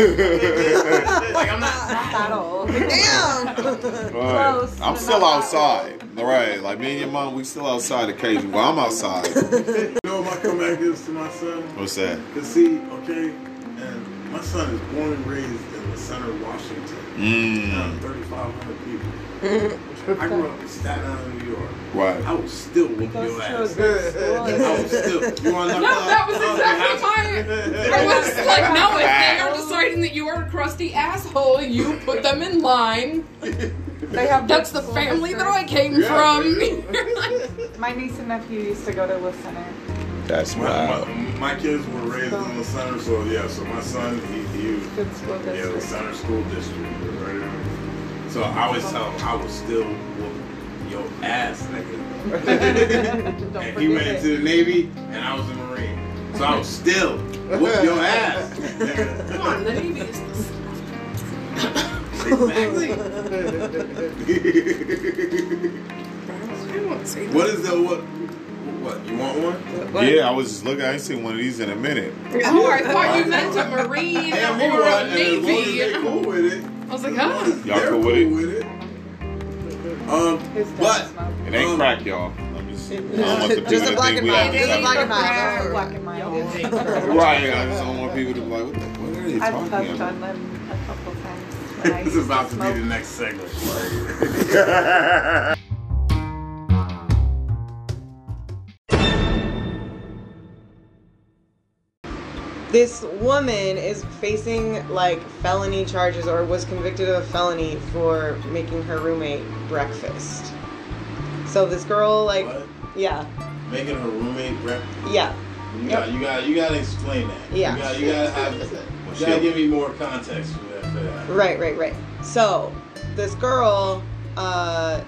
[SPEAKER 1] I'm not.
[SPEAKER 7] Not that old.
[SPEAKER 2] damn.
[SPEAKER 3] Right.
[SPEAKER 7] Close,
[SPEAKER 3] I'm
[SPEAKER 7] but
[SPEAKER 3] still
[SPEAKER 7] not
[SPEAKER 3] outside. All right, like me and your mom, we still outside occasionally. Well, I'm outside.
[SPEAKER 1] You know what my comeback is to my son?
[SPEAKER 3] What's that?
[SPEAKER 1] Cause see, okay, and my son is born and raised in the center of Washington.
[SPEAKER 3] Mmm.
[SPEAKER 1] Around 3,500 people. I grew up in Staten Island, New York. I
[SPEAKER 3] Right.
[SPEAKER 1] would still whoop
[SPEAKER 7] Goes
[SPEAKER 1] your
[SPEAKER 7] to a
[SPEAKER 1] ass.
[SPEAKER 7] good
[SPEAKER 1] I
[SPEAKER 7] school.
[SPEAKER 1] would still. You Uh, want to
[SPEAKER 4] No, that was exactly my. I was like, no, if they are deciding that you are a crusty asshole, you put them in line.
[SPEAKER 7] They have
[SPEAKER 4] That's
[SPEAKER 7] good
[SPEAKER 4] the
[SPEAKER 7] school
[SPEAKER 4] family that I
[SPEAKER 7] districts.
[SPEAKER 4] came
[SPEAKER 1] Yeah,
[SPEAKER 4] from.
[SPEAKER 7] My niece and nephew used to go to Lift Center.
[SPEAKER 3] That's
[SPEAKER 1] My, my, my kids were raised in the center, so yeah. So my son, he, he was
[SPEAKER 7] Good school
[SPEAKER 1] yeah, the
[SPEAKER 7] district.
[SPEAKER 1] center school district. right? So I always tell him I will still whoop your ass, nigga. and he went into the Navy, and I was a Marine. So I will still whoop your ass, nigga.
[SPEAKER 4] Come on, the Navy is the stuff.
[SPEAKER 1] Exactly.
[SPEAKER 4] I won't say that.
[SPEAKER 1] what is the what? What you want one?
[SPEAKER 3] Yeah, I was just looking. I ain't seen one of these in a minute.
[SPEAKER 4] Oh, I thought you meant a Marine
[SPEAKER 1] Damn,
[SPEAKER 4] or
[SPEAKER 1] want, and as long
[SPEAKER 4] a
[SPEAKER 1] as they
[SPEAKER 4] Navy.
[SPEAKER 1] cool with it,
[SPEAKER 4] I was like, huh?
[SPEAKER 3] Y'all
[SPEAKER 1] they're
[SPEAKER 3] cool with it?
[SPEAKER 1] Um,
[SPEAKER 7] His
[SPEAKER 1] but
[SPEAKER 7] dad's not-
[SPEAKER 3] It ain't
[SPEAKER 1] Um,
[SPEAKER 3] crack, y'all. I'm just, I don't want the people
[SPEAKER 2] Just a
[SPEAKER 3] to
[SPEAKER 2] black
[SPEAKER 3] think
[SPEAKER 2] and
[SPEAKER 3] we
[SPEAKER 2] mild.
[SPEAKER 3] out
[SPEAKER 2] Just a
[SPEAKER 4] Yeah,
[SPEAKER 2] black and
[SPEAKER 4] yeah,
[SPEAKER 2] mild.
[SPEAKER 7] Black and mild.
[SPEAKER 3] Right. I just don't want people to be like, what the what are they
[SPEAKER 7] I've
[SPEAKER 3] talking
[SPEAKER 7] puffed
[SPEAKER 3] about?
[SPEAKER 7] on them a couple times. when I
[SPEAKER 1] this
[SPEAKER 7] used
[SPEAKER 1] is about to be
[SPEAKER 7] smoke.
[SPEAKER 1] the next segment.
[SPEAKER 2] This woman is facing like felony charges or was convicted of a felony for making her roommate breakfast. So this girl, like,
[SPEAKER 1] What?
[SPEAKER 2] yeah,
[SPEAKER 1] Making her roommate breakfast.
[SPEAKER 2] yeah.
[SPEAKER 1] You got, you got, you got to explain that.
[SPEAKER 2] Yeah.
[SPEAKER 1] You got, you got to have. You got to give me more context for that. For that.
[SPEAKER 2] Right, right, right. So this girl uh,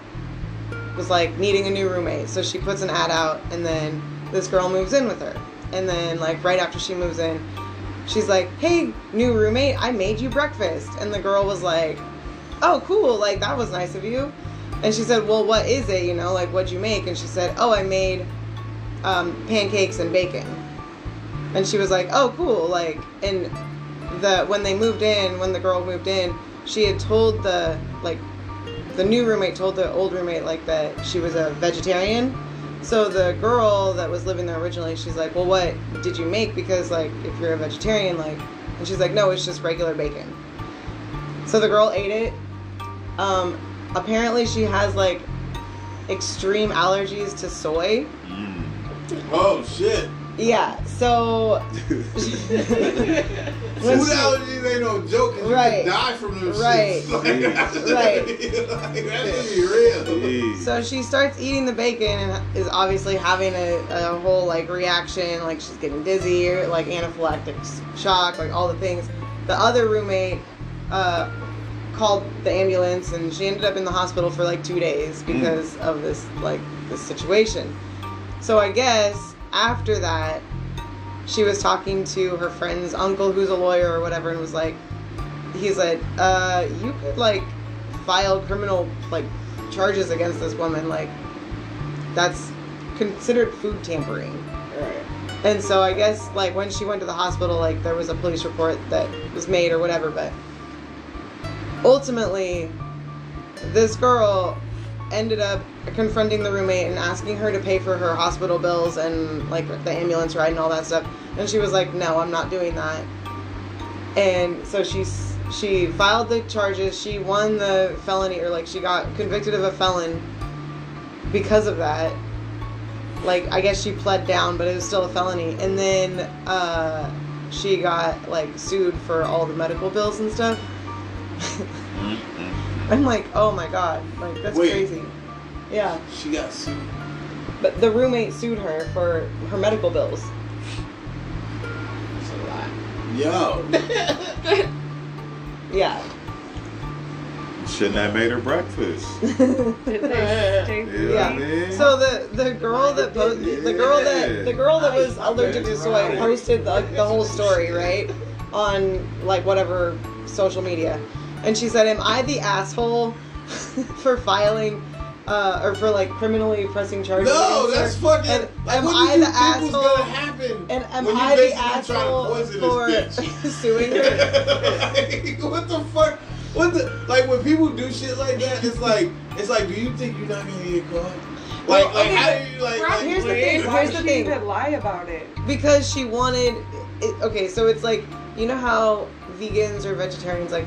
[SPEAKER 2] was like needing a new roommate, so she puts an ad out, and then this girl moves in with her. And then like right after she moves in, she's like, "Hey, new roommate, I made you breakfast." And the girl was like, "Oh, cool! Like that was nice of you." And she said, "Well, what is it? You know, like what'd you make?" And she said, "Oh, I made um, pancakes and bacon." And she was like, "Oh, cool!" Like and the when they moved in, when the girl moved in, she had told the like the new roommate told the old roommate like that she was a vegetarian. So the girl that was living there originally, she's like, "Well, what did you make? Because like if you're a vegetarian, like," and she's like, "No, it's just regular bacon." So the girl ate it. Um, apparently, she has like extreme allergies to soy.
[SPEAKER 1] Oh shit!
[SPEAKER 2] Yeah. So
[SPEAKER 1] Food allergies ain't no joke. 'cause You
[SPEAKER 2] Right.
[SPEAKER 1] can die from them
[SPEAKER 2] Right.
[SPEAKER 1] shits. Like,
[SPEAKER 2] Right.
[SPEAKER 1] like, that should be real.
[SPEAKER 3] Jeez.
[SPEAKER 2] So she starts eating the bacon and is obviously having a, a whole like reaction, like she's getting dizzy, or, like anaphylactic s- shock, like all the things. The other roommate uh, called the ambulance and she ended up in the hospital for like two days because of this like this situation. So I guess after that, she was talking to her friend's uncle who's a lawyer or whatever and was like, he's like, uh, you could like file criminal like charges against this woman. Like, that's considered food tampering.
[SPEAKER 5] Alright.
[SPEAKER 2] And so I guess like when she went to the hospital, like there was a police report that was made or whatever, but ultimately this girl ended up confronting the roommate and asking her to pay for her hospital bills and like the ambulance ride and all that stuff. And she was like, "No, I'm not doing that." And so she's she filed the charges. She won the felony or like she got convicted of a felon because of that like I guess she pled down, but it was still a felony. And then uh, she got like sued for all the medical bills and stuff.
[SPEAKER 5] Mm-hmm.
[SPEAKER 2] I'm like, oh my god, like that's
[SPEAKER 1] Wait.
[SPEAKER 2] crazy. Yeah,
[SPEAKER 1] She got sued.
[SPEAKER 2] but the roommate sued her for her medical bills.
[SPEAKER 5] That's a lot.
[SPEAKER 1] Yo.
[SPEAKER 2] Yeah,
[SPEAKER 3] Shouldn't have made her breakfast.
[SPEAKER 7] Did they stay
[SPEAKER 3] Yeah,
[SPEAKER 7] free?
[SPEAKER 2] yeah.
[SPEAKER 3] man.
[SPEAKER 2] So the the girl that po- the girl that the girl that was allergic to soy posted the, the whole story right on like whatever social media, and she said, "Am I the asshole for filing?" Uh, or for like criminally pressing charges.
[SPEAKER 1] No,
[SPEAKER 2] against her?
[SPEAKER 1] that's fucking.
[SPEAKER 2] And
[SPEAKER 1] like,
[SPEAKER 2] am
[SPEAKER 1] what do
[SPEAKER 2] I
[SPEAKER 1] you
[SPEAKER 2] the
[SPEAKER 1] think was
[SPEAKER 2] asshole?
[SPEAKER 1] gonna happen?
[SPEAKER 2] And am
[SPEAKER 1] when you
[SPEAKER 2] I the
[SPEAKER 1] basically
[SPEAKER 2] asshole
[SPEAKER 1] trying to
[SPEAKER 2] for
[SPEAKER 1] poison this bitch?
[SPEAKER 2] suing her?
[SPEAKER 1] like, what the fuck? What the like when people do shit like that? It's like it's like, do you think you're not gonna get caught? Like,
[SPEAKER 4] Well,
[SPEAKER 1] like
[SPEAKER 4] okay,
[SPEAKER 1] how
[SPEAKER 4] but
[SPEAKER 1] do you like?
[SPEAKER 4] Rob,
[SPEAKER 1] like
[SPEAKER 2] Here's the
[SPEAKER 1] like-
[SPEAKER 2] thing.
[SPEAKER 7] Why
[SPEAKER 2] Here's the
[SPEAKER 7] she
[SPEAKER 2] thing.
[SPEAKER 7] even lie about it?
[SPEAKER 2] because she wanted it, okay so it's like you know how vegans or vegetarians like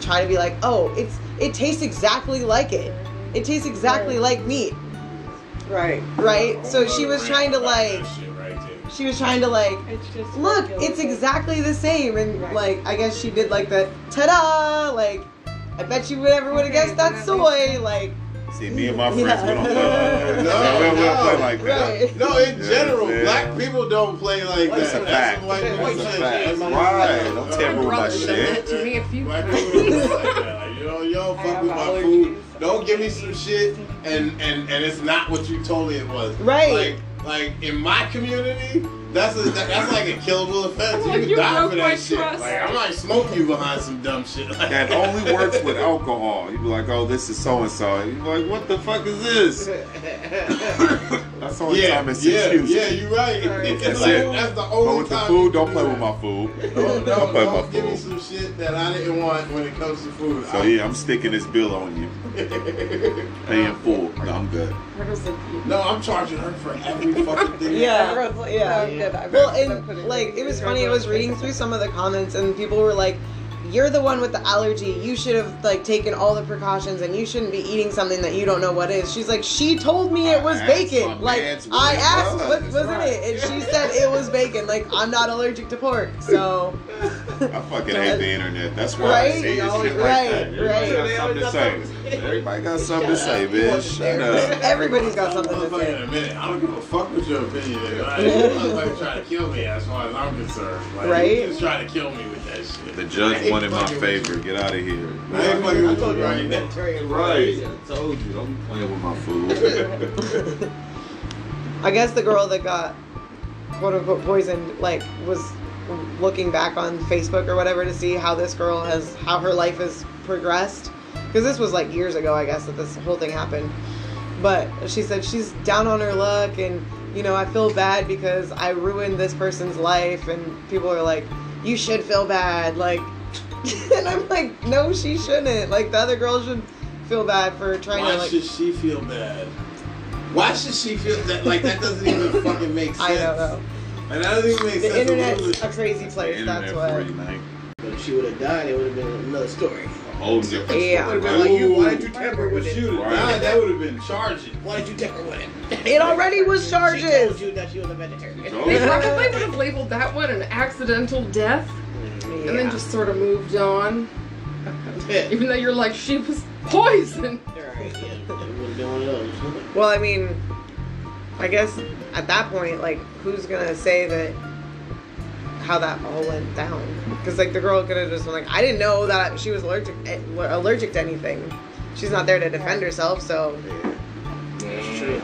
[SPEAKER 2] try to be like oh it's it tastes exactly like it it tastes exactly like meat
[SPEAKER 7] Right.
[SPEAKER 2] right so she was trying to like she was trying to like
[SPEAKER 7] It's just
[SPEAKER 2] look
[SPEAKER 7] ridiculous.
[SPEAKER 2] it's exactly the same and
[SPEAKER 7] Right.
[SPEAKER 2] like i guess she did like the ta-da like i bet you would never would have
[SPEAKER 7] Okay,
[SPEAKER 2] guessed that's
[SPEAKER 7] that makes
[SPEAKER 2] soy like
[SPEAKER 3] See, me and my friends, we don't play like that. No, we don't, we don't play like that.
[SPEAKER 2] Right.
[SPEAKER 1] No, in
[SPEAKER 3] Yeah,
[SPEAKER 1] general,
[SPEAKER 3] yeah.
[SPEAKER 1] black people don't play like that.
[SPEAKER 3] That's a
[SPEAKER 1] That's
[SPEAKER 3] fact.
[SPEAKER 1] some white people
[SPEAKER 3] That's a
[SPEAKER 1] shit.
[SPEAKER 3] fact.
[SPEAKER 1] That's some
[SPEAKER 3] Right.
[SPEAKER 1] white
[SPEAKER 3] Don't
[SPEAKER 1] people.
[SPEAKER 3] tamper with my
[SPEAKER 4] brother said
[SPEAKER 3] shit.
[SPEAKER 4] that to me a few
[SPEAKER 1] Black
[SPEAKER 4] times.
[SPEAKER 1] people don't play like that. Like, you don't, you don't
[SPEAKER 7] I
[SPEAKER 1] fuck
[SPEAKER 7] have
[SPEAKER 1] with my
[SPEAKER 7] allergies.
[SPEAKER 1] food. Don't give me some shit, and and and it's not what you told me it was.
[SPEAKER 2] Right.
[SPEAKER 1] Like, like in my community, that's a that, that's like a killable offense.
[SPEAKER 4] Like,
[SPEAKER 1] you
[SPEAKER 4] you
[SPEAKER 1] can die
[SPEAKER 4] broke
[SPEAKER 1] for
[SPEAKER 4] my
[SPEAKER 1] that shit.
[SPEAKER 4] trust.
[SPEAKER 1] Like, I might smoke you behind some dumb shit. Like
[SPEAKER 3] That only works with alcohol. You'd be like, oh, this is so and so. You'd be like, what the fuck is this? That's the only
[SPEAKER 1] Yeah,
[SPEAKER 3] time it's
[SPEAKER 1] yeah,
[SPEAKER 3] excuse.
[SPEAKER 1] yeah. You're right.
[SPEAKER 3] That's
[SPEAKER 1] like,
[SPEAKER 3] it.
[SPEAKER 1] That's the
[SPEAKER 3] But
[SPEAKER 1] only
[SPEAKER 3] with the
[SPEAKER 1] time.
[SPEAKER 3] food, don't play with my food.
[SPEAKER 1] Don't,
[SPEAKER 3] Don't
[SPEAKER 1] don't,
[SPEAKER 3] play with
[SPEAKER 1] don't
[SPEAKER 3] my
[SPEAKER 1] Oh, give me some
[SPEAKER 3] food.
[SPEAKER 1] shit that I didn't want when it comes to food.
[SPEAKER 3] So yeah, I'm sticking this bill on you. Paying full. No, I'm good.
[SPEAKER 1] No, I'm charging her for every fucking thing.
[SPEAKER 2] Yeah.
[SPEAKER 7] Everyone's like,
[SPEAKER 2] Yeah.
[SPEAKER 7] "Oh, good, I
[SPEAKER 2] Well,
[SPEAKER 7] better put
[SPEAKER 2] and
[SPEAKER 7] it
[SPEAKER 2] like
[SPEAKER 7] in."
[SPEAKER 2] it was funny. I was reading through some of the comments, and people were like, "You're the one with the allergy. You should have like taken all the precautions, and you shouldn't be eating something that you don't know what is." She's like, "She told me it was
[SPEAKER 3] I asked my
[SPEAKER 2] bacon. Like
[SPEAKER 3] mans what
[SPEAKER 2] I
[SPEAKER 3] it
[SPEAKER 2] asked,
[SPEAKER 3] was.
[SPEAKER 2] what wasn't
[SPEAKER 3] Right.
[SPEAKER 2] it?" And she said it was bacon. Like I'm not allergic to pork, so
[SPEAKER 3] I fucking hate the internet. That's why I
[SPEAKER 2] Right?
[SPEAKER 3] see it's shit like
[SPEAKER 2] Right,
[SPEAKER 3] that. Everybody
[SPEAKER 2] right.
[SPEAKER 3] got something to say. Everybody got something to say, bitch. Shut up.
[SPEAKER 2] everybody's got something to
[SPEAKER 1] Motherfucker,
[SPEAKER 2] say.
[SPEAKER 1] in a minute. I don't give a fuck what your opinion is. Like, Motherfucker trying to kill me as far as I'm concerned. Like,
[SPEAKER 2] Right?
[SPEAKER 1] He's trying to kill me with that shit.
[SPEAKER 3] The
[SPEAKER 1] I
[SPEAKER 3] judge
[SPEAKER 1] hate
[SPEAKER 3] won in my
[SPEAKER 1] fucking with
[SPEAKER 3] favor. Get out of here.
[SPEAKER 1] you. I ain't fucking with you right now.
[SPEAKER 3] Right. I told you, don't be playing with my food.
[SPEAKER 2] I guess the girl that got quote unquote poisoned like was looking back on Facebook or whatever to see how this girl has how her life has progressed because this was like years ago I guess that this whole thing happened but she said she's down on her luck and you know I feel bad because I ruined this person's life and people are like you should feel bad like and I'm like no she shouldn't like the other girl should feel bad for trying
[SPEAKER 1] Why
[SPEAKER 2] to like
[SPEAKER 1] should she feel bad? Why should she feel that? Like that doesn't even fucking make sense.
[SPEAKER 2] I don't know
[SPEAKER 1] And that doesn't even make sense.
[SPEAKER 2] the
[SPEAKER 1] Really.
[SPEAKER 2] internet's a crazy place that's
[SPEAKER 3] Internet
[SPEAKER 2] what
[SPEAKER 3] free, man.
[SPEAKER 5] But if she would have died, it would have been another story.
[SPEAKER 3] A whole different
[SPEAKER 2] Yeah.
[SPEAKER 3] story,
[SPEAKER 5] Would've been
[SPEAKER 3] right?
[SPEAKER 5] like, you, why
[SPEAKER 1] Ooh.
[SPEAKER 5] did you temper with
[SPEAKER 1] If she
[SPEAKER 5] it?
[SPEAKER 1] would have
[SPEAKER 3] Right.
[SPEAKER 1] died, that would have been charging.
[SPEAKER 5] Why did you temper with it?
[SPEAKER 2] It already was
[SPEAKER 5] She told
[SPEAKER 2] charges.
[SPEAKER 5] you that she was a vegetarian.
[SPEAKER 3] Told
[SPEAKER 4] They
[SPEAKER 3] you.
[SPEAKER 4] probably would have labeled that one an accidental death
[SPEAKER 1] Mm.
[SPEAKER 4] and then just sort of moved on.
[SPEAKER 5] Yeah.
[SPEAKER 4] Even though you're like, she was poisoned.
[SPEAKER 5] Alright, yeah. It would've been one of those.
[SPEAKER 2] Well, I mean, I guess at that point, like, who's gonna say that how that all went down? Because like the girl could have just been like, I didn't know that she was allergic eh, allergic to anything. She's not there to defend herself, so
[SPEAKER 5] That's true.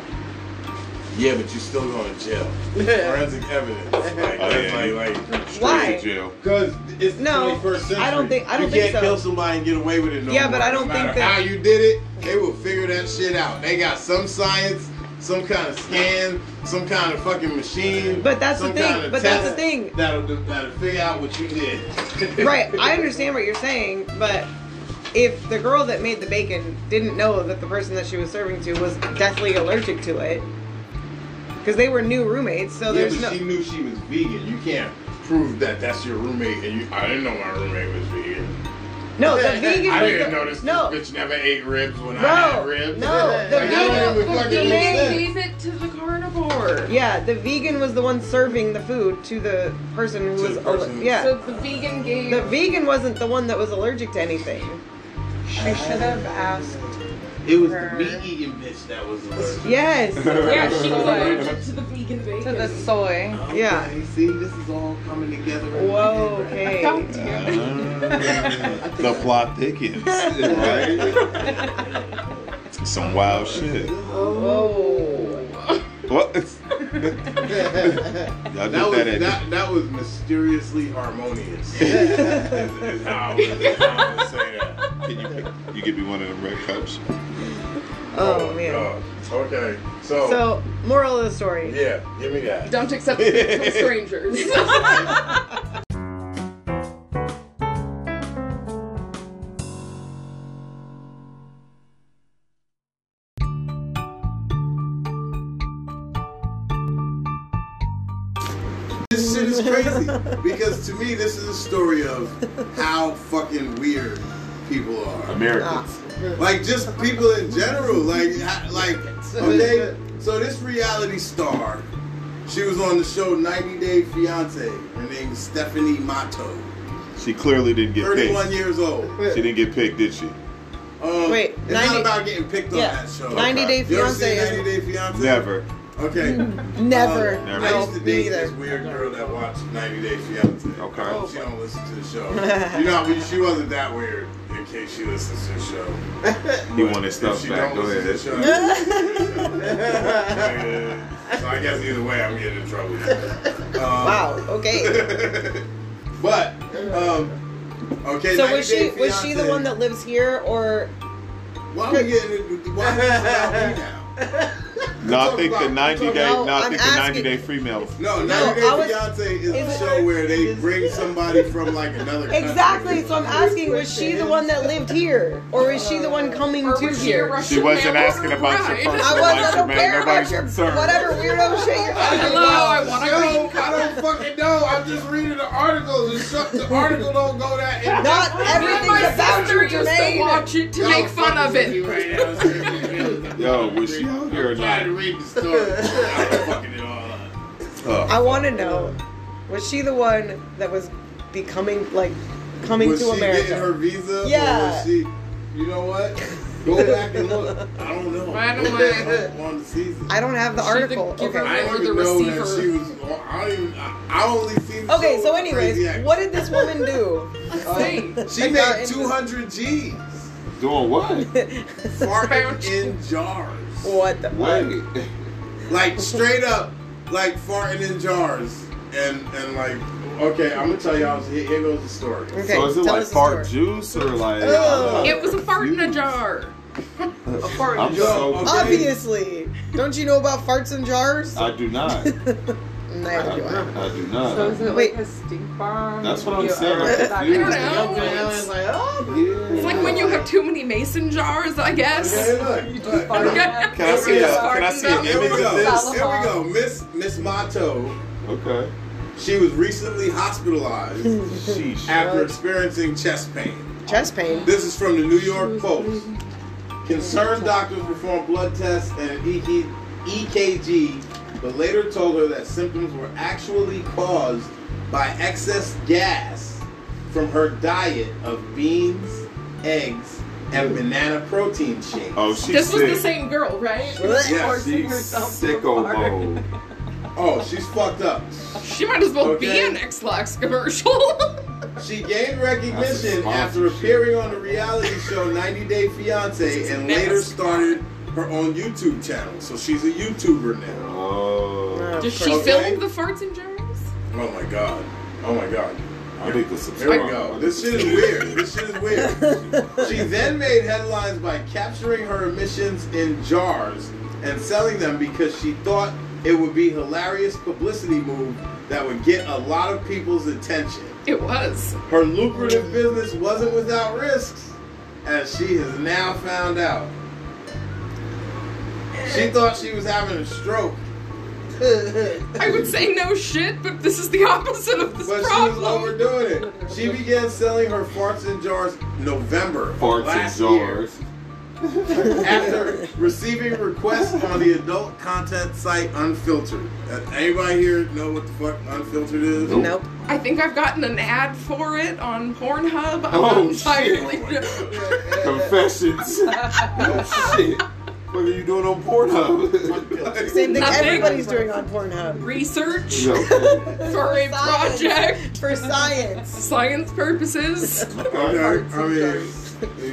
[SPEAKER 1] Yeah, but you're still going to jail. Forensic evidence.
[SPEAKER 2] Oh,
[SPEAKER 1] Like, that's
[SPEAKER 3] yeah.
[SPEAKER 1] like, like,
[SPEAKER 3] Straight
[SPEAKER 2] why?
[SPEAKER 3] to jail.
[SPEAKER 1] Because it's the
[SPEAKER 2] No,
[SPEAKER 1] 21st century.
[SPEAKER 2] I don't think- I don't
[SPEAKER 1] you
[SPEAKER 2] think
[SPEAKER 1] can't
[SPEAKER 2] so.
[SPEAKER 1] kill somebody and get away with it. No
[SPEAKER 2] Yeah,
[SPEAKER 1] more.
[SPEAKER 2] but I don't
[SPEAKER 1] no
[SPEAKER 2] think
[SPEAKER 1] matter
[SPEAKER 2] that-
[SPEAKER 1] how you did it, they will figure that shit out. They got some science, some kind of scan, some kind of fucking machine.
[SPEAKER 2] But that's the
[SPEAKER 1] some
[SPEAKER 2] thing,
[SPEAKER 1] kind of
[SPEAKER 2] but that's the
[SPEAKER 1] test
[SPEAKER 2] thing.
[SPEAKER 1] That'll do- that'll figure out what you did.
[SPEAKER 2] right. I understand what you're saying, but if the girl that made the bacon didn't know that the person that she was serving to was deathly allergic to it, because they were new roommates, so
[SPEAKER 1] yeah,
[SPEAKER 2] there's
[SPEAKER 1] but
[SPEAKER 2] no.
[SPEAKER 1] she knew she was vegan. You can't prove that that's your roommate. And you, I didn't know my roommate was vegan.
[SPEAKER 2] No, the vegan.
[SPEAKER 1] I
[SPEAKER 2] was
[SPEAKER 1] didn't
[SPEAKER 2] the-
[SPEAKER 1] know this
[SPEAKER 2] No,
[SPEAKER 1] bitch never ate ribs when
[SPEAKER 2] No,
[SPEAKER 1] I had ribs.
[SPEAKER 2] no, the
[SPEAKER 1] Like, that don't
[SPEAKER 2] vegan-
[SPEAKER 1] even
[SPEAKER 4] But
[SPEAKER 1] fucking
[SPEAKER 4] they
[SPEAKER 1] make sense.
[SPEAKER 4] gave it to the carnivore.
[SPEAKER 2] yeah, the vegan was the one serving the food to the person who
[SPEAKER 1] To
[SPEAKER 2] was.
[SPEAKER 1] the person
[SPEAKER 2] aller-
[SPEAKER 1] who-
[SPEAKER 2] yeah,
[SPEAKER 4] So the vegan gave.
[SPEAKER 2] the vegan wasn't the one that was allergic to anything.
[SPEAKER 7] I should have asked.
[SPEAKER 1] It was the
[SPEAKER 7] Her.
[SPEAKER 1] meat eating bitch that was allergic.
[SPEAKER 2] Yes.
[SPEAKER 4] yeah, she was allergic to the vegan bacon.
[SPEAKER 7] To the soy.
[SPEAKER 2] Yeah.
[SPEAKER 1] Okay, see, this is all coming together. in
[SPEAKER 2] Whoa.
[SPEAKER 1] my head
[SPEAKER 2] Okay.
[SPEAKER 4] God damn it.
[SPEAKER 3] Uh, the plot thickens, right? Some wild shit.
[SPEAKER 2] Whoa. Oh,
[SPEAKER 3] What? Y'all
[SPEAKER 1] right now.
[SPEAKER 3] did
[SPEAKER 1] That was
[SPEAKER 3] that at
[SPEAKER 1] that, that was mysteriously harmonious. is, is how I was, is how I would say that.
[SPEAKER 3] Can you, pick- you give me one of them red cups?
[SPEAKER 2] Oh man.
[SPEAKER 1] God. Okay, so,
[SPEAKER 2] So, moral of the story.
[SPEAKER 1] yeah, give me that.
[SPEAKER 4] Don't accept it from strangers.
[SPEAKER 1] This shit is crazy because to me, this is a story of how fucking weird people are.
[SPEAKER 2] Ah.
[SPEAKER 3] Americans.
[SPEAKER 1] like just people in general. Like, I- like okay. So this reality star, she was on the show 90 Day Fiance. Her name is Stephanie Mato.
[SPEAKER 3] She clearly didn't get
[SPEAKER 1] 31
[SPEAKER 3] picked.
[SPEAKER 1] years old.
[SPEAKER 3] She didn't get picked, did she?
[SPEAKER 1] Um,
[SPEAKER 2] Wait,
[SPEAKER 1] it's
[SPEAKER 2] 90
[SPEAKER 1] not about getting picked on
[SPEAKER 2] yeah.
[SPEAKER 1] that show.
[SPEAKER 2] 90 Day
[SPEAKER 1] You ever
[SPEAKER 2] Fiancé
[SPEAKER 1] seen
[SPEAKER 2] is-
[SPEAKER 1] 90 Day Fiance?
[SPEAKER 3] Never.
[SPEAKER 1] Okay.
[SPEAKER 2] Never.
[SPEAKER 1] Um,
[SPEAKER 3] Never.
[SPEAKER 1] I used to
[SPEAKER 2] No,
[SPEAKER 1] date
[SPEAKER 2] me
[SPEAKER 1] this
[SPEAKER 2] either.
[SPEAKER 1] weird girl that watched 90 Day Fiance.
[SPEAKER 3] Okay.
[SPEAKER 1] Um, She don't listen to the show. you know, we- she wasn't that weird. In case she listens to the show.
[SPEAKER 3] He
[SPEAKER 1] But
[SPEAKER 3] wanted
[SPEAKER 1] if
[SPEAKER 3] stuff
[SPEAKER 1] she
[SPEAKER 3] back.
[SPEAKER 1] don't
[SPEAKER 3] Go
[SPEAKER 1] listen to the
[SPEAKER 3] ahead.
[SPEAKER 1] show, so I guess either way, I'm getting in trouble. Um,
[SPEAKER 2] wow. Okay.
[SPEAKER 1] but um, okay.
[SPEAKER 2] So
[SPEAKER 1] 90
[SPEAKER 2] was she
[SPEAKER 1] Day
[SPEAKER 2] was she the
[SPEAKER 1] Fiancé.
[SPEAKER 2] one that lives here or
[SPEAKER 1] Why are we getting? it- Why is this about me now?
[SPEAKER 3] No, I think
[SPEAKER 1] Talk
[SPEAKER 3] the
[SPEAKER 1] about-
[SPEAKER 3] 90 day.
[SPEAKER 2] No,
[SPEAKER 3] No, I
[SPEAKER 2] I'm
[SPEAKER 3] think the 90
[SPEAKER 2] asking-
[SPEAKER 3] day free mail.
[SPEAKER 1] No,
[SPEAKER 2] No,
[SPEAKER 1] 90
[SPEAKER 2] I was-
[SPEAKER 1] Day Fiance is
[SPEAKER 2] is
[SPEAKER 1] a
[SPEAKER 2] it-
[SPEAKER 1] show where they bring somebody from like another country.
[SPEAKER 2] Exactly. So I'm asking was she the one that lived here or is she the one coming
[SPEAKER 4] Or
[SPEAKER 2] to
[SPEAKER 4] was she a
[SPEAKER 2] here?
[SPEAKER 4] Russian
[SPEAKER 3] She wasn't
[SPEAKER 4] man?
[SPEAKER 3] asking about your
[SPEAKER 4] Right.
[SPEAKER 3] personal
[SPEAKER 2] I
[SPEAKER 3] life, so
[SPEAKER 2] wasn't
[SPEAKER 3] man.
[SPEAKER 2] aware about
[SPEAKER 3] Nobody's
[SPEAKER 2] your
[SPEAKER 3] concerned.
[SPEAKER 2] whatever weirdo shit you're talking
[SPEAKER 4] Hello,
[SPEAKER 2] about.
[SPEAKER 4] I want to
[SPEAKER 1] Yo, I don't fucking know. I'm just reading the articles and stuff. The article don't go that. in-
[SPEAKER 2] Not
[SPEAKER 4] Me and
[SPEAKER 2] everything's
[SPEAKER 4] my
[SPEAKER 2] about
[SPEAKER 4] sister
[SPEAKER 2] you,
[SPEAKER 4] used to
[SPEAKER 2] Jermaine.
[SPEAKER 4] watch it to
[SPEAKER 1] Y'all
[SPEAKER 4] make fun
[SPEAKER 1] fucking
[SPEAKER 4] of
[SPEAKER 1] with
[SPEAKER 4] it.
[SPEAKER 1] me right now. It's ridiculous.
[SPEAKER 3] Yo, was she out here or
[SPEAKER 1] I'm trying to
[SPEAKER 3] not?
[SPEAKER 1] read the story. I'm fucking it all up.
[SPEAKER 2] I
[SPEAKER 3] Oh,
[SPEAKER 2] want to know was she the one that was becoming like coming
[SPEAKER 1] was
[SPEAKER 2] to
[SPEAKER 1] she
[SPEAKER 2] America?
[SPEAKER 1] getting her visa? Or
[SPEAKER 2] Yeah.
[SPEAKER 1] was she, you know what? Go back and look. I don't know.
[SPEAKER 4] Right
[SPEAKER 1] Go
[SPEAKER 4] away.
[SPEAKER 1] back on- on the season.
[SPEAKER 2] I don't have the
[SPEAKER 4] She the
[SPEAKER 2] article.
[SPEAKER 4] giver.
[SPEAKER 2] Okay.
[SPEAKER 1] I don't
[SPEAKER 4] Or the
[SPEAKER 1] even know that
[SPEAKER 4] receiver.
[SPEAKER 1] she was. I don't even. I I only seen. The
[SPEAKER 2] Okay,
[SPEAKER 1] show
[SPEAKER 2] so
[SPEAKER 1] with Crazy
[SPEAKER 2] anyways,
[SPEAKER 1] Ex.
[SPEAKER 2] what did this woman do?
[SPEAKER 4] See,
[SPEAKER 1] She
[SPEAKER 2] Like, uh,
[SPEAKER 1] made
[SPEAKER 2] in-
[SPEAKER 1] 200 G's.
[SPEAKER 3] doing what?
[SPEAKER 1] Farting in jars.
[SPEAKER 2] what the fuck?
[SPEAKER 3] Wait.
[SPEAKER 1] Like straight up, like farting in jars. And and like, okay, I'm gonna tell y'all. Here, here goes the story.
[SPEAKER 2] Okay,
[SPEAKER 3] So is it
[SPEAKER 2] tell
[SPEAKER 3] like
[SPEAKER 2] us the
[SPEAKER 3] fart
[SPEAKER 2] story.
[SPEAKER 3] juice or like?
[SPEAKER 2] Ugh.
[SPEAKER 4] it was a fart in a jar.
[SPEAKER 3] I'm
[SPEAKER 1] Yo,
[SPEAKER 3] so.
[SPEAKER 1] okay.
[SPEAKER 2] Obviously. Don't you know about farts and jars?
[SPEAKER 3] I do not.
[SPEAKER 2] Neither do I.
[SPEAKER 3] I do
[SPEAKER 7] So
[SPEAKER 3] not.
[SPEAKER 7] is it
[SPEAKER 2] Wait.
[SPEAKER 7] like a stink bomb?
[SPEAKER 3] Uh-huh. That's what I'm
[SPEAKER 7] You
[SPEAKER 3] saying,
[SPEAKER 7] ever
[SPEAKER 3] I'm
[SPEAKER 7] got
[SPEAKER 4] I oh. don't
[SPEAKER 3] confused.
[SPEAKER 7] that?
[SPEAKER 4] know. It's, it's like when you have too many mason jars, I guess.
[SPEAKER 1] Okay, look,
[SPEAKER 7] You
[SPEAKER 1] look.
[SPEAKER 7] just farted.
[SPEAKER 3] Can I see a? Can I see an
[SPEAKER 1] Here we
[SPEAKER 3] image
[SPEAKER 1] go.
[SPEAKER 3] of this?
[SPEAKER 1] Here we go. Miss Miss Mato.
[SPEAKER 3] Okay.
[SPEAKER 1] She was recently hospitalized
[SPEAKER 3] Sheesh.
[SPEAKER 1] after experiencing chest pain.
[SPEAKER 2] Chest pain.
[SPEAKER 1] This is from the New York Post. Concerned doctors performed blood tests and E an EK EKG, but later told her that symptoms were actually caused by excess gas from her diet of beans, eggs, and banana protein shakes.
[SPEAKER 3] Oh, she's
[SPEAKER 4] This was
[SPEAKER 3] sick.
[SPEAKER 4] the same girl, right?
[SPEAKER 1] yes.
[SPEAKER 7] Forcing
[SPEAKER 3] She's
[SPEAKER 7] herself to
[SPEAKER 3] sicko
[SPEAKER 7] fart.
[SPEAKER 3] mode.
[SPEAKER 1] Oh, she's fucked up.
[SPEAKER 4] She might as well be
[SPEAKER 1] Okay.
[SPEAKER 4] an Xbox commercial.
[SPEAKER 1] She gained
[SPEAKER 3] That's a
[SPEAKER 1] recognition
[SPEAKER 3] sponsorship.
[SPEAKER 1] after appearing on the reality show 90 Day Fiance and later
[SPEAKER 4] nasty.
[SPEAKER 1] started her own YouTube channel. So she's a YouTuber now.
[SPEAKER 3] Oh.
[SPEAKER 4] Did she
[SPEAKER 1] Okay.
[SPEAKER 4] film the farts and jars?
[SPEAKER 1] Oh my god. Oh my god.
[SPEAKER 3] I need to
[SPEAKER 1] Here we
[SPEAKER 3] subscribe.
[SPEAKER 1] go. This shit is weird. This shit is weird. She then made headlines by capturing her emissions in jars and selling them because she thought it would be hilarious publicity move that would get a lot of people's attention.
[SPEAKER 4] It was.
[SPEAKER 1] Her lucrative business wasn't without risks, as she has now found out. She thought she was having a stroke,
[SPEAKER 4] I would say no shit, but this is the opposite of this
[SPEAKER 1] but she was
[SPEAKER 4] problem.
[SPEAKER 1] overdoing it. She began selling her farts in jars November of
[SPEAKER 3] Farts and
[SPEAKER 1] last year
[SPEAKER 3] jars.
[SPEAKER 1] after receiving requests on the adult content site Unfiltered. Uh, Anybody here know what the fuck Unfiltered is?
[SPEAKER 2] Nope.
[SPEAKER 4] I think I've gotten an ad for it on Pornhub. I'm
[SPEAKER 3] Oh,
[SPEAKER 4] not
[SPEAKER 3] shit.
[SPEAKER 4] entirely.
[SPEAKER 3] Confessions. oh shit. What are you doing on Pornhub?
[SPEAKER 2] Same thing
[SPEAKER 4] Nothing.
[SPEAKER 2] everybody's doing on Pornhub.
[SPEAKER 4] Research
[SPEAKER 3] No.
[SPEAKER 4] for a
[SPEAKER 2] Science.
[SPEAKER 4] project,
[SPEAKER 2] For science.
[SPEAKER 4] science purposes.
[SPEAKER 1] Okay, I mean,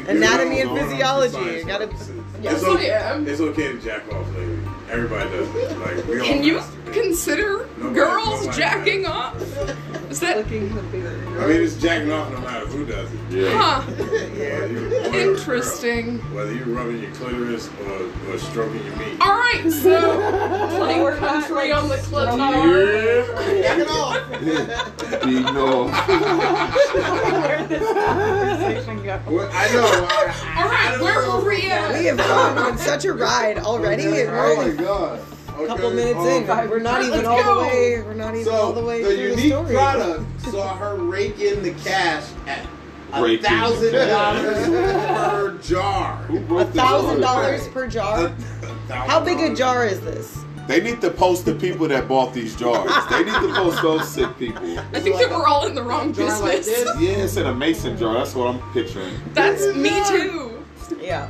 [SPEAKER 2] Anatomy
[SPEAKER 1] you know, going
[SPEAKER 2] and
[SPEAKER 1] on
[SPEAKER 2] physiology.
[SPEAKER 1] for science
[SPEAKER 2] Gotta-
[SPEAKER 1] purposes.
[SPEAKER 4] Yes,
[SPEAKER 1] it's,
[SPEAKER 4] I
[SPEAKER 1] okay,
[SPEAKER 4] am.
[SPEAKER 1] it's okay to jack off, lady. Everybody does it. Like we all.
[SPEAKER 4] Can you
[SPEAKER 1] masturbate.
[SPEAKER 4] consider
[SPEAKER 1] Nobody-
[SPEAKER 4] girls
[SPEAKER 1] nobody
[SPEAKER 4] jacking
[SPEAKER 1] does.
[SPEAKER 4] off? Is that.
[SPEAKER 7] Flicking the beer.
[SPEAKER 1] I mean, it's jacking off no matter who does it.
[SPEAKER 3] Yeah.
[SPEAKER 4] Huh.
[SPEAKER 1] Whether you're a boy or a girl.
[SPEAKER 4] Interesting.
[SPEAKER 1] Whether you're rubbing your clitoris or, or stroking your meat.
[SPEAKER 4] Alright, so. Playing
[SPEAKER 7] We're not,
[SPEAKER 4] country
[SPEAKER 7] like,
[SPEAKER 4] on the clitoris.
[SPEAKER 1] Yeah.
[SPEAKER 3] Beating off.
[SPEAKER 7] Where did this conversation go?
[SPEAKER 1] Well, I know. I, I
[SPEAKER 4] Alright,
[SPEAKER 1] don't
[SPEAKER 4] where
[SPEAKER 1] know.
[SPEAKER 4] were we at?
[SPEAKER 2] We have gone on such a ride already.
[SPEAKER 1] Okay,
[SPEAKER 2] and
[SPEAKER 1] Oh
[SPEAKER 2] We're
[SPEAKER 1] my
[SPEAKER 2] only
[SPEAKER 1] god.
[SPEAKER 2] a couple
[SPEAKER 1] Okay,
[SPEAKER 2] minutes
[SPEAKER 1] um,
[SPEAKER 2] in. We're not
[SPEAKER 4] Let's
[SPEAKER 2] even all
[SPEAKER 4] go.
[SPEAKER 2] the way. We're not even all
[SPEAKER 1] So
[SPEAKER 2] the way
[SPEAKER 1] the
[SPEAKER 2] through the
[SPEAKER 1] unique
[SPEAKER 2] story.
[SPEAKER 1] product saw her rake in the cash at a
[SPEAKER 3] Rake in the
[SPEAKER 1] thousand dollars
[SPEAKER 3] cash.
[SPEAKER 1] per jar.
[SPEAKER 3] Who
[SPEAKER 2] A
[SPEAKER 3] broke the
[SPEAKER 2] thousand
[SPEAKER 3] jar?
[SPEAKER 2] dollars per
[SPEAKER 1] A- a
[SPEAKER 2] jar.
[SPEAKER 1] thousand
[SPEAKER 2] How big a
[SPEAKER 1] dollars.
[SPEAKER 2] jar is this?
[SPEAKER 3] They need to post the people that bought these jars. They need to post those sick people.
[SPEAKER 4] I think that we're all in the wrong business.
[SPEAKER 3] Yeah, it's in a mason jar. That's what I'm picturing.
[SPEAKER 4] That's me too.
[SPEAKER 2] Yeah.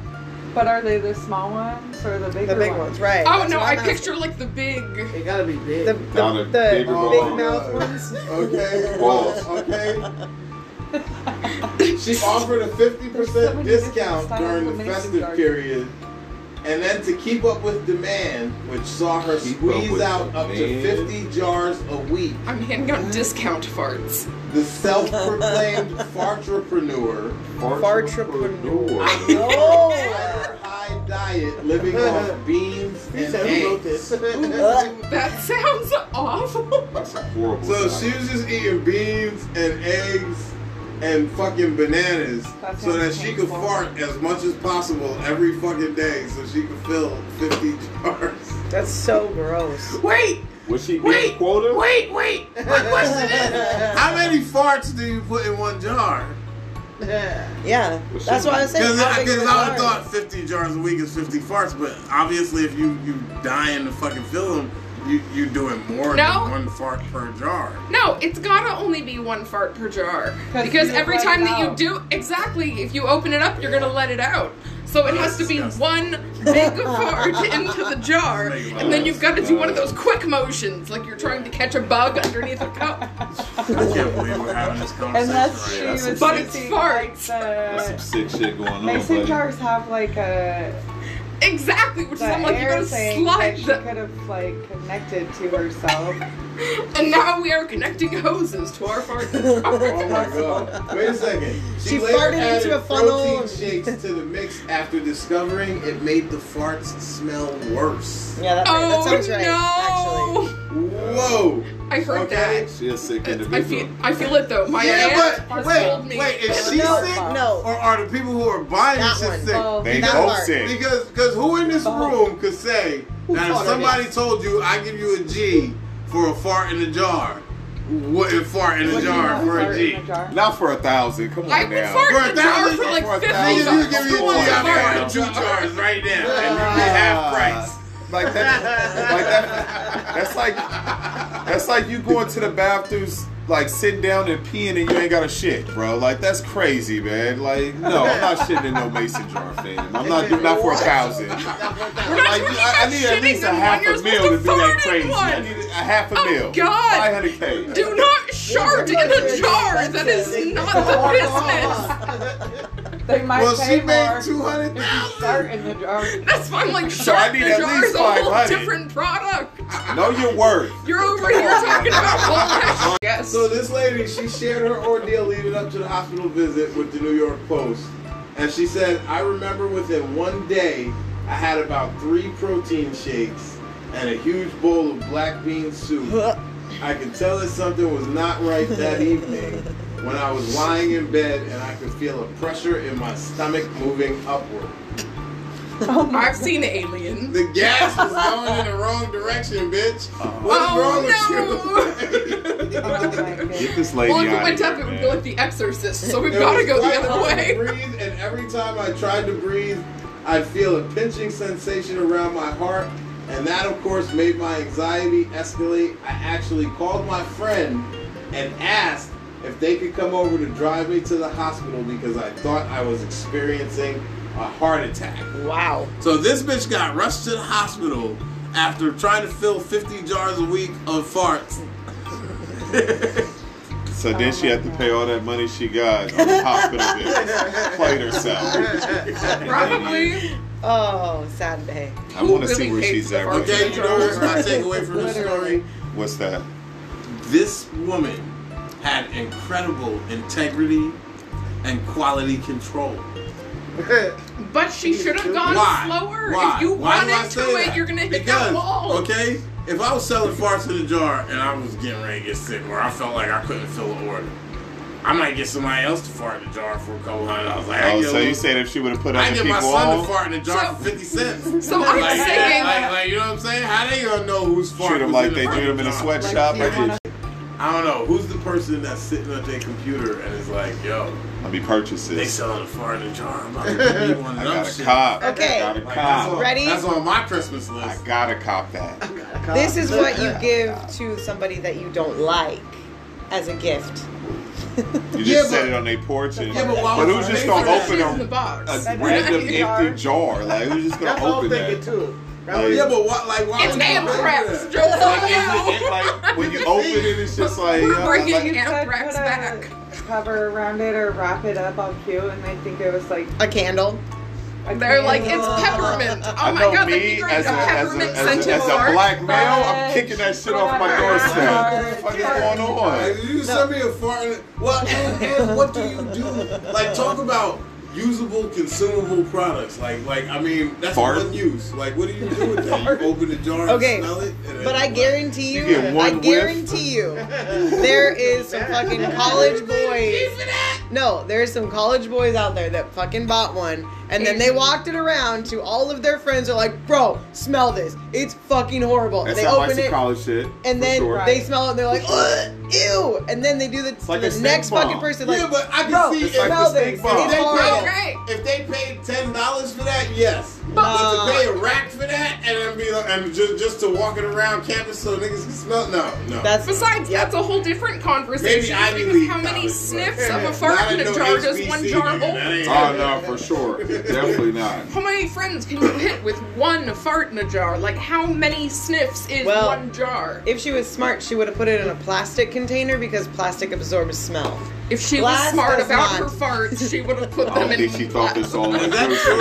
[SPEAKER 7] But are they the small ones or the bigger
[SPEAKER 2] The big
[SPEAKER 7] ones?
[SPEAKER 2] ones, right.
[SPEAKER 4] Oh
[SPEAKER 2] That's
[SPEAKER 4] no,
[SPEAKER 2] what
[SPEAKER 4] I
[SPEAKER 2] I'm
[SPEAKER 4] picture like the big.
[SPEAKER 5] They gotta be big.
[SPEAKER 2] asking. The,
[SPEAKER 3] Down
[SPEAKER 2] the,
[SPEAKER 3] a
[SPEAKER 2] the
[SPEAKER 3] big
[SPEAKER 2] big
[SPEAKER 3] revolver.
[SPEAKER 2] mouth ones.
[SPEAKER 1] Okay,
[SPEAKER 3] Balls.
[SPEAKER 1] well, okay. She offered a 50% discount during the festive period. And then to keep up with demand, which saw her
[SPEAKER 3] Keep up
[SPEAKER 1] squeeze
[SPEAKER 3] with
[SPEAKER 1] out up to
[SPEAKER 3] demand.
[SPEAKER 1] 50 jars a week,
[SPEAKER 4] I'm handing out discount farts.
[SPEAKER 1] the self proclaimed fartrepreneur,
[SPEAKER 3] Fartrepreneur.
[SPEAKER 2] Oh.
[SPEAKER 1] her high diet, living off beans
[SPEAKER 5] He
[SPEAKER 1] and
[SPEAKER 5] said, who wrote
[SPEAKER 1] eggs.
[SPEAKER 5] this?
[SPEAKER 4] That sounds awful.
[SPEAKER 3] That's a horrible
[SPEAKER 1] So
[SPEAKER 3] diet.
[SPEAKER 1] she was just eating beans and eggs and fucking bananas
[SPEAKER 7] That
[SPEAKER 1] so that
[SPEAKER 7] sounds
[SPEAKER 1] she could
[SPEAKER 7] painful.
[SPEAKER 1] fart as much as possible every fucking day so she could fill 50 jars.
[SPEAKER 2] That's so gross.
[SPEAKER 1] Wait,
[SPEAKER 3] Was she
[SPEAKER 1] Wait,
[SPEAKER 3] being quota?
[SPEAKER 1] wait, wait. My question is how many farts do you put in one jar?
[SPEAKER 2] Yeah. That's what I was saying.
[SPEAKER 1] Because
[SPEAKER 2] How
[SPEAKER 1] I,
[SPEAKER 2] big
[SPEAKER 1] 'cause
[SPEAKER 2] is
[SPEAKER 1] I
[SPEAKER 2] ours?
[SPEAKER 1] would thought 50 jars a week is 50 farts, but obviously if you, you dying to fucking fill them, you, you're doing more
[SPEAKER 4] No.
[SPEAKER 1] than one fart per jar.
[SPEAKER 4] No, it's gotta only be one fart per jar. Because
[SPEAKER 7] you
[SPEAKER 4] every
[SPEAKER 7] let
[SPEAKER 4] time
[SPEAKER 7] it
[SPEAKER 4] that you
[SPEAKER 7] out.
[SPEAKER 4] do, exactly, if you open it up, you're gonna let it out. So it has to be
[SPEAKER 1] Disgusting.
[SPEAKER 4] one big fart into the jar, and then you've got to do one of those quick motions, like you're trying to catch a bug underneath a cup.
[SPEAKER 1] I can't believe we're having this conversation
[SPEAKER 7] And that's
[SPEAKER 1] right
[SPEAKER 7] she
[SPEAKER 3] Yeah, that's
[SPEAKER 7] was
[SPEAKER 3] some
[SPEAKER 4] But it's
[SPEAKER 7] thinking,
[SPEAKER 4] farts.
[SPEAKER 3] That's some
[SPEAKER 7] Like,
[SPEAKER 3] sick shit going on,
[SPEAKER 7] the mason
[SPEAKER 3] buddy.
[SPEAKER 7] jars have like a
[SPEAKER 4] Exactly, which
[SPEAKER 7] the
[SPEAKER 4] is I'm like, you
[SPEAKER 7] air
[SPEAKER 4] gotta
[SPEAKER 7] thing
[SPEAKER 4] slide
[SPEAKER 7] that she
[SPEAKER 4] the.
[SPEAKER 7] could have like connected to herself.
[SPEAKER 4] And now we are connecting hoses to our fart.
[SPEAKER 1] Oh my god. Wait a second. She,
[SPEAKER 2] She
[SPEAKER 1] later
[SPEAKER 2] farted into
[SPEAKER 1] added
[SPEAKER 2] a funnel.
[SPEAKER 1] protein shakes to the mix after discovering it made the farts smell worse.
[SPEAKER 2] Yeah, that's right.
[SPEAKER 4] oh
[SPEAKER 2] That sounds right.
[SPEAKER 4] no!
[SPEAKER 1] Whoa.
[SPEAKER 4] I heard
[SPEAKER 1] Okay.
[SPEAKER 3] She a sick
[SPEAKER 4] that. I feel,
[SPEAKER 3] individual.
[SPEAKER 4] I feel it though. My
[SPEAKER 1] Oh, Yeah,
[SPEAKER 4] aunt
[SPEAKER 1] but
[SPEAKER 4] has
[SPEAKER 1] wait,
[SPEAKER 4] told me.
[SPEAKER 1] wait, is
[SPEAKER 2] Actually.
[SPEAKER 1] she
[SPEAKER 2] no,
[SPEAKER 1] sick?
[SPEAKER 2] no.
[SPEAKER 1] Or are the people who are buying
[SPEAKER 2] That
[SPEAKER 1] shit
[SPEAKER 2] one.
[SPEAKER 1] sick?
[SPEAKER 7] Oh.
[SPEAKER 3] They
[SPEAKER 2] That
[SPEAKER 3] both
[SPEAKER 2] part.
[SPEAKER 3] sick.
[SPEAKER 1] Because because who in this
[SPEAKER 7] Oh.
[SPEAKER 1] room could say
[SPEAKER 2] Who
[SPEAKER 1] that if
[SPEAKER 2] farted?
[SPEAKER 1] somebody told you I give you a G for a fart in a jar, wouldn't fart in a
[SPEAKER 7] Would you
[SPEAKER 1] jar
[SPEAKER 7] not
[SPEAKER 1] for
[SPEAKER 7] fart
[SPEAKER 1] a G?
[SPEAKER 7] in a jar?
[SPEAKER 3] Not for a thousand. Come on
[SPEAKER 4] I would
[SPEAKER 3] now.
[SPEAKER 4] fart
[SPEAKER 1] For a
[SPEAKER 4] in a jar
[SPEAKER 1] thousand-
[SPEAKER 4] for like
[SPEAKER 3] for a
[SPEAKER 4] fifty
[SPEAKER 3] thousand,
[SPEAKER 1] Nigga, you give me
[SPEAKER 4] bucks.
[SPEAKER 1] a G,
[SPEAKER 3] Come
[SPEAKER 4] Who
[SPEAKER 3] on,
[SPEAKER 4] wants to
[SPEAKER 3] man.
[SPEAKER 1] I'm
[SPEAKER 4] fart in a
[SPEAKER 1] two
[SPEAKER 4] jar?
[SPEAKER 1] jars right now, and you get half price.
[SPEAKER 3] Like that, like that, that's like that's like you going to the bathrooms, like sitting down and peeing, and you ain't got a shit, bro. Like that's crazy, man. Like no, I'm not shitting in no mason jar, fam. I'm not not for a thousand.
[SPEAKER 4] We're not
[SPEAKER 3] Like,
[SPEAKER 4] talking
[SPEAKER 3] I, I
[SPEAKER 4] about
[SPEAKER 3] need at least
[SPEAKER 4] shitting
[SPEAKER 3] a
[SPEAKER 4] in
[SPEAKER 3] half
[SPEAKER 4] one. You're
[SPEAKER 3] a meal to
[SPEAKER 4] supposed
[SPEAKER 3] be
[SPEAKER 4] to fart
[SPEAKER 3] that
[SPEAKER 4] in
[SPEAKER 3] crazy. I
[SPEAKER 4] one.
[SPEAKER 3] need a half a
[SPEAKER 4] Oh,
[SPEAKER 3] meal.
[SPEAKER 4] God.
[SPEAKER 3] 500k.
[SPEAKER 4] Do not shart in a jar. That is not the business.
[SPEAKER 7] They might
[SPEAKER 1] Well,
[SPEAKER 7] pay
[SPEAKER 1] she made
[SPEAKER 7] more
[SPEAKER 1] two hundred thousand.
[SPEAKER 7] fart in the jar.
[SPEAKER 4] That's why I'm like shart
[SPEAKER 3] need
[SPEAKER 4] in a
[SPEAKER 3] at
[SPEAKER 4] jar
[SPEAKER 3] least
[SPEAKER 4] is a whole
[SPEAKER 3] 500.
[SPEAKER 4] different product.
[SPEAKER 3] Know your worth.
[SPEAKER 4] You're over here talking about whole Yes.
[SPEAKER 1] So this lady, she shared her ordeal leading up to the hospital visit with the New York Post, and she said, "I remember within one day, I had about three protein shakes and a huge bowl of black bean soup.
[SPEAKER 2] Actually.
[SPEAKER 1] I could tell that something was not right that evening." When I was lying in bed and I could feel a pressure in my stomach moving upward.
[SPEAKER 4] I've seen Alien.
[SPEAKER 1] The gas was going in the wrong direction, bitch. What's
[SPEAKER 4] Oh,
[SPEAKER 1] wrong with you?
[SPEAKER 7] Oh my goodness.
[SPEAKER 3] Get this lady
[SPEAKER 4] Well, if it
[SPEAKER 3] out
[SPEAKER 4] went
[SPEAKER 3] of
[SPEAKER 4] up,
[SPEAKER 3] here,
[SPEAKER 4] it would
[SPEAKER 3] man.
[SPEAKER 4] be like The Exorcist. So we've
[SPEAKER 1] It
[SPEAKER 4] got to
[SPEAKER 1] was
[SPEAKER 4] go the
[SPEAKER 1] quite
[SPEAKER 4] other
[SPEAKER 1] hard to
[SPEAKER 4] way.
[SPEAKER 1] breathe, and every time I tried to breathe, I feel a pinching sensation around my heart, and that, of course, made my anxiety escalate. I actually called my friend and asked if they could come over to drive me to the hospital because I thought I was experiencing a heart attack.
[SPEAKER 2] Wow.
[SPEAKER 1] So this bitch got rushed to the hospital after trying to fill 50 jars a week of farts.
[SPEAKER 3] So then she had to pay all that money she got on the hospital bills. Played herself.
[SPEAKER 4] Probably.
[SPEAKER 2] Oh, sad day.
[SPEAKER 3] I want to
[SPEAKER 4] Who
[SPEAKER 3] see
[SPEAKER 4] really
[SPEAKER 3] where
[SPEAKER 4] pays
[SPEAKER 3] she's
[SPEAKER 4] the
[SPEAKER 3] at.
[SPEAKER 4] bar-
[SPEAKER 3] right
[SPEAKER 1] Okay, you know what's my takeaway from this
[SPEAKER 2] Literally.
[SPEAKER 1] story?
[SPEAKER 3] now. What's that?
[SPEAKER 1] This woman had incredible integrity and quality control.
[SPEAKER 4] But she should have gone
[SPEAKER 1] Why?
[SPEAKER 4] slower.
[SPEAKER 1] Why?
[SPEAKER 4] If you
[SPEAKER 1] Why
[SPEAKER 4] run
[SPEAKER 1] do I
[SPEAKER 4] into
[SPEAKER 1] say
[SPEAKER 4] it,
[SPEAKER 1] that?
[SPEAKER 4] you're gonna hit
[SPEAKER 1] because,
[SPEAKER 4] that wall.
[SPEAKER 1] Okay, if I was selling farts in a jar and I was getting ready to get sick, or I felt like I couldn't fill the order, I might get somebody else to fart in the jar for a couple hundred dollars. Like, I
[SPEAKER 3] Oh,
[SPEAKER 1] get a
[SPEAKER 3] so you
[SPEAKER 1] little-
[SPEAKER 3] said if she would have put
[SPEAKER 1] I
[SPEAKER 3] other
[SPEAKER 1] get my
[SPEAKER 3] people
[SPEAKER 1] son to
[SPEAKER 3] on,
[SPEAKER 1] fart in a jar
[SPEAKER 4] So-
[SPEAKER 1] for fifty cents.
[SPEAKER 4] So I'm
[SPEAKER 1] like,
[SPEAKER 4] saying-
[SPEAKER 1] like, like, you know what I'm saying? How they gonna know who's fart?
[SPEAKER 3] treat them
[SPEAKER 1] was
[SPEAKER 3] like
[SPEAKER 1] the
[SPEAKER 3] they do them in a
[SPEAKER 1] jar?
[SPEAKER 3] sweatshop.
[SPEAKER 7] Like,
[SPEAKER 3] I
[SPEAKER 1] I don't know. Who's the person that's sitting at their computer and is like, yo,
[SPEAKER 3] Let me purchase
[SPEAKER 1] they
[SPEAKER 3] this.
[SPEAKER 1] selling a fart in a jar. I'm about to need one
[SPEAKER 3] I
[SPEAKER 1] of them
[SPEAKER 3] got a
[SPEAKER 1] shit.
[SPEAKER 3] cop.
[SPEAKER 2] Okay.
[SPEAKER 3] I got a
[SPEAKER 1] Like, that's, on,
[SPEAKER 3] cop.
[SPEAKER 2] Ready?
[SPEAKER 1] that's on my Christmas
[SPEAKER 3] I
[SPEAKER 1] list.
[SPEAKER 3] gotta cop that.
[SPEAKER 2] Uh, This is what you give to somebody that you don't like. as a gift.
[SPEAKER 3] You just
[SPEAKER 1] Yeah,
[SPEAKER 3] set
[SPEAKER 1] but-
[SPEAKER 3] it on their porch and.
[SPEAKER 1] Yeah, but why would
[SPEAKER 3] who's
[SPEAKER 1] you
[SPEAKER 3] just
[SPEAKER 1] pay
[SPEAKER 3] gonna
[SPEAKER 1] for that
[SPEAKER 3] open
[SPEAKER 4] She's in the
[SPEAKER 3] a,
[SPEAKER 4] box.
[SPEAKER 3] a
[SPEAKER 7] That's
[SPEAKER 3] random
[SPEAKER 7] empty
[SPEAKER 3] empty
[SPEAKER 7] jar.
[SPEAKER 3] jar. Like who's just gonna
[SPEAKER 5] That's what I
[SPEAKER 3] open
[SPEAKER 5] was thinking
[SPEAKER 3] that?
[SPEAKER 5] too. That
[SPEAKER 3] Like-
[SPEAKER 5] was-
[SPEAKER 1] Yeah, but why, like, why
[SPEAKER 4] It's
[SPEAKER 1] would you
[SPEAKER 4] amp
[SPEAKER 1] pay for
[SPEAKER 4] wraps.
[SPEAKER 1] that?
[SPEAKER 4] Joe.
[SPEAKER 3] Like, it's- it's like when you open it, it's just like.
[SPEAKER 4] We're
[SPEAKER 3] yeah,
[SPEAKER 4] bringing
[SPEAKER 3] like-
[SPEAKER 4] it Anthrax
[SPEAKER 7] put a
[SPEAKER 4] back.
[SPEAKER 7] cover around it or wrap it up on cue, and I think it was like
[SPEAKER 2] A candle.
[SPEAKER 7] a
[SPEAKER 4] They're like,
[SPEAKER 7] candle.
[SPEAKER 4] it's peppermint. Oh
[SPEAKER 3] I
[SPEAKER 4] my
[SPEAKER 3] know
[SPEAKER 4] god, that'd be
[SPEAKER 3] me
[SPEAKER 4] great.
[SPEAKER 3] as a,
[SPEAKER 4] a
[SPEAKER 3] as, a,
[SPEAKER 4] peppermint
[SPEAKER 3] as, a, as a
[SPEAKER 4] centaur.
[SPEAKER 3] black male, I'm
[SPEAKER 7] But-
[SPEAKER 3] kicking that shit off my doorstep. What the fuck is going
[SPEAKER 1] Like,
[SPEAKER 3] on?
[SPEAKER 1] you send me a fart. in- Well, and, and what do you do? Like, talk about usable, consumable products. Like, like I mean, that's
[SPEAKER 3] Fart.
[SPEAKER 1] one use. Like, what do you do with that? You open the jar, and
[SPEAKER 2] Okay,
[SPEAKER 1] smell it, and
[SPEAKER 2] But I
[SPEAKER 1] then-
[SPEAKER 2] guarantee you,
[SPEAKER 3] You get one
[SPEAKER 2] I
[SPEAKER 3] whiff.
[SPEAKER 2] guarantee you, there is some fucking college boys. No, there's some college boys out there that fucking bought one, and then they walked it around to all of their friends. They're like, "Bro, smell this. It's fucking horrible."
[SPEAKER 3] That
[SPEAKER 2] and they
[SPEAKER 3] sounds like
[SPEAKER 2] open
[SPEAKER 3] some
[SPEAKER 2] it,
[SPEAKER 3] college shit.
[SPEAKER 2] and
[SPEAKER 3] for
[SPEAKER 2] then
[SPEAKER 3] sure.
[SPEAKER 2] they smell it. and They're like, "Ugh, "Ew!" And then they do the,
[SPEAKER 3] like
[SPEAKER 2] the
[SPEAKER 3] a stink
[SPEAKER 2] next fucking
[SPEAKER 3] bomb.
[SPEAKER 2] person. Like,
[SPEAKER 1] Yeah, but I can
[SPEAKER 2] Bro,
[SPEAKER 1] see
[SPEAKER 3] It's
[SPEAKER 1] if,
[SPEAKER 3] like
[SPEAKER 2] smell
[SPEAKER 3] the
[SPEAKER 2] this.
[SPEAKER 3] stink bomb.
[SPEAKER 2] It's
[SPEAKER 1] They
[SPEAKER 2] horrible.
[SPEAKER 1] smell
[SPEAKER 4] Great.
[SPEAKER 1] if they paid ten dollars for that, yes. But
[SPEAKER 2] Nah.
[SPEAKER 1] to pay a rack for that and then be like, and just just to walk it around campus so niggas can smell, no, no.
[SPEAKER 2] That's
[SPEAKER 4] Besides,
[SPEAKER 2] Yep.
[SPEAKER 4] that's a whole different
[SPEAKER 1] Maybe
[SPEAKER 4] conversation
[SPEAKER 1] Ivy
[SPEAKER 4] because
[SPEAKER 1] League
[SPEAKER 4] how many
[SPEAKER 1] college, but-
[SPEAKER 4] sniffs
[SPEAKER 1] Yeah.
[SPEAKER 4] of a fart
[SPEAKER 1] Not
[SPEAKER 4] in a
[SPEAKER 1] no
[SPEAKER 4] jar does one
[SPEAKER 1] HBC,
[SPEAKER 4] jar
[SPEAKER 1] nigga, that
[SPEAKER 4] hold?
[SPEAKER 1] ain't
[SPEAKER 3] Oh
[SPEAKER 1] happening.
[SPEAKER 3] no, for sure, definitely not.
[SPEAKER 4] How many friends can you hit with one fart in a jar? Like, how many sniffs is
[SPEAKER 2] Well,
[SPEAKER 4] one jar?
[SPEAKER 2] If she was smart, she would have put it in a plastic container because plastic absorbs smell.
[SPEAKER 4] If she was
[SPEAKER 2] Glass
[SPEAKER 4] smart
[SPEAKER 2] does not.
[SPEAKER 4] about her farts, she would have put
[SPEAKER 3] I
[SPEAKER 4] them
[SPEAKER 3] don't
[SPEAKER 4] in.
[SPEAKER 3] think she thought this all in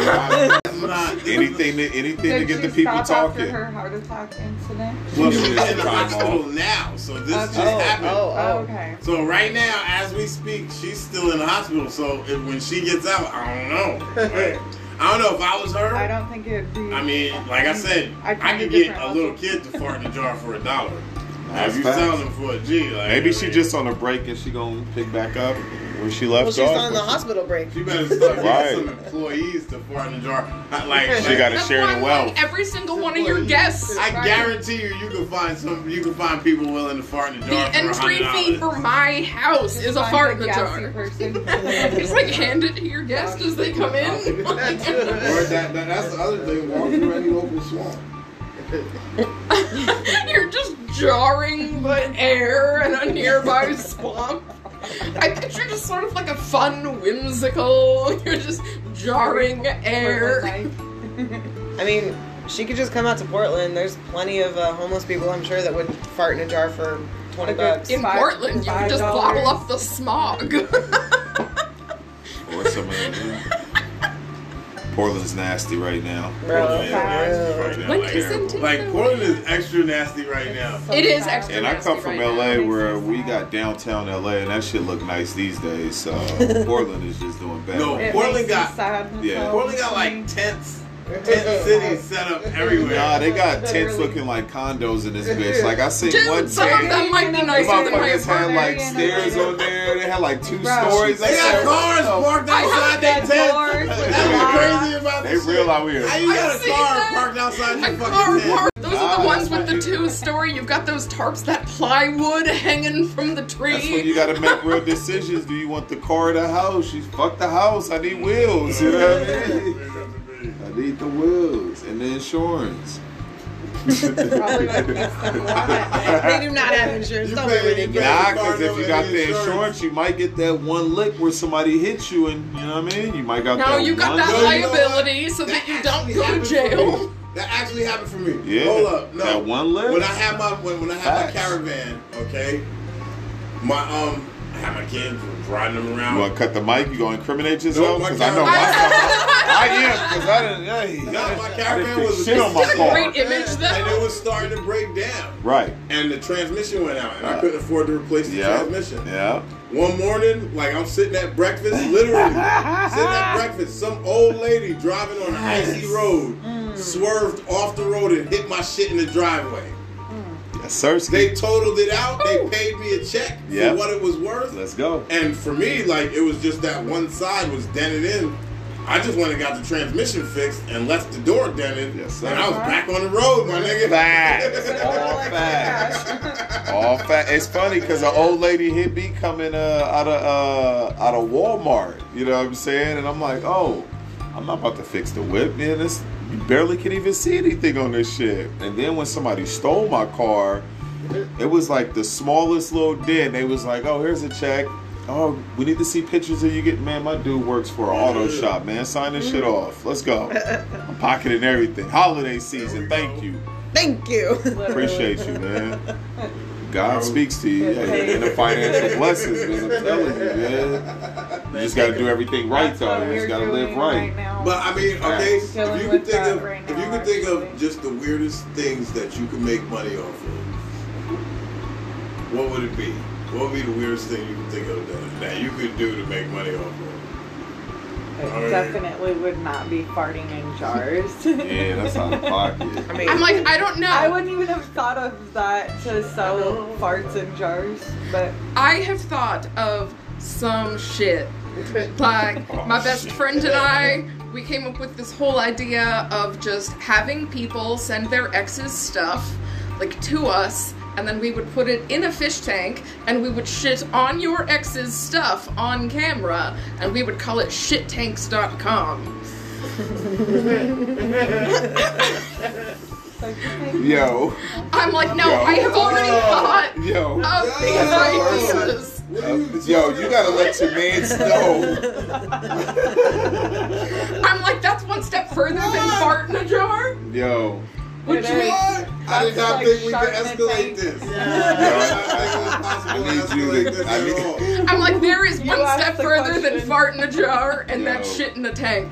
[SPEAKER 1] That's not
[SPEAKER 3] Anything to anything to
[SPEAKER 7] Did
[SPEAKER 3] get
[SPEAKER 7] she
[SPEAKER 3] the people
[SPEAKER 7] stop
[SPEAKER 3] talking.
[SPEAKER 7] After her heart attack incident.
[SPEAKER 1] Well, she's
[SPEAKER 3] Yeah,
[SPEAKER 1] in the
[SPEAKER 3] time
[SPEAKER 1] hospital
[SPEAKER 3] off.
[SPEAKER 1] now, so this
[SPEAKER 7] Okay.
[SPEAKER 1] just
[SPEAKER 2] Oh,
[SPEAKER 1] happened.
[SPEAKER 2] oh, oh.
[SPEAKER 7] okay.
[SPEAKER 1] So right now, as we speak, she's still in the hospital. So if, when she gets out, I don't know. Like, I don't know if I was her.
[SPEAKER 7] I don't think it'd be.
[SPEAKER 1] I mean, like I said, I,
[SPEAKER 7] I'd find
[SPEAKER 1] could
[SPEAKER 7] a
[SPEAKER 1] get
[SPEAKER 7] different
[SPEAKER 1] a
[SPEAKER 7] level.
[SPEAKER 1] little kid to fart in a jar for a dollar. Now,
[SPEAKER 3] That's
[SPEAKER 1] if you
[SPEAKER 3] facts.
[SPEAKER 1] sell them for a G, like,
[SPEAKER 3] Maybe
[SPEAKER 1] I
[SPEAKER 3] she
[SPEAKER 1] mean,
[SPEAKER 3] just on a break and she gonna pick back up where she left
[SPEAKER 2] Well, she's
[SPEAKER 3] off.
[SPEAKER 2] on the hospital break.
[SPEAKER 1] You better start getting
[SPEAKER 3] Right.
[SPEAKER 1] some employees to fart in a jar. I- Like,
[SPEAKER 3] She
[SPEAKER 1] like,
[SPEAKER 3] gotta
[SPEAKER 4] That's
[SPEAKER 3] share
[SPEAKER 4] why
[SPEAKER 3] the
[SPEAKER 4] I'm
[SPEAKER 3] wealth.
[SPEAKER 4] like, every single one of your guests.
[SPEAKER 1] I guarantee you, you can find some. You can find people willing to fart in a
[SPEAKER 4] The
[SPEAKER 1] jar for a
[SPEAKER 4] entry
[SPEAKER 1] hundred
[SPEAKER 4] fee
[SPEAKER 1] dollars.
[SPEAKER 4] for my house is a
[SPEAKER 7] Find
[SPEAKER 4] fart in a
[SPEAKER 7] gassy
[SPEAKER 4] jar.
[SPEAKER 7] person.
[SPEAKER 4] It's like hand it to your guest as they come in.
[SPEAKER 1] Or that, that, that's the other thing. Walk through any local swamp.
[SPEAKER 4] You're just jarring the air in a nearby swamp. I picture just sort of like a fun, whimsical. You're just jarring air.
[SPEAKER 2] I mean, she could just come out to Portland. There's plenty of uh, homeless people, I'm sure, that would fart in a jar for 20
[SPEAKER 7] Okay.
[SPEAKER 2] bucks.
[SPEAKER 4] In
[SPEAKER 7] Five-
[SPEAKER 4] Portland, you can just
[SPEAKER 7] $5.
[SPEAKER 4] bottle up the smog.
[SPEAKER 3] Or some of them. Portland's nasty right now.
[SPEAKER 2] Bro.
[SPEAKER 3] Portland is
[SPEAKER 1] Right now,
[SPEAKER 4] When
[SPEAKER 1] like,
[SPEAKER 4] does it do
[SPEAKER 1] like
[SPEAKER 4] that?
[SPEAKER 1] Portland is extra nasty right now.
[SPEAKER 4] It is extra.
[SPEAKER 3] And I come from
[SPEAKER 4] Nasty right
[SPEAKER 3] LA
[SPEAKER 4] now.
[SPEAKER 3] where we got downtown LA and that shit look nice these days. So Portland is just doing bad.
[SPEAKER 1] No.
[SPEAKER 3] right
[SPEAKER 7] It
[SPEAKER 1] Portland
[SPEAKER 7] makes me
[SPEAKER 1] got-
[SPEAKER 7] sad
[SPEAKER 3] Yeah.
[SPEAKER 7] myself.
[SPEAKER 1] Portland got like tents, tent
[SPEAKER 4] Uh-uh.
[SPEAKER 1] cities set up everywhere.
[SPEAKER 3] Nah, they got tents looking like condos in this bitch. Like I seen one
[SPEAKER 4] Dude, some of
[SPEAKER 3] tent.
[SPEAKER 4] them might be
[SPEAKER 3] The
[SPEAKER 7] These
[SPEAKER 4] nicer than my
[SPEAKER 3] motherfuckers had
[SPEAKER 4] apartment.
[SPEAKER 3] like stairs on there. They had like two
[SPEAKER 7] Bro.
[SPEAKER 3] stories. Oh,
[SPEAKER 1] They got cars parked outside their
[SPEAKER 7] Got doors,
[SPEAKER 1] tents. That's what's crazy about
[SPEAKER 3] They
[SPEAKER 1] this shit.
[SPEAKER 3] real out
[SPEAKER 1] How
[SPEAKER 3] here.
[SPEAKER 1] you got
[SPEAKER 4] I've
[SPEAKER 1] a
[SPEAKER 4] seen
[SPEAKER 1] car
[SPEAKER 4] that.
[SPEAKER 1] parked outside
[SPEAKER 4] A
[SPEAKER 1] your
[SPEAKER 4] car
[SPEAKER 1] fucking
[SPEAKER 4] park.
[SPEAKER 1] tent?
[SPEAKER 4] Those are the
[SPEAKER 3] Ah,
[SPEAKER 4] ones with
[SPEAKER 3] that's
[SPEAKER 4] the
[SPEAKER 3] what you-
[SPEAKER 4] two story. You've got those tarps, that plywood hanging from the tree.
[SPEAKER 3] That's when you gotta make real decisions. Do you want the car or the house? You fuck the house. I need wheels. You know what I mean? I need the wheels and the insurance.
[SPEAKER 7] Probably like makes them want it.
[SPEAKER 2] they do not have insurance.
[SPEAKER 1] You
[SPEAKER 2] Don't
[SPEAKER 1] pay-
[SPEAKER 2] be
[SPEAKER 1] you
[SPEAKER 2] ridiculous.
[SPEAKER 3] Nah,
[SPEAKER 1] the car
[SPEAKER 3] because if
[SPEAKER 1] note
[SPEAKER 3] you
[SPEAKER 1] and
[SPEAKER 3] got
[SPEAKER 1] the
[SPEAKER 3] the
[SPEAKER 1] insurance.
[SPEAKER 3] insurance, you might get that one lick where somebody hits you, and you know what I mean. You might got
[SPEAKER 4] No,
[SPEAKER 3] that.
[SPEAKER 4] you got
[SPEAKER 3] one
[SPEAKER 4] that
[SPEAKER 3] lick.
[SPEAKER 1] No, you know
[SPEAKER 4] liability
[SPEAKER 1] what?
[SPEAKER 4] so that, you don't
[SPEAKER 1] actually
[SPEAKER 4] go to
[SPEAKER 1] happened for
[SPEAKER 4] jail.
[SPEAKER 1] me. That actually happened for me.
[SPEAKER 3] Yeah,
[SPEAKER 1] Hold up. No.
[SPEAKER 3] that one lift.
[SPEAKER 1] When I had my when, when I had
[SPEAKER 3] Facts.
[SPEAKER 1] my caravan, okay, my um, I had my kids riding them around.
[SPEAKER 3] You want to cut the mic? You gonna incriminate yourself?
[SPEAKER 1] Nope, my
[SPEAKER 3] Because I
[SPEAKER 1] car-
[SPEAKER 3] know my I am. Because I didn't. Hey,
[SPEAKER 1] No, my
[SPEAKER 3] I didn't
[SPEAKER 1] caravan
[SPEAKER 3] fix
[SPEAKER 1] was
[SPEAKER 3] shit on my
[SPEAKER 4] It's a
[SPEAKER 3] car.
[SPEAKER 4] great image though.
[SPEAKER 1] and it was starting to break down.
[SPEAKER 3] Right.
[SPEAKER 1] and the transmission went out, and I couldn't afford to replace the
[SPEAKER 3] Yeah.
[SPEAKER 1] transmission.
[SPEAKER 3] Yeah.
[SPEAKER 1] One morning, like I'm sitting at breakfast, literally sitting at breakfast, some old lady driving on an icy road swerved off the road and hit my shit in the driveway.
[SPEAKER 3] Yes, sir.
[SPEAKER 1] They totaled it out. They paid me a check
[SPEAKER 3] Yeah.
[SPEAKER 1] for what it was worth.
[SPEAKER 3] Let's go.
[SPEAKER 1] And for me, like it was just that one side was dented in. I just went and got the transmission fixed and left the door dented,
[SPEAKER 3] Yes, sir.
[SPEAKER 1] and I was back on the road, my nigga.
[SPEAKER 3] Facts. All
[SPEAKER 7] Like,
[SPEAKER 3] facts.
[SPEAKER 7] gosh.
[SPEAKER 3] All fact. It's funny because an old lady hit me coming uh, out of uh, out of Walmart. You know what I'm saying? And I'm like, oh, I'm not about to fix the whip, man. This you barely can even see anything on this shit. And then when somebody stole my car, It was like the smallest little den. They was like, oh, here's a check. Oh, we need to see pictures of you getting. Man, my dude works for an auto shop, man. Sign this shit off. Let's go. I'm pocketing everything. Holiday season. Thank you.
[SPEAKER 2] Thank you.
[SPEAKER 3] Appreciate you, man. God speaks to you. Yeah, and the financial blessings, man. I'm telling you, man. You just got to do everything right,
[SPEAKER 7] That's what
[SPEAKER 3] though. You just
[SPEAKER 7] we're
[SPEAKER 3] got to live
[SPEAKER 7] doing
[SPEAKER 3] right.
[SPEAKER 7] now.
[SPEAKER 1] But I mean, okay, if
[SPEAKER 7] Dealing
[SPEAKER 1] you could
[SPEAKER 7] with
[SPEAKER 1] think
[SPEAKER 7] that
[SPEAKER 1] of
[SPEAKER 7] right
[SPEAKER 1] if you
[SPEAKER 7] now,
[SPEAKER 1] could think of
[SPEAKER 7] actually.
[SPEAKER 1] just the weirdest things that you could make money off of, what would it be? What would be the weirdest thing you could think of that, that you could do to make money off of?
[SPEAKER 7] It
[SPEAKER 1] I mean-
[SPEAKER 7] definitely would not be farting in jars.
[SPEAKER 3] Yeah, that's out of pocket.
[SPEAKER 2] I mean,
[SPEAKER 4] I'm like, I don't know.
[SPEAKER 7] I wouldn't even have thought of that to sell farts in jars, but
[SPEAKER 4] I have thought of some shit. Like my best friend and I, we came up with this whole idea of just having people send their ex's stuff like to us and then we would put it in a fish tank and we would shit on your ex's stuff on camera and we would call it shittanks.com.
[SPEAKER 3] Yo,
[SPEAKER 4] I'm like, no, I have already thought
[SPEAKER 3] yo.
[SPEAKER 4] of these ideas.
[SPEAKER 3] Uh, yo, you gotta let your mans know.
[SPEAKER 4] I'm like, that's one step further than fart in a jar.
[SPEAKER 3] Yo,
[SPEAKER 4] Which
[SPEAKER 7] It is.
[SPEAKER 4] we
[SPEAKER 1] I did not
[SPEAKER 7] like
[SPEAKER 1] think we could
[SPEAKER 7] sharpening
[SPEAKER 1] escalate
[SPEAKER 7] things.
[SPEAKER 1] this.
[SPEAKER 3] I
[SPEAKER 1] I
[SPEAKER 3] need
[SPEAKER 1] did not think it was possible to
[SPEAKER 3] you to-
[SPEAKER 1] escalate this
[SPEAKER 3] I
[SPEAKER 1] at
[SPEAKER 3] need-
[SPEAKER 1] all.
[SPEAKER 4] I'm like, there is
[SPEAKER 7] You
[SPEAKER 4] one
[SPEAKER 7] asked
[SPEAKER 4] step
[SPEAKER 7] the
[SPEAKER 4] further than
[SPEAKER 7] question.
[SPEAKER 4] fart in a jar and that
[SPEAKER 3] No.
[SPEAKER 4] shit in a tank.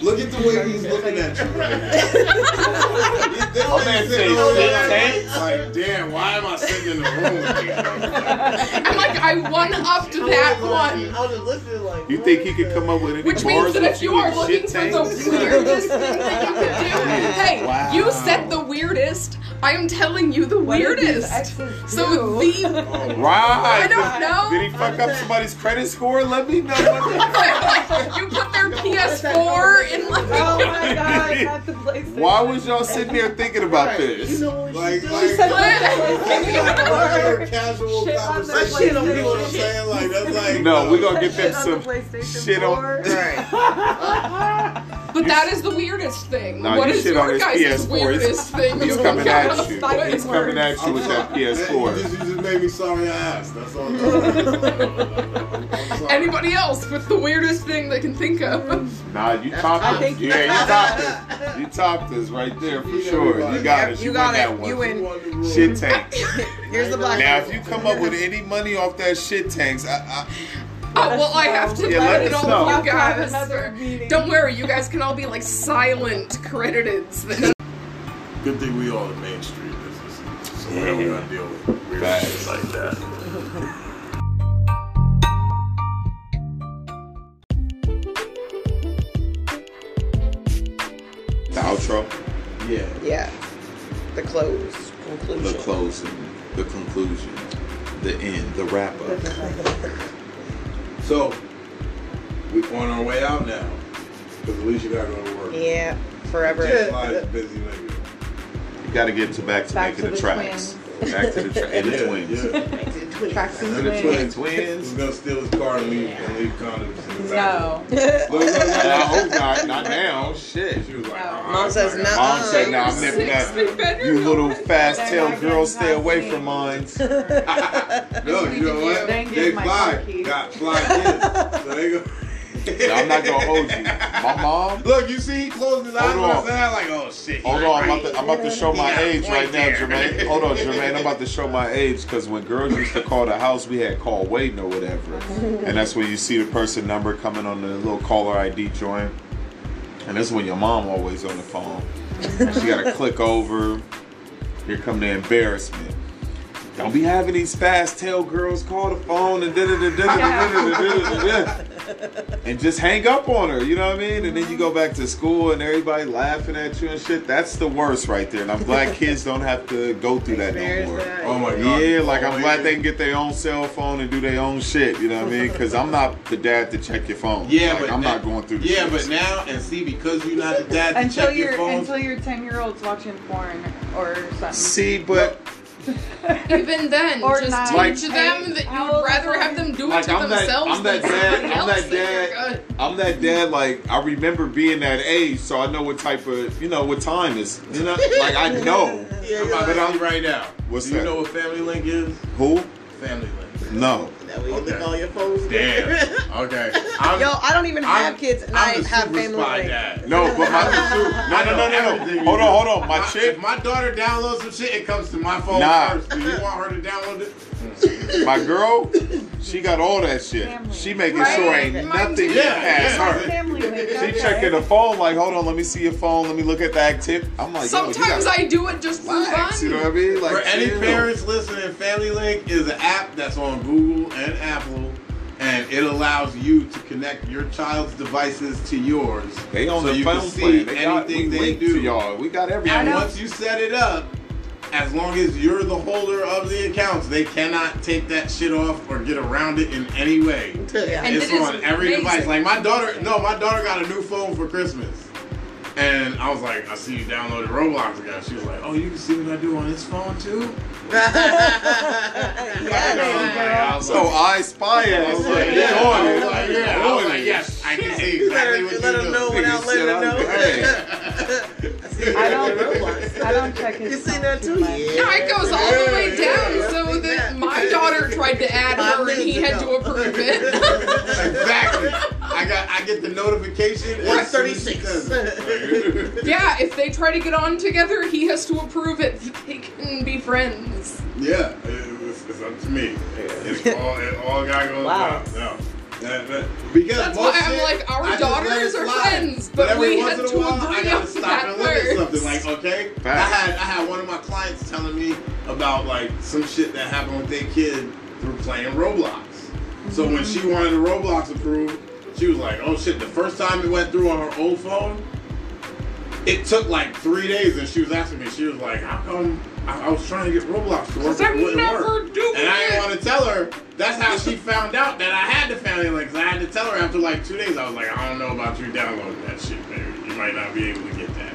[SPEAKER 1] Look at the way he's looking at you. right now. He- this
[SPEAKER 3] Oh,
[SPEAKER 1] man
[SPEAKER 3] man,
[SPEAKER 1] sitting
[SPEAKER 3] say
[SPEAKER 1] over
[SPEAKER 3] shit
[SPEAKER 1] there
[SPEAKER 3] tank?
[SPEAKER 1] Like, damn, why am I sitting in the room with you?
[SPEAKER 4] I'm like, I one upped that one.
[SPEAKER 5] was just listening like.
[SPEAKER 3] you think he could come up with any
[SPEAKER 4] Which means
[SPEAKER 3] bars
[SPEAKER 4] that
[SPEAKER 3] with
[SPEAKER 4] if you are
[SPEAKER 3] and
[SPEAKER 4] looking
[SPEAKER 3] shit
[SPEAKER 4] for the
[SPEAKER 3] tanks?
[SPEAKER 4] weirdest thing that you could do, hey,
[SPEAKER 3] Wow.
[SPEAKER 4] you said the weirdest. I am telling you the
[SPEAKER 7] What did these
[SPEAKER 4] weirdest.
[SPEAKER 7] exes
[SPEAKER 4] So
[SPEAKER 7] do?
[SPEAKER 4] the
[SPEAKER 3] Right.
[SPEAKER 4] I don't know.
[SPEAKER 3] Did he fuck up somebody's credit score? Let me know. What
[SPEAKER 4] you put their PS4 in like.
[SPEAKER 7] Oh my god, that's the place.
[SPEAKER 3] the-
[SPEAKER 7] that-
[SPEAKER 3] Why was y'all sitting there thinking about
[SPEAKER 5] You
[SPEAKER 3] this?
[SPEAKER 5] know what
[SPEAKER 1] Like,
[SPEAKER 5] she
[SPEAKER 1] like,
[SPEAKER 7] She said that's the place
[SPEAKER 1] like regular
[SPEAKER 7] that-
[SPEAKER 1] casual
[SPEAKER 7] Shit on the
[SPEAKER 1] conversation. You know
[SPEAKER 7] PlayStation.
[SPEAKER 1] what I'm saying? Like, that's like. uh,
[SPEAKER 3] No, we gonna get them
[SPEAKER 7] Shit on
[SPEAKER 3] some
[SPEAKER 7] the PlayStation
[SPEAKER 3] shit on-
[SPEAKER 7] 4.
[SPEAKER 2] right.
[SPEAKER 4] But that is the weirdest thing.
[SPEAKER 3] Nah,
[SPEAKER 4] what
[SPEAKER 3] you
[SPEAKER 4] is
[SPEAKER 3] shit on
[SPEAKER 4] your
[SPEAKER 3] his
[SPEAKER 4] guys'
[SPEAKER 3] PS4. It's-
[SPEAKER 4] weirdest thing?
[SPEAKER 3] He's
[SPEAKER 4] you
[SPEAKER 3] coming
[SPEAKER 4] got?
[SPEAKER 3] at you.
[SPEAKER 4] Fighting
[SPEAKER 3] He's coming
[SPEAKER 4] words.
[SPEAKER 3] at you with that
[SPEAKER 1] You just,
[SPEAKER 3] PS4.
[SPEAKER 1] you just made me sorry I asked. That's all. I'm sorry.
[SPEAKER 4] Anybody else with the weirdest thing they can think of?
[SPEAKER 3] Nah, you topped
[SPEAKER 7] I
[SPEAKER 3] us.
[SPEAKER 7] think-
[SPEAKER 3] yeah, you topped us. You topped us right there for
[SPEAKER 1] You
[SPEAKER 3] sure.
[SPEAKER 1] know,
[SPEAKER 3] You got it.
[SPEAKER 2] you
[SPEAKER 3] You,
[SPEAKER 2] got
[SPEAKER 3] won that
[SPEAKER 2] it.
[SPEAKER 3] one.
[SPEAKER 2] You win.
[SPEAKER 3] Shit tank.
[SPEAKER 2] Here's the black.
[SPEAKER 3] Now, if you come up with any money off that shit tanks, I, I,
[SPEAKER 4] oh well, I have to
[SPEAKER 3] Yeah,
[SPEAKER 4] let,
[SPEAKER 3] let
[SPEAKER 4] it
[SPEAKER 3] us
[SPEAKER 4] all
[SPEAKER 3] know.
[SPEAKER 4] you
[SPEAKER 7] Let's have another
[SPEAKER 4] guys.
[SPEAKER 7] meeting.
[SPEAKER 4] Don't worry, you guys can all be like silent crediteds.
[SPEAKER 1] Good thing we all in Main Street business. So we don't
[SPEAKER 3] Yeah.
[SPEAKER 1] gotta deal with weird
[SPEAKER 3] Facts.
[SPEAKER 1] shit like that.
[SPEAKER 3] the outro,
[SPEAKER 1] Yeah.
[SPEAKER 2] Yeah. The close.
[SPEAKER 3] the
[SPEAKER 2] Conclusion.
[SPEAKER 3] closing, the conclusion, the end, the wrap up.
[SPEAKER 1] So, we on our way out now. Because at least you gotta go to work.
[SPEAKER 2] Yeah. Forever.
[SPEAKER 1] Jay Fly is a busy nigga.
[SPEAKER 3] You got to get to back to
[SPEAKER 7] Back
[SPEAKER 3] making
[SPEAKER 7] to
[SPEAKER 3] the,
[SPEAKER 7] the
[SPEAKER 3] tracks. Back to the tra- and the
[SPEAKER 1] Yeah,
[SPEAKER 3] twins.
[SPEAKER 1] yeah.
[SPEAKER 7] Tracks
[SPEAKER 1] And then
[SPEAKER 7] and
[SPEAKER 1] the
[SPEAKER 7] swing.
[SPEAKER 1] twins.
[SPEAKER 3] Twins.
[SPEAKER 1] He's gonna steal his car and leave, and leave condoms in the back.
[SPEAKER 7] No.
[SPEAKER 1] Look, look, look,
[SPEAKER 3] And I
[SPEAKER 1] look.
[SPEAKER 3] hope not. Not now. Shit.
[SPEAKER 1] She was like,
[SPEAKER 7] No.
[SPEAKER 1] "Uh-uh,
[SPEAKER 2] Mom
[SPEAKER 1] it's
[SPEAKER 2] says
[SPEAKER 1] not
[SPEAKER 2] no.
[SPEAKER 3] Mom said,
[SPEAKER 2] Uh-uh.
[SPEAKER 3] "Nah, I'm nipping
[SPEAKER 4] Six
[SPEAKER 3] that.
[SPEAKER 4] bedroom.
[SPEAKER 3] You little fast tail
[SPEAKER 7] They're not
[SPEAKER 3] girl,
[SPEAKER 7] gonna
[SPEAKER 3] stay away
[SPEAKER 7] pass
[SPEAKER 3] from
[SPEAKER 7] me.
[SPEAKER 3] mine."
[SPEAKER 1] gonna-" No, you know what?
[SPEAKER 7] Then give
[SPEAKER 1] They
[SPEAKER 7] my
[SPEAKER 1] fly
[SPEAKER 7] car keys.
[SPEAKER 1] got fly kids, so they go.
[SPEAKER 3] I'm not gonna hold you. My mom.
[SPEAKER 1] Look, you see, he closed his eyes
[SPEAKER 3] Hold
[SPEAKER 1] when I
[SPEAKER 3] on.
[SPEAKER 1] said that. Like, oh shit. he
[SPEAKER 3] Hold
[SPEAKER 1] right.
[SPEAKER 3] on, I'm about, to, I'm about to show my
[SPEAKER 1] Yeah,
[SPEAKER 3] age
[SPEAKER 1] right
[SPEAKER 3] right now,
[SPEAKER 1] there.
[SPEAKER 3] Jermaine. Hold on, Jermaine. I'm about to show my age because when girls used to call the house, we had call waiting or whatever, and that's when you see the person number coming on the little caller ID joint, and that's when your mom always on the phone. And she got to click over. Here come the embarrassment. Don't be having these fast tail girls call the phone and da da da da da da da and just hang up on her. You know what I mean? And then you go back to school and everybody laughing at you and shit. That's the worst right there. And I'm glad kids don't have to go through that no more.
[SPEAKER 1] Oh my god.
[SPEAKER 3] Yeah, like I'm
[SPEAKER 1] Oh,
[SPEAKER 3] glad
[SPEAKER 1] yeah.
[SPEAKER 3] they can get their own cell phone and do their own shit. You know what I mean? Because I'm not the dad to check your phone.
[SPEAKER 1] Yeah,
[SPEAKER 3] Like,
[SPEAKER 1] but
[SPEAKER 3] I'm
[SPEAKER 1] now-
[SPEAKER 3] not going through. The
[SPEAKER 1] Yeah,
[SPEAKER 3] shit.
[SPEAKER 1] but now and see because you're not the dad to
[SPEAKER 7] Until
[SPEAKER 1] check your
[SPEAKER 7] your
[SPEAKER 1] phone.
[SPEAKER 7] until your ten year old's watching porn or something.
[SPEAKER 3] see, but
[SPEAKER 4] Even then,
[SPEAKER 7] Or
[SPEAKER 4] just
[SPEAKER 7] nine,
[SPEAKER 4] teach
[SPEAKER 7] eight.
[SPEAKER 4] them that
[SPEAKER 7] How
[SPEAKER 4] you
[SPEAKER 7] old
[SPEAKER 4] would
[SPEAKER 7] was
[SPEAKER 4] rather
[SPEAKER 7] I?
[SPEAKER 4] have them do it
[SPEAKER 3] Like
[SPEAKER 4] to
[SPEAKER 3] I'm that,
[SPEAKER 4] themselves
[SPEAKER 3] I'm that
[SPEAKER 4] than
[SPEAKER 3] dad.
[SPEAKER 4] somebody
[SPEAKER 3] I'm
[SPEAKER 4] else.
[SPEAKER 3] that dad. I'm that dad. Like I remember being that age, so I know what type of you know what time is. You know, like I know.
[SPEAKER 1] I'm about
[SPEAKER 3] But
[SPEAKER 1] to
[SPEAKER 3] I'm-
[SPEAKER 1] see right now.
[SPEAKER 3] What's
[SPEAKER 1] Do you
[SPEAKER 3] that?
[SPEAKER 1] know what Family Link is?
[SPEAKER 3] Who?
[SPEAKER 1] Family Link.
[SPEAKER 3] No.
[SPEAKER 5] That way you
[SPEAKER 1] Okay.
[SPEAKER 5] look all your phones.
[SPEAKER 1] Damn. Okay. I'm,
[SPEAKER 2] Yo, I don't even have
[SPEAKER 1] I'm-
[SPEAKER 2] kids, and
[SPEAKER 1] I'm
[SPEAKER 2] I
[SPEAKER 1] the
[SPEAKER 2] have
[SPEAKER 1] super
[SPEAKER 2] family.
[SPEAKER 1] spy
[SPEAKER 2] link.
[SPEAKER 1] dad.
[SPEAKER 3] No, but my no no no no. Hold on, hold on. My
[SPEAKER 1] My-
[SPEAKER 3] chick,
[SPEAKER 1] If my daughter downloads some shit, it comes to my phone
[SPEAKER 3] Nah.
[SPEAKER 1] first. Do you want her to download it?
[SPEAKER 3] my girl, she got all that shit.
[SPEAKER 7] Family.
[SPEAKER 3] She making
[SPEAKER 4] Right?
[SPEAKER 3] sure ain't
[SPEAKER 4] Mine
[SPEAKER 3] nothing
[SPEAKER 4] too.
[SPEAKER 3] yeah,
[SPEAKER 1] Yeah,
[SPEAKER 3] past
[SPEAKER 1] yeah.
[SPEAKER 3] her.
[SPEAKER 7] Family link,
[SPEAKER 3] She
[SPEAKER 7] okay.
[SPEAKER 3] checking the phone, like, hold on, let me see your phone, let me look at the active. I'm like, yo, you
[SPEAKER 4] Sometimes
[SPEAKER 3] gotta
[SPEAKER 4] I do it just for
[SPEAKER 3] relax,
[SPEAKER 4] fun.
[SPEAKER 3] You know what I mean? Like,
[SPEAKER 1] For any
[SPEAKER 3] chill.
[SPEAKER 1] parents listening, Family Link is an app that's on Google and Apple, and it allows you to connect your child's devices to yours.
[SPEAKER 3] they on
[SPEAKER 1] so
[SPEAKER 3] the
[SPEAKER 1] you
[SPEAKER 3] phone
[SPEAKER 1] can see
[SPEAKER 3] plan. They got,
[SPEAKER 1] anything
[SPEAKER 3] we
[SPEAKER 1] they
[SPEAKER 3] linked
[SPEAKER 1] do.
[SPEAKER 3] to y'all. We got
[SPEAKER 1] And
[SPEAKER 3] everything.
[SPEAKER 1] once you set it up, as long as you're the holder of the accounts, they cannot take that shit off or get around it in any way.
[SPEAKER 4] And
[SPEAKER 1] it's
[SPEAKER 4] it is
[SPEAKER 1] on every
[SPEAKER 4] amazing.
[SPEAKER 1] device. Like my daughter, no, my daughter got a new phone for Christmas, and I was like, I see you downloaded Roblox again. She was like, Oh, you can see what I do on this phone too.
[SPEAKER 2] Yes.
[SPEAKER 1] I was like, I was
[SPEAKER 3] So
[SPEAKER 1] like,
[SPEAKER 3] I spy it. I was like,
[SPEAKER 1] yeah,
[SPEAKER 3] yeah, on it.
[SPEAKER 1] I was like, yeah, I was like, yes, I can see exactly what you
[SPEAKER 5] Let her
[SPEAKER 1] do.
[SPEAKER 5] know
[SPEAKER 3] Nigga
[SPEAKER 5] without letting
[SPEAKER 3] said
[SPEAKER 5] her
[SPEAKER 3] I was-
[SPEAKER 5] know.
[SPEAKER 3] Hey,
[SPEAKER 7] I don't. I don't check his.
[SPEAKER 5] You seen
[SPEAKER 7] phone
[SPEAKER 5] that too?
[SPEAKER 7] much.
[SPEAKER 4] No, it goes all the way
[SPEAKER 5] Yeah,
[SPEAKER 4] down
[SPEAKER 5] yeah,
[SPEAKER 4] so
[SPEAKER 5] yeah.
[SPEAKER 4] that my daughter tried to add
[SPEAKER 5] Five
[SPEAKER 4] her and he
[SPEAKER 5] minutes
[SPEAKER 4] had to
[SPEAKER 5] ago.
[SPEAKER 4] approve it.
[SPEAKER 1] Exactly. I got, I get the notification. as
[SPEAKER 5] One
[SPEAKER 1] soon as she
[SPEAKER 5] thirty-six.
[SPEAKER 1] does it.
[SPEAKER 4] yeah, if they try to get on together, he has to approve it. They can be friends.
[SPEAKER 1] Yeah, it- it's, it's up to me. It's all, it all got going
[SPEAKER 2] Wow.
[SPEAKER 1] down. No. That- that- because
[SPEAKER 4] That's
[SPEAKER 1] most
[SPEAKER 4] why I'm
[SPEAKER 1] shit,
[SPEAKER 4] like, our
[SPEAKER 1] I just let it
[SPEAKER 4] daughters are
[SPEAKER 1] slide.
[SPEAKER 4] friends, but we
[SPEAKER 1] every once
[SPEAKER 4] had
[SPEAKER 1] in a
[SPEAKER 4] to
[SPEAKER 1] while, I
[SPEAKER 4] agree
[SPEAKER 1] gotta
[SPEAKER 4] on
[SPEAKER 1] stop
[SPEAKER 4] that
[SPEAKER 1] and look at something.
[SPEAKER 4] first.
[SPEAKER 1] Like, okay,
[SPEAKER 3] Facts.
[SPEAKER 1] I had I had one of my clients telling me about like some shit that happened with their kid through playing Roblox. So
[SPEAKER 4] Mm-hmm.
[SPEAKER 1] when she wanted the Roblox approved, she was like, oh shit. The first time it went through on her old phone, it took like three days, and she was asking me. She was like, "How come I, I was trying to get Roblox to work,
[SPEAKER 4] Because
[SPEAKER 1] but
[SPEAKER 4] I'm
[SPEAKER 1] it wouldn't
[SPEAKER 4] never
[SPEAKER 1] work?"
[SPEAKER 4] doing
[SPEAKER 1] And I
[SPEAKER 4] it.
[SPEAKER 1] didn't want to tell her. That's how she found out that I had the family link. 'cause I had to tell her after like two days. I was like, "I don't know about you downloading that shit, baby. You might not be able to get that."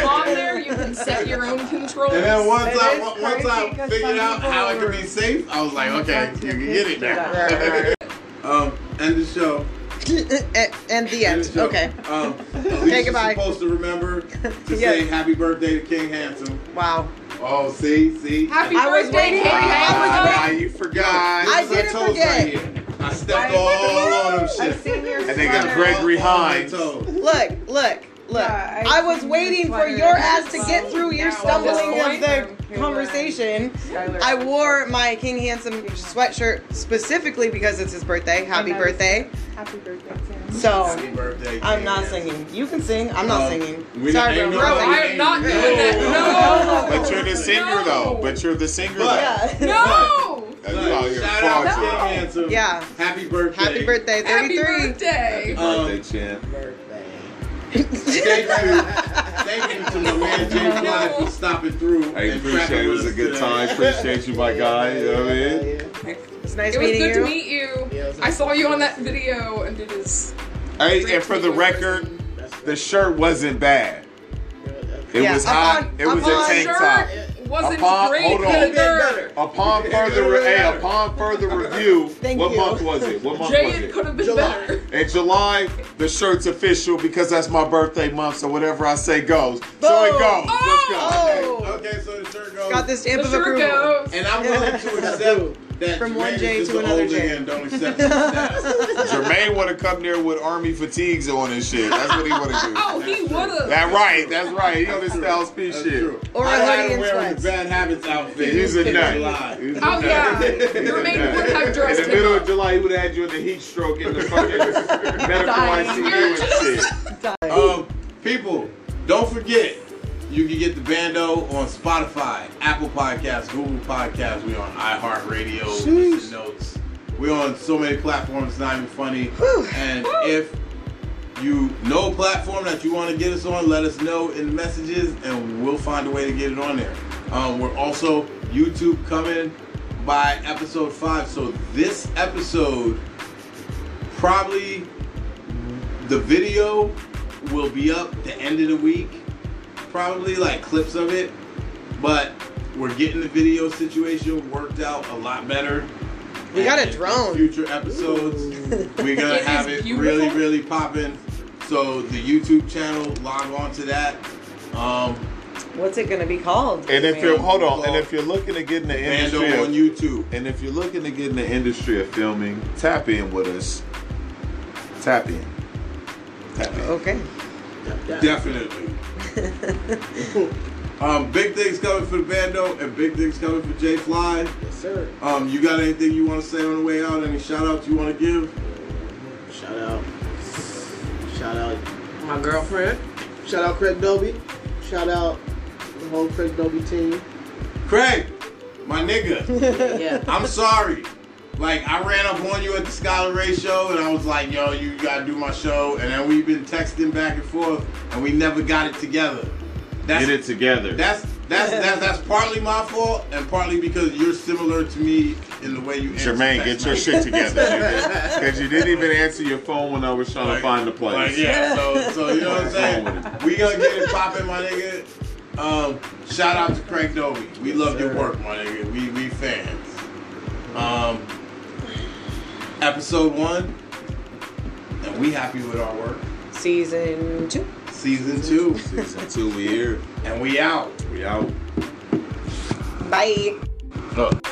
[SPEAKER 4] From on there, you can set your own controls.
[SPEAKER 1] And then once
[SPEAKER 7] It
[SPEAKER 1] I
[SPEAKER 7] is
[SPEAKER 1] on- once
[SPEAKER 7] crazy
[SPEAKER 1] I
[SPEAKER 7] 'cause
[SPEAKER 1] figured
[SPEAKER 7] some
[SPEAKER 1] out
[SPEAKER 7] people
[SPEAKER 1] how it could
[SPEAKER 7] are-
[SPEAKER 1] be safe, I was like, "Okay, you can get it now."
[SPEAKER 2] Right, right,
[SPEAKER 1] Um, end the show.
[SPEAKER 2] right. and the
[SPEAKER 1] End
[SPEAKER 2] end.
[SPEAKER 1] the show.
[SPEAKER 2] Okay.
[SPEAKER 1] Um,
[SPEAKER 2] Okay,
[SPEAKER 1] Alicia's
[SPEAKER 2] goodbye.
[SPEAKER 1] supposed to remember to
[SPEAKER 2] Yes.
[SPEAKER 1] say happy birthday to King Handsome.
[SPEAKER 2] Wow.
[SPEAKER 1] Oh, see, see.
[SPEAKER 4] Happy
[SPEAKER 2] I was
[SPEAKER 4] birthday,
[SPEAKER 2] waiting.
[SPEAKER 4] Katie.
[SPEAKER 3] Ah,
[SPEAKER 2] I
[SPEAKER 3] you forgot.
[SPEAKER 2] I
[SPEAKER 1] This is
[SPEAKER 2] didn't
[SPEAKER 1] our toes
[SPEAKER 2] forget.
[SPEAKER 1] right here. I stepped
[SPEAKER 7] I-
[SPEAKER 1] all on them
[SPEAKER 7] I've
[SPEAKER 1] shit.
[SPEAKER 7] seen your.
[SPEAKER 3] And they got
[SPEAKER 7] sweater.
[SPEAKER 3] Greg- Gregory
[SPEAKER 1] All on my
[SPEAKER 3] Hines.
[SPEAKER 1] toes.
[SPEAKER 2] Look, look, look.
[SPEAKER 7] Yeah, I
[SPEAKER 2] I, was
[SPEAKER 7] see
[SPEAKER 2] waiting
[SPEAKER 7] your
[SPEAKER 2] for
[SPEAKER 7] sweater.
[SPEAKER 2] your ass to get
[SPEAKER 7] Well,
[SPEAKER 2] through your
[SPEAKER 7] now
[SPEAKER 4] at this
[SPEAKER 2] stumbling of
[SPEAKER 4] point,
[SPEAKER 7] I'm
[SPEAKER 2] the
[SPEAKER 7] feeling-
[SPEAKER 2] conversation.
[SPEAKER 7] Skylar.
[SPEAKER 2] I wore my King Handsome sweatshirt specifically because it's his birthday. Happy
[SPEAKER 7] And I was-
[SPEAKER 2] birthday.
[SPEAKER 7] Happy birthday, Sam.
[SPEAKER 2] So
[SPEAKER 1] Happy birthday.
[SPEAKER 2] I'm
[SPEAKER 1] King
[SPEAKER 2] not
[SPEAKER 1] Handsome.
[SPEAKER 2] singing. You can sing. I'm not
[SPEAKER 1] Um,
[SPEAKER 2] singing.
[SPEAKER 1] we-
[SPEAKER 2] Sorry,
[SPEAKER 1] ain't
[SPEAKER 2] bro.
[SPEAKER 4] Bro,
[SPEAKER 1] nobody-
[SPEAKER 4] I am not doing
[SPEAKER 7] No.
[SPEAKER 4] that.
[SPEAKER 3] But you're the singer,
[SPEAKER 4] No.
[SPEAKER 3] though. But you're the singer,
[SPEAKER 1] But-
[SPEAKER 2] Yeah.
[SPEAKER 4] No. No.
[SPEAKER 3] though. You out here
[SPEAKER 1] Shout out
[SPEAKER 3] fraudulent.
[SPEAKER 1] King Handsome.
[SPEAKER 2] Yeah.
[SPEAKER 1] Happy birthday.
[SPEAKER 2] Happy birthday, 33.
[SPEAKER 4] Happy birthday.
[SPEAKER 1] Um,
[SPEAKER 3] Birthday, champ.
[SPEAKER 1] thank you. Thank you to my man James
[SPEAKER 4] No.
[SPEAKER 1] Blunt for stopping through.
[SPEAKER 3] I
[SPEAKER 1] and
[SPEAKER 3] appreciate it.
[SPEAKER 1] cracking
[SPEAKER 3] It was
[SPEAKER 1] with
[SPEAKER 3] a
[SPEAKER 1] us
[SPEAKER 3] good
[SPEAKER 1] today.
[SPEAKER 3] time. Appreciate you, my guy. You know what I mean?
[SPEAKER 2] It's nice
[SPEAKER 4] It was
[SPEAKER 2] meeting
[SPEAKER 4] good to
[SPEAKER 2] you.
[SPEAKER 4] meet you.
[SPEAKER 5] Yeah, it was
[SPEAKER 4] I saw you on that video, and it is.
[SPEAKER 3] Hey, and for the record, the shirt wasn't bad. It
[SPEAKER 2] Yeah,
[SPEAKER 3] was
[SPEAKER 2] I'm
[SPEAKER 3] hot.
[SPEAKER 2] on-
[SPEAKER 3] it was
[SPEAKER 2] I'm
[SPEAKER 3] a
[SPEAKER 2] on
[SPEAKER 3] tank
[SPEAKER 4] shirt
[SPEAKER 3] top.
[SPEAKER 4] wasn't
[SPEAKER 3] Upon-
[SPEAKER 4] great,
[SPEAKER 3] hold
[SPEAKER 4] but
[SPEAKER 3] on.
[SPEAKER 4] it better.
[SPEAKER 3] Upon further,
[SPEAKER 1] really
[SPEAKER 3] hey,
[SPEAKER 1] better.
[SPEAKER 3] upon further review,
[SPEAKER 2] Thank
[SPEAKER 3] what
[SPEAKER 2] you.
[SPEAKER 3] month was it? What month
[SPEAKER 4] Jay,
[SPEAKER 3] was
[SPEAKER 4] it could
[SPEAKER 3] it?
[SPEAKER 4] have been
[SPEAKER 5] July.
[SPEAKER 4] better.
[SPEAKER 3] In July, the shirt's official because that's my birthday month, so whatever I say goes. So it
[SPEAKER 2] Boom.
[SPEAKER 3] goes. Let's go.
[SPEAKER 2] Oh,
[SPEAKER 1] Okay, so the shirt goes.
[SPEAKER 2] got this stamp
[SPEAKER 4] The
[SPEAKER 2] of
[SPEAKER 4] shirt
[SPEAKER 2] approval.
[SPEAKER 4] goes.
[SPEAKER 1] And I'm willing to accept that
[SPEAKER 2] From one
[SPEAKER 1] Jermaine
[SPEAKER 2] Jay
[SPEAKER 1] is
[SPEAKER 2] to
[SPEAKER 1] just
[SPEAKER 2] another
[SPEAKER 1] older
[SPEAKER 2] Jay.
[SPEAKER 1] and Don't accept his status.
[SPEAKER 3] Jermaine would have come there with army fatigues on and shit. That's what he would have do.
[SPEAKER 4] Oh, he would have.
[SPEAKER 3] That right, that's right. He on this
[SPEAKER 1] That's
[SPEAKER 3] style
[SPEAKER 1] true.
[SPEAKER 3] speed
[SPEAKER 1] That's
[SPEAKER 3] shit.
[SPEAKER 1] true.
[SPEAKER 2] Or a
[SPEAKER 1] I
[SPEAKER 2] hoodie
[SPEAKER 1] had
[SPEAKER 2] and
[SPEAKER 1] to wear his
[SPEAKER 2] sweats.
[SPEAKER 1] bad habits outfit.
[SPEAKER 3] He's a
[SPEAKER 1] in
[SPEAKER 3] nut.
[SPEAKER 1] July.
[SPEAKER 3] He's a
[SPEAKER 4] Oh,
[SPEAKER 3] nut.
[SPEAKER 4] yeah.
[SPEAKER 3] He's a
[SPEAKER 4] Jermaine
[SPEAKER 3] nut.
[SPEAKER 4] would have dressed
[SPEAKER 3] In
[SPEAKER 4] him
[SPEAKER 3] the middle
[SPEAKER 4] up.
[SPEAKER 3] of July, he would have had you in the heat stroke in the fucking medical
[SPEAKER 7] Dying.
[SPEAKER 3] ICU and shit.
[SPEAKER 1] Um, people, don't forget, you can get the bando on Spotify, Apple Podcasts, Google Podcasts. We on iHeartRadio, Listen Notes. We on so many platforms. It's not even funny. And if you know a platform that you want to get us on, let us know in the messages, and we'll find a way to get it on there. Um, we're also YouTube coming by episode five. So this episode probably the video will be up the end of the week, probably like clips of it. But We're getting the video situation worked out a lot better.
[SPEAKER 2] We got a
[SPEAKER 1] And in
[SPEAKER 2] drone.
[SPEAKER 1] Future episodes, we're gonna
[SPEAKER 4] It is
[SPEAKER 1] have it really,
[SPEAKER 4] beautiful.
[SPEAKER 1] really popping. So the YouTube channel, log on to that. Um,
[SPEAKER 2] What's it gonna be called?
[SPEAKER 3] And if
[SPEAKER 2] man?
[SPEAKER 3] you're hold on, and if you're looking to get in the
[SPEAKER 1] Mando
[SPEAKER 3] industry,
[SPEAKER 1] on
[SPEAKER 3] of,
[SPEAKER 1] YouTube.
[SPEAKER 3] and if you're looking to get in the industry of filming, tap in with us. Tap in.
[SPEAKER 1] Tap in.
[SPEAKER 2] okay,
[SPEAKER 1] Definitely. um, big things coming for the Bando and big things coming for J Fly.
[SPEAKER 5] Yes, sir.
[SPEAKER 1] Um, you got anything you want to say on the way out? Any shout outs you want to give?
[SPEAKER 5] Shout out. Shout out my girlfriend. Shout out Craig Doby. Shout out the whole Craig Doby team.
[SPEAKER 1] Craig, my nigga,
[SPEAKER 5] Yeah.
[SPEAKER 1] I'm sorry. Like I ran up on you at the Scholar Ray show, and I was like, "Yo, you gotta do my show." And then we've been texting back and forth, and we never got it together. That's
[SPEAKER 3] Get it together.
[SPEAKER 1] That's that's that's that's partly my fault, and partly because you're similar to me in the way you. answer
[SPEAKER 3] Jermaine,
[SPEAKER 1] text
[SPEAKER 3] get your shit together. Because you didn't even answer your phone when I was trying
[SPEAKER 1] Like-
[SPEAKER 3] to find the place.
[SPEAKER 1] Like, yeah, so, so you know what I'm saying?
[SPEAKER 3] What's wrong with
[SPEAKER 1] We gonna get it popping, my nigga. Um, shout out to Crank Doby. We love your work, my nigga. We we fans. Um, episode one, and we happy with our work.
[SPEAKER 2] season two.
[SPEAKER 1] Season two,
[SPEAKER 3] Season two, we here.
[SPEAKER 1] and we out.
[SPEAKER 3] We out.
[SPEAKER 2] Bye.
[SPEAKER 1] Look.